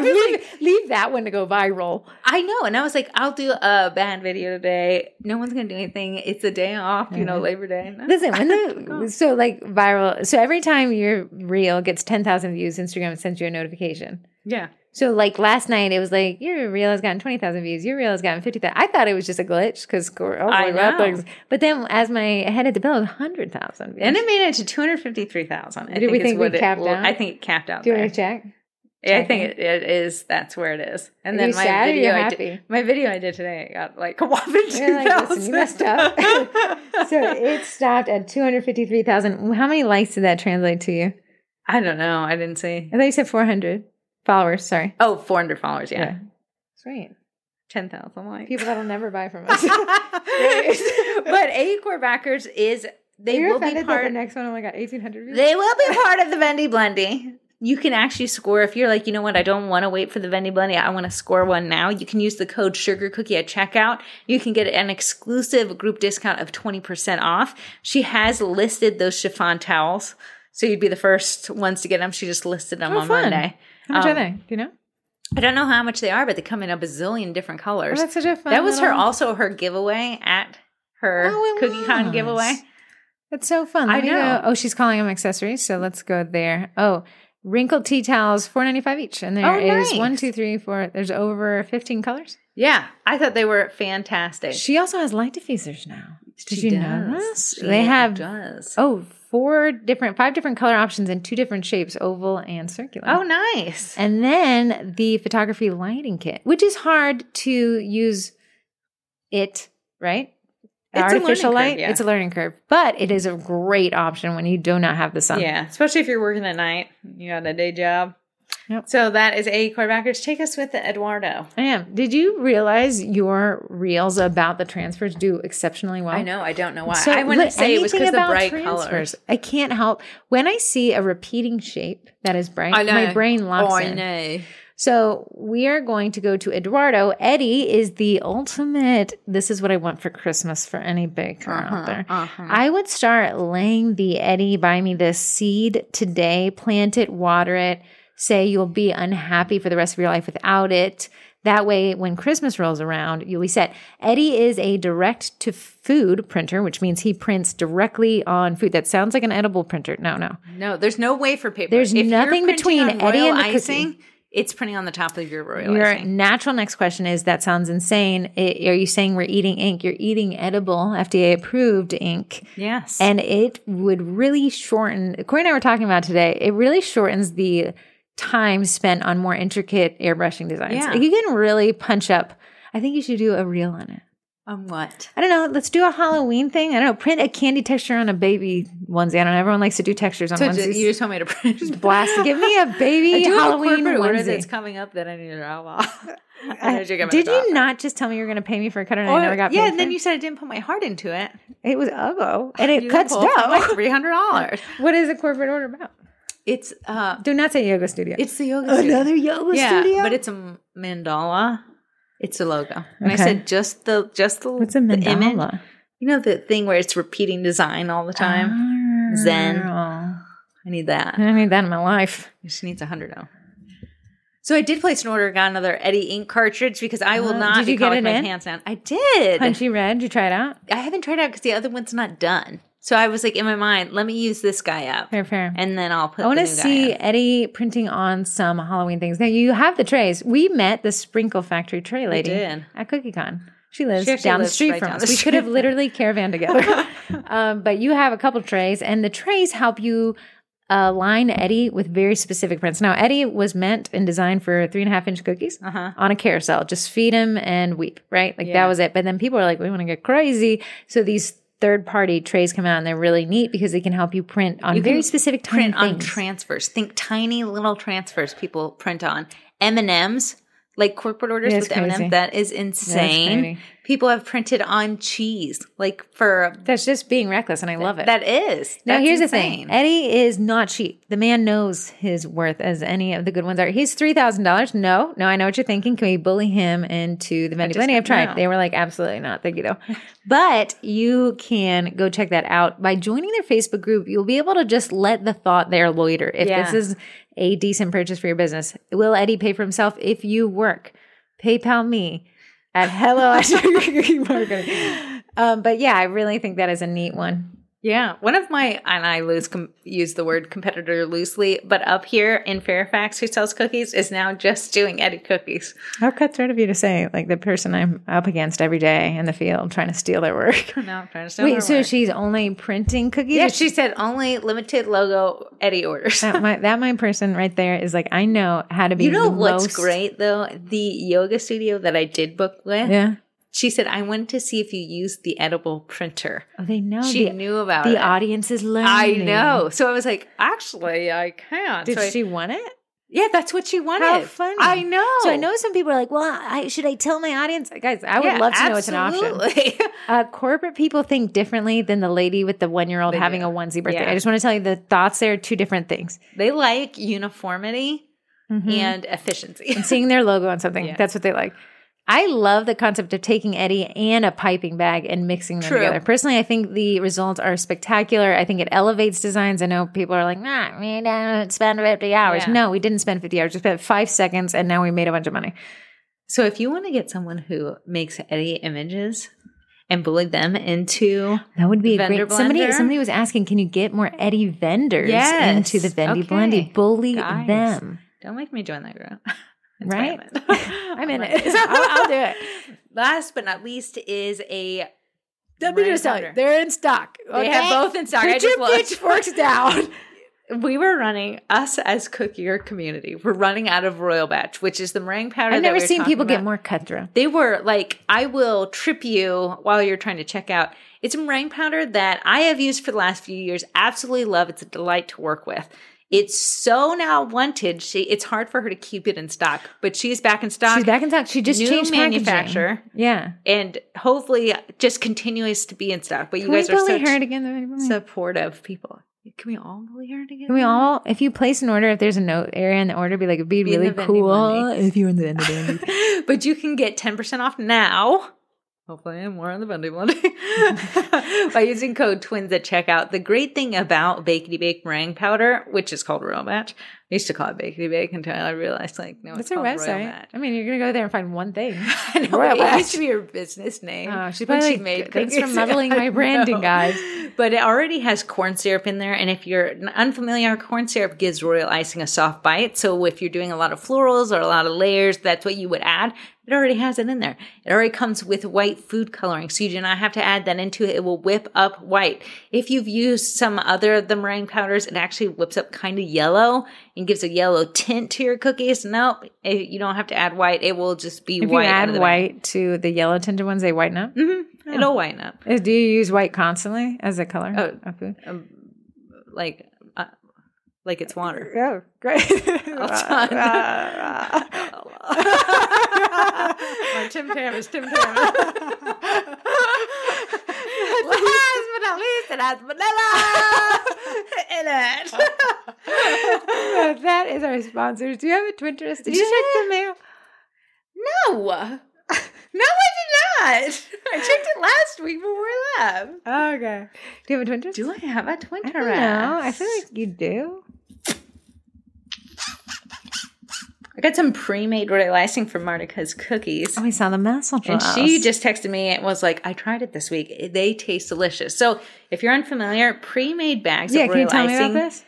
Speaker 1: leave, leave that one to go viral.
Speaker 2: I know, and I was like, I'll do a band video today. No one's gonna do anything. It's a day off, you
Speaker 1: Mm-hmm.
Speaker 2: know, Labor Day. No.
Speaker 1: Listen, when the so like viral, so every time your reel gets ten thousand views, Instagram sends you a notification.
Speaker 2: Yeah,
Speaker 1: So like last night, it was like your reel has gotten twenty thousand views, your reel has gotten fifty thousand. I thought it was just a glitch because oh
Speaker 2: I
Speaker 1: my god,
Speaker 2: know.
Speaker 1: things. But then as my head at the pillow, hundred thousand views.
Speaker 2: And it made it to 253,000. I
Speaker 1: Did we
Speaker 2: is
Speaker 1: think we
Speaker 2: what it-
Speaker 1: capped
Speaker 2: well,
Speaker 1: out?
Speaker 2: I think it capped out.
Speaker 1: Do you
Speaker 2: there.
Speaker 1: want to check?
Speaker 2: Yeah, I
Speaker 1: check
Speaker 2: think
Speaker 1: in?
Speaker 2: it, it is. That's where it is. And
Speaker 1: Are
Speaker 2: then
Speaker 1: you
Speaker 2: my
Speaker 1: sad or
Speaker 2: video,
Speaker 1: you're
Speaker 2: I did,
Speaker 1: happy?
Speaker 2: my video I did today got like a whopping
Speaker 1: You're like, listen,
Speaker 2: 2,000.
Speaker 1: you messed up. So it stopped at two hundred fifty three thousand. How many likes did that translate to you?
Speaker 2: I don't know. I didn't see.
Speaker 1: I thought you said four hundred followers. Sorry.
Speaker 2: Oh, 400 followers. Yeah,
Speaker 1: Yeah. Sweet.
Speaker 2: 10,000 likes.
Speaker 1: People that'll never buy from us.
Speaker 2: but Acorn Backers is they
Speaker 1: You're
Speaker 2: will be
Speaker 1: offended that
Speaker 2: part.
Speaker 1: the next one only got eighteen hundred views.
Speaker 2: They will be part of the Vendy Blendy. You can actually score if you're like, you know what, I don't want to wait for the Vendy Blendy. I want to score one now. You can use the code Sugar Cookie at checkout. You can get an exclusive group discount of 20% off. She has listed those chiffon towels. So you'd be the first ones to get them. She just listed them
Speaker 1: Oh,
Speaker 2: on
Speaker 1: fun.
Speaker 2: Monday.
Speaker 1: How much
Speaker 2: Um,
Speaker 1: are they? Do you know?
Speaker 2: I don't know how much they are, but they come in a bazillion different
Speaker 1: Oh,
Speaker 2: colors.
Speaker 1: that's such a fun.
Speaker 2: that was her
Speaker 1: little-
Speaker 2: also her giveaway at her
Speaker 1: Oh, it
Speaker 2: Cookie Con
Speaker 1: was.
Speaker 2: giveaway.
Speaker 1: That's so fun. Let
Speaker 2: I
Speaker 1: me
Speaker 2: know.
Speaker 1: Go. Oh, she's calling them accessories. So let's go there. Oh, wrinkled tea towels, four ninety five each, and there
Speaker 2: Oh,
Speaker 1: is
Speaker 2: nice.
Speaker 1: one, two, three, four. There's over fifteen colors.
Speaker 2: Yeah, I thought they were fantastic.
Speaker 1: She also has light diffusers now. Did
Speaker 2: She
Speaker 1: you know
Speaker 2: does.
Speaker 1: this?
Speaker 2: She
Speaker 1: they have
Speaker 2: does.
Speaker 1: oh
Speaker 2: Oh,
Speaker 1: four different, five different color options in two different shapes, oval and circular.
Speaker 2: nice.
Speaker 1: And then the photography lighting kit, which is hard to use it, right?
Speaker 2: It's a learning
Speaker 1: Artificial
Speaker 2: curve,
Speaker 1: light.
Speaker 2: yeah.
Speaker 1: It's a learning curve, but it is a great option when you do not have the sun.
Speaker 2: yeah, especially if you're working at night, you got a day job.
Speaker 1: Yep.
Speaker 2: So that is a quarterbackers. Take us with Eduardo.
Speaker 1: I am. Did you realize your reels about the transfers do exceptionally well?
Speaker 2: I know. I don't know why.
Speaker 1: So,
Speaker 2: I want to
Speaker 1: look,
Speaker 2: say it was
Speaker 1: anything
Speaker 2: because the
Speaker 1: about
Speaker 2: bright
Speaker 1: transfers,
Speaker 2: colors.
Speaker 1: I can't help when I see a repeating shape that is bright. My brain locks in.
Speaker 2: Oh, know.
Speaker 1: So we are going to go to Eduardo. Eddie is the ultimate. This is what I want for Christmas for any baker
Speaker 2: Uh-huh,
Speaker 1: out there. I would start laying the Eddie buy me this seed today, plant it, water it, say you'll be unhappy for the rest of your life without it. That way, when Christmas rolls around, you'll be set. Eddie is a direct to food printer, which means he prints directly on food. That sounds like an edible printer. No, no.
Speaker 2: No, there's no wafer paper.
Speaker 1: There's
Speaker 2: you're
Speaker 1: nothing
Speaker 2: printing
Speaker 1: between
Speaker 2: on
Speaker 1: Eddie
Speaker 2: royal
Speaker 1: and the cookie.
Speaker 2: icing. It's printing on the top of your royal
Speaker 1: Your
Speaker 2: icing.
Speaker 1: natural next question is that sounds insane. I- are you saying we're eating ink? You're eating edible, FDA approved ink.
Speaker 2: Yes.
Speaker 1: And it would really shorten, Corey and I were talking about today, it really shortens the time spent on more intricate airbrushing designs.
Speaker 2: Yeah.
Speaker 1: Like you can really punch up. I think you should do a reel on it.
Speaker 2: on what?
Speaker 1: I don't know. Let's do a Halloween thing. I don't know. Print a candy texture on a baby onesie. I don't know. Everyone likes to do textures on
Speaker 2: So
Speaker 1: onesies.
Speaker 2: ju- you just told me to print.
Speaker 1: Blast. Give me a
Speaker 2: I
Speaker 1: baby
Speaker 2: do have a
Speaker 1: Halloween
Speaker 2: corporate order
Speaker 1: onesie.
Speaker 2: that's coming up that I need to drop off.
Speaker 1: I-
Speaker 2: I know you're giving
Speaker 1: did
Speaker 2: it
Speaker 1: you
Speaker 2: off.
Speaker 1: not just tell me you were going to pay me for a cut and
Speaker 2: Or-
Speaker 1: I never got
Speaker 2: yeah,
Speaker 1: paid?
Speaker 2: and then
Speaker 1: for
Speaker 2: you
Speaker 1: it?
Speaker 2: said I didn't put my heart into it.
Speaker 1: It was Ubo. And it
Speaker 2: You
Speaker 1: cuts
Speaker 2: pulled from,
Speaker 1: dough.
Speaker 2: like three hundred dollars.
Speaker 1: what is a corporate order about?
Speaker 2: It's uh,
Speaker 1: Do not say yoga studio.
Speaker 2: it's the yoga studio.
Speaker 1: another yoga
Speaker 2: yeah,
Speaker 1: studio?
Speaker 2: but it's a m- mandala. It's a logo, and I
Speaker 1: Okay.
Speaker 2: said just the just the
Speaker 1: What's a
Speaker 2: the image.
Speaker 1: mandala?
Speaker 2: You know the thing where it's repeating design all the
Speaker 1: Ah.
Speaker 2: time. Zen.
Speaker 1: Oh.
Speaker 2: I need that.
Speaker 1: I need that in my life.
Speaker 2: She needs a hundred now. So I did place an order, got another Eddie ink cartridge because I will
Speaker 1: Oh,
Speaker 2: not
Speaker 1: did
Speaker 2: be
Speaker 1: you get
Speaker 2: caught with
Speaker 1: it
Speaker 2: my
Speaker 1: in?
Speaker 2: pants down. I did.
Speaker 1: Punchy red. You try it out.
Speaker 2: I haven't tried out because the other one's not done. So I was like in my mind, let me use this guy up,
Speaker 1: Fair, fair.
Speaker 2: and then I'll put.
Speaker 1: I
Speaker 2: want to
Speaker 1: see Eddie printing on some Halloween things. Now you have the trays. We met the Sprinkle Factory tray lady
Speaker 2: did.
Speaker 1: at CookieCon. She lives
Speaker 2: She actually
Speaker 1: down
Speaker 2: lives
Speaker 1: the street
Speaker 2: right
Speaker 1: from
Speaker 2: down
Speaker 1: us.
Speaker 2: the
Speaker 1: We
Speaker 2: street.
Speaker 1: could have literally caravan together. um, but you have a couple trays, and the trays help you align Eddie with very specific prints. Now Eddie was meant and designed for three and a half inch cookies
Speaker 2: Uh huh.
Speaker 1: on a carousel. Just feed him and weep, right? Like
Speaker 2: Yeah.
Speaker 1: that was it. But then people are like, we want to get crazy. So these third party trays come out and they're really neat because they can help you print on
Speaker 2: You can
Speaker 1: very specific tiny
Speaker 2: Print on
Speaker 1: things.
Speaker 2: transfers. Think tiny little transfers. People print on M and M's, like corporate orders
Speaker 1: That's
Speaker 2: with M and
Speaker 1: crazy.
Speaker 2: M's. That is
Speaker 1: crazy.
Speaker 2: insane. People have printed on cheese, like for
Speaker 1: That's just being reckless, and I love it.
Speaker 2: that is.
Speaker 1: now,
Speaker 2: That's
Speaker 1: here's the
Speaker 2: insane.
Speaker 1: thing Eddie is not cheap. The man knows his worth as any of the good ones are. He's $3,000. No, no, I know what you're thinking. Can we bully him into the vending?
Speaker 2: just
Speaker 1: Plenty I've
Speaker 2: don't
Speaker 1: tried.
Speaker 2: know.
Speaker 1: They were like, absolutely not. Thank you, though. but you can go check that out. By joining their Facebook group, you'll be able to just let the thought there loiter. If
Speaker 2: Yeah.
Speaker 1: this is a decent purchase for your business, will Eddie pay for himself if you work? PayPal me at hello at sugarcookiemarketing. um, but yeah, I really think that is a neat one.
Speaker 2: Yeah, one of my and I lose com- use the word competitor loosely, but up here in Fairfax, who sells cookies is now just doing Eddie cookies.
Speaker 1: How cutthroat of you to say, like the person I'm up against every day in the field trying to steal their work.
Speaker 2: No, I'm trying to sell her
Speaker 1: Wait, so
Speaker 2: work.
Speaker 1: she's only printing cookies?
Speaker 2: yeah,
Speaker 1: Or
Speaker 2: she said only limited logo Eddie orders.
Speaker 1: that my that my person right there is like I know how to be.
Speaker 2: You know
Speaker 1: the
Speaker 2: what's
Speaker 1: most-
Speaker 2: great though? The yoga studio that I did book with,
Speaker 1: Yeah.
Speaker 2: she said I wanted to see if you used the edible printer.
Speaker 1: Oh, they know
Speaker 2: she
Speaker 1: the,
Speaker 2: knew about
Speaker 1: the
Speaker 2: it.
Speaker 1: audience is learning.
Speaker 2: I know. So I was like, actually, I can't.
Speaker 1: Did
Speaker 2: So I-
Speaker 1: she want it?
Speaker 2: yeah, that's what she wanted.
Speaker 1: funny.
Speaker 2: I know.
Speaker 1: So I know some people are like, well, I, should I tell my audience? Guys, I would
Speaker 2: Yeah,
Speaker 1: love to know it's an option.
Speaker 2: absolutely.
Speaker 1: Uh, corporate people think differently than the lady with the one year old
Speaker 2: They
Speaker 1: having
Speaker 2: do.
Speaker 1: a onesie birthday.
Speaker 2: Yeah.
Speaker 1: I just want to tell you the thoughts there are two different things.
Speaker 2: they like uniformity
Speaker 1: Mhm.
Speaker 2: and efficiency.
Speaker 1: and seeing their logo on something.
Speaker 2: Yeah.
Speaker 1: That's what they like. I love the concept of taking Eddie and a piping bag and mixing them
Speaker 2: True.
Speaker 1: together. Personally, I think the results are spectacular. I think it elevates designs. I know people are like, nah, we didn't spend 50 hours.
Speaker 2: Yeah.
Speaker 1: No, we didn't spend 50 hours. We spent five seconds and now we made a bunch of money.
Speaker 2: So if you want to get someone who makes Eddie images and bully them into
Speaker 1: That would be a
Speaker 2: Vendor
Speaker 1: great. Somebody,
Speaker 2: blender?
Speaker 1: somebody was asking, can you get more Eddie vendors
Speaker 2: Yes.
Speaker 1: into the Vendy
Speaker 2: Okay.
Speaker 1: Blendy? Bully
Speaker 2: Guys.
Speaker 1: them.
Speaker 2: Don't make me join that group. That's
Speaker 1: Right?
Speaker 2: what I meant.
Speaker 1: I'm in
Speaker 2: Right.
Speaker 1: it. I'll, I'll do it.
Speaker 2: Last but not least is a.
Speaker 1: Let me just tell you,
Speaker 2: Random order.
Speaker 1: they're in stock.
Speaker 2: They have both in stock. I
Speaker 1: Put your
Speaker 2: just looked.
Speaker 1: pitchforks down.
Speaker 2: We were running us as cookier community. We're running out of Royal Batch, which is the meringue powder.
Speaker 1: I've
Speaker 2: that
Speaker 1: never
Speaker 2: we were
Speaker 1: seen
Speaker 2: talking
Speaker 1: people
Speaker 2: about.
Speaker 1: get more cutthroat.
Speaker 2: They were like, I will trip you while you're trying to check out. It's a meringue powder that I have used for the last few years. Absolutely love. It's a delight to work with. It's so now wanted. She it's hard for her to keep it in stock, but she's back in stock.
Speaker 1: She's back in stock. She just
Speaker 2: New
Speaker 1: changed packaging.
Speaker 2: manufacturer.
Speaker 1: Yeah.
Speaker 2: And hopefully just continues to be in stock. But you
Speaker 1: Can we
Speaker 2: guys are
Speaker 1: bully
Speaker 2: such
Speaker 1: her again?
Speaker 2: supportive people. Can we all bully her together?
Speaker 1: Can we all, if you place an order, if there's a note area in the order, be like, it'd be,
Speaker 2: Be in
Speaker 1: really
Speaker 2: the Vendy
Speaker 1: cool
Speaker 2: Blendy.
Speaker 1: if you're in the Vendy Blendy.
Speaker 2: but you can get 10% off now. Hopefully, I'm more on the Bundy Bundy. By using code TWINS at checkout. The great thing about Bakety Bake meringue powder, which is called Royal Match, I used to call it Bakety Bake until I realized, like, no,
Speaker 1: That's
Speaker 2: it's
Speaker 1: her
Speaker 2: called Royal
Speaker 1: website.
Speaker 2: Match.
Speaker 1: I mean, you're going to go there and find one thing.
Speaker 2: I know,
Speaker 1: Royal
Speaker 2: but it
Speaker 1: Match.
Speaker 2: used to be her business name.
Speaker 1: Oh, she's
Speaker 2: when
Speaker 1: probably like, "Thanks for
Speaker 2: cookies."
Speaker 1: muddling
Speaker 2: I
Speaker 1: my branding,
Speaker 2: know.
Speaker 1: guys.
Speaker 2: But it already has corn syrup in there, and if you're n- unfamiliar, corn syrup gives royal icing a soft bite. So if you're doing a lot of florals or a lot of layers, that's what you would add. It already has it in there. It already comes with white food coloring, so you do not have to add that into it. It will whip up white. If you've used some other of the meringue powders, it actually whips up kind of yellow and gives a yellow tint to your cookies. Nope, it- you don't have to add white. It will just be
Speaker 1: If you
Speaker 2: white. out
Speaker 1: add
Speaker 2: of the bag.
Speaker 1: white oh. to the yellow tinted ones, they whiten up.
Speaker 2: Mm-hmm. It'll whiten up.
Speaker 1: Is- Do you use white constantly as a color
Speaker 2: Oh.
Speaker 1: of food?
Speaker 2: like uh, like it's water.
Speaker 1: Oh, great.
Speaker 2: My Tim Tam is Tim Tam. Last but not least, it has vanilla in it.
Speaker 1: that is our sponsors. Do you have a Twinterest? Did you
Speaker 2: Yeah.
Speaker 1: check the mail?
Speaker 2: no, no, I did not. I checked it last week before I left.
Speaker 1: okay. Do you have a Twinterest?
Speaker 2: Do I have a twin
Speaker 1: I don't know. I feel like you do.
Speaker 2: I got some pre-made royal icing from Martika's cookies.
Speaker 1: Oh, I saw the message.
Speaker 2: And she just texted me and was like, I tried it this week. It- They taste delicious. So if you're unfamiliar, pre-made bags
Speaker 1: yeah.
Speaker 2: of
Speaker 1: Can you
Speaker 2: royal
Speaker 1: tell me
Speaker 2: icing
Speaker 1: about this?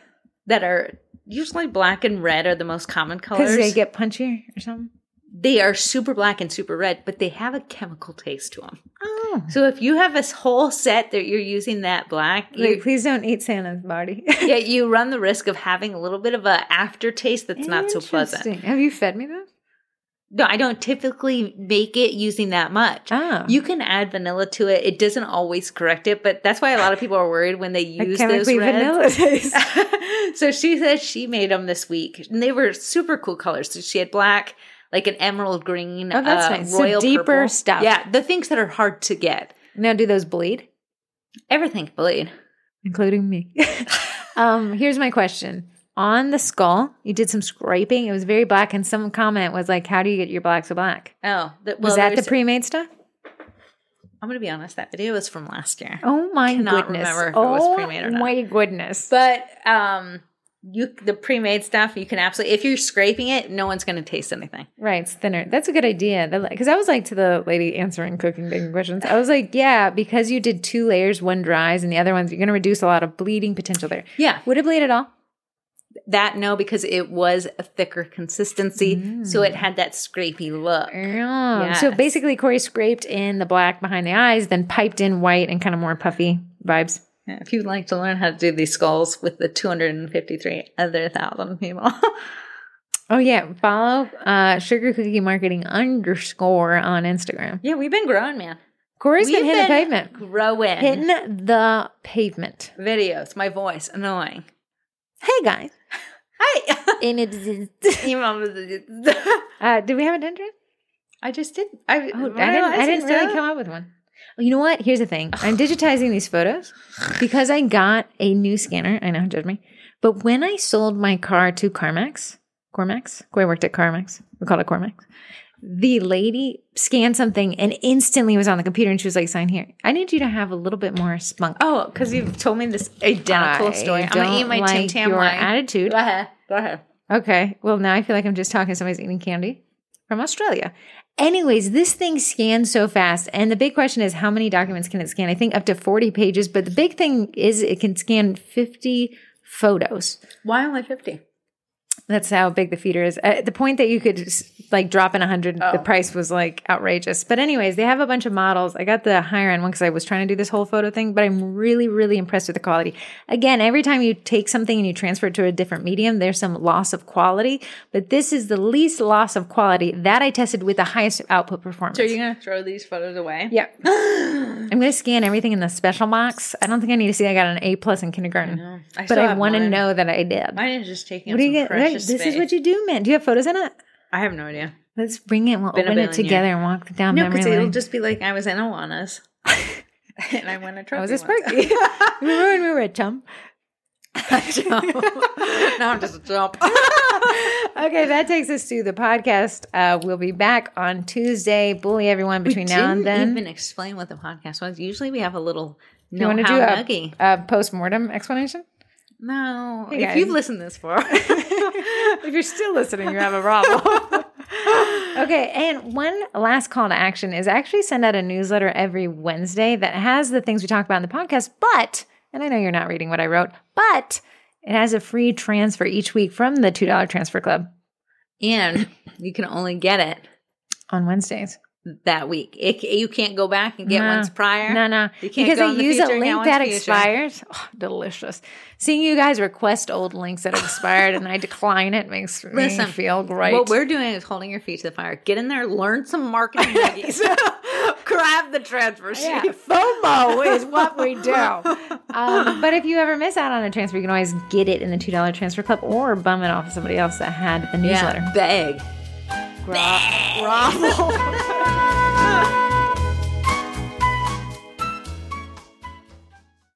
Speaker 2: that are usually black and red are the most common colors.
Speaker 1: Because
Speaker 2: They,
Speaker 1: they get punchier or something.
Speaker 2: are super black and super red, but they have a chemical taste to them.
Speaker 1: Oh,
Speaker 2: So if you have a whole set that you're using that black,
Speaker 1: like,
Speaker 2: you,
Speaker 1: please don't eat Santa's body.
Speaker 2: yeah, you run the risk of having a little bit of a aftertaste that's not so pleasant.
Speaker 1: Interesting. Have you fed me that?
Speaker 2: No, I don't typically make it using that much.
Speaker 1: Oh,
Speaker 2: You can add vanilla to it. It doesn't always correct it, but that's why a lot of people are worried when they
Speaker 1: like
Speaker 2: use those
Speaker 1: chemically
Speaker 2: reds.
Speaker 1: vanilla taste.
Speaker 2: so she says she made them this week, and they were super cool colors. So she had black, like an emerald green,
Speaker 1: Oh, that's
Speaker 2: uh,
Speaker 1: nice. So
Speaker 2: royal
Speaker 1: deeper
Speaker 2: purple.
Speaker 1: stuff.
Speaker 2: Yeah, the things that are hard to get.
Speaker 1: now, do those bleed?
Speaker 2: Everything bleed.
Speaker 1: including me. um, here's my question. On the skull, you did some scraping. It was very black, and some comment was like, "How do you get your black so black?"
Speaker 2: Oh, that,
Speaker 1: Was
Speaker 2: well,
Speaker 1: that the
Speaker 2: there's-
Speaker 1: pre-made stuff?
Speaker 2: I'm gonna be honest. That video was from last year.
Speaker 1: Oh my
Speaker 2: Cannot
Speaker 1: goodness!
Speaker 2: remember if it was
Speaker 1: oh
Speaker 2: pre-made or not.
Speaker 1: my goodness!
Speaker 2: But um You the pre-made stuff, you can absolutely if you're scraping it, no one's going to taste anything.
Speaker 1: Right, it's thinner. That's a good idea. Because I was like to the lady answering cooking baking questions. I was like, yeah, because you did two layers, one dries and the other ones, you're going to reduce a lot of bleeding potential there.
Speaker 2: Yeah.
Speaker 1: Would it bleed at all?
Speaker 2: That no because it was a thicker consistency, so it had that scrapey look.
Speaker 1: Yeah. So
Speaker 2: Yes.
Speaker 1: basically, Corey scraped in the black behind the eyes, then piped in white and kind of more puffy vibes.
Speaker 2: Yeah, If you'd like to learn how to do these skulls with the 253 other thousand people.
Speaker 1: Oh yeah, follow uh, sugar cookie marketing underscore on Instagram.
Speaker 2: yeah, we've been growing, man.
Speaker 1: Corey's
Speaker 2: We've
Speaker 1: been hitting the
Speaker 2: been
Speaker 1: pavement.
Speaker 2: Growing.
Speaker 1: Hitting the pavement.
Speaker 2: Videos, my voice, annoying.
Speaker 1: Hey guys.
Speaker 2: Hi.
Speaker 1: In it- uh, did we have an intro?
Speaker 2: I just did. I,
Speaker 1: Oh, I didn't, I didn't really come up with one. You know what? Here's the thing. I'm digitizing these photos because I got a new scanner. I know, judge me. But when I sold my car to CarMax, Cormax, Corey worked at CarMax. We called it CarMax. The lady scanned something and instantly was on the computer and she was like, sign here. I need you to have a little bit more spunk.
Speaker 2: Oh, because you've told me this identical Oh, story.
Speaker 1: I
Speaker 2: I'm gonna eat
Speaker 1: don't
Speaker 2: my Tim
Speaker 1: like
Speaker 2: Tam
Speaker 1: your
Speaker 2: line.
Speaker 1: attitude.
Speaker 2: Go ahead. Go ahead.
Speaker 1: Okay. Well, now I feel like I'm just talking to somebody's eating candy from Australia. Anyways, this thing scans so fast. And the big question is how many documents can it scan? I think up to 40 pages. But the big thing is it can scan 50 photos.
Speaker 2: Why only fifty?
Speaker 1: That's how big the feeder is. At the point that you could s- like drop in 100,
Speaker 2: Oh.
Speaker 1: the price was like outrageous. But, anyways, they have a bunch of models. I got the higher end one because I was trying to do this whole photo thing, but I'm really, really impressed with the quality. Again, every time you take something and you transfer it to a different medium, there's some loss of quality, but this is the least loss of quality that I tested with the highest output performance.
Speaker 2: So you're gonna throw these photos away?
Speaker 1: yeah. I'm going to scan everything in the special box. I don't think I need to see I got an A plus in kindergarten,
Speaker 2: Mm, I
Speaker 1: but
Speaker 2: still
Speaker 1: I
Speaker 2: have
Speaker 1: want to
Speaker 2: mine.
Speaker 1: know that I did.
Speaker 2: Mine is just taking
Speaker 1: What
Speaker 2: up
Speaker 1: do you
Speaker 2: some
Speaker 1: get? Right,
Speaker 2: precious
Speaker 1: this is
Speaker 2: space.
Speaker 1: what you do, man. Do you have photos in it?
Speaker 2: I have no idea.
Speaker 1: Let's bring it. We'll
Speaker 2: Been a
Speaker 1: open it
Speaker 2: billion
Speaker 1: together and walk down
Speaker 2: No,
Speaker 1: memory
Speaker 2: because it'll
Speaker 1: lane.
Speaker 2: just be like I was in Alana's, and I won a
Speaker 1: was
Speaker 2: trophy.
Speaker 1: a
Speaker 2: once.
Speaker 1: Sparky. Remember when we were at Chum?
Speaker 2: now I'm just a jump.
Speaker 1: Okay, that takes us to the podcast. Uh, we'll be back on Tuesday. Bully everyone between now and then.
Speaker 2: even explain what the podcast was. Usually we have a little
Speaker 1: you
Speaker 2: know
Speaker 1: want to
Speaker 2: how
Speaker 1: do
Speaker 2: nuggy.
Speaker 1: a, a post-mortem explanation?
Speaker 2: No,
Speaker 1: Hey,
Speaker 2: if
Speaker 1: guys.
Speaker 2: you've listened this far,
Speaker 1: if you're still listening, you have a problem. okay, and one last call to action is I actually send out a newsletter every Wednesday that has the things we talk about in the podcast, but, and I know you're not reading what I wrote, but it has a free transfer each week from the $2 Transfer Club
Speaker 2: and you can only get it
Speaker 1: on Wednesdays.
Speaker 2: that week. It, you can't go back and get
Speaker 1: No.
Speaker 2: ones prior.
Speaker 1: No, no.
Speaker 2: You can't
Speaker 1: Because
Speaker 2: go
Speaker 1: I
Speaker 2: in the
Speaker 1: use
Speaker 2: future
Speaker 1: a
Speaker 2: and get
Speaker 1: link
Speaker 2: ones
Speaker 1: that
Speaker 2: future.
Speaker 1: expires. Oh, delicious. Seeing you guys request old links that expired and I decline it makes
Speaker 2: Listen,
Speaker 1: me feel great.
Speaker 2: What we're doing is holding your feet to the fire. Get in there, learn some marketing nuggies, grab the transfer sheet.
Speaker 1: Yeah, FOMO is what we do. Um, but if you ever miss out on a transfer, you can always get it in the $2 transfer club or bum it off to somebody else that had the newsletter.
Speaker 2: beg.
Speaker 1: Gra-
Speaker 2: Bravo.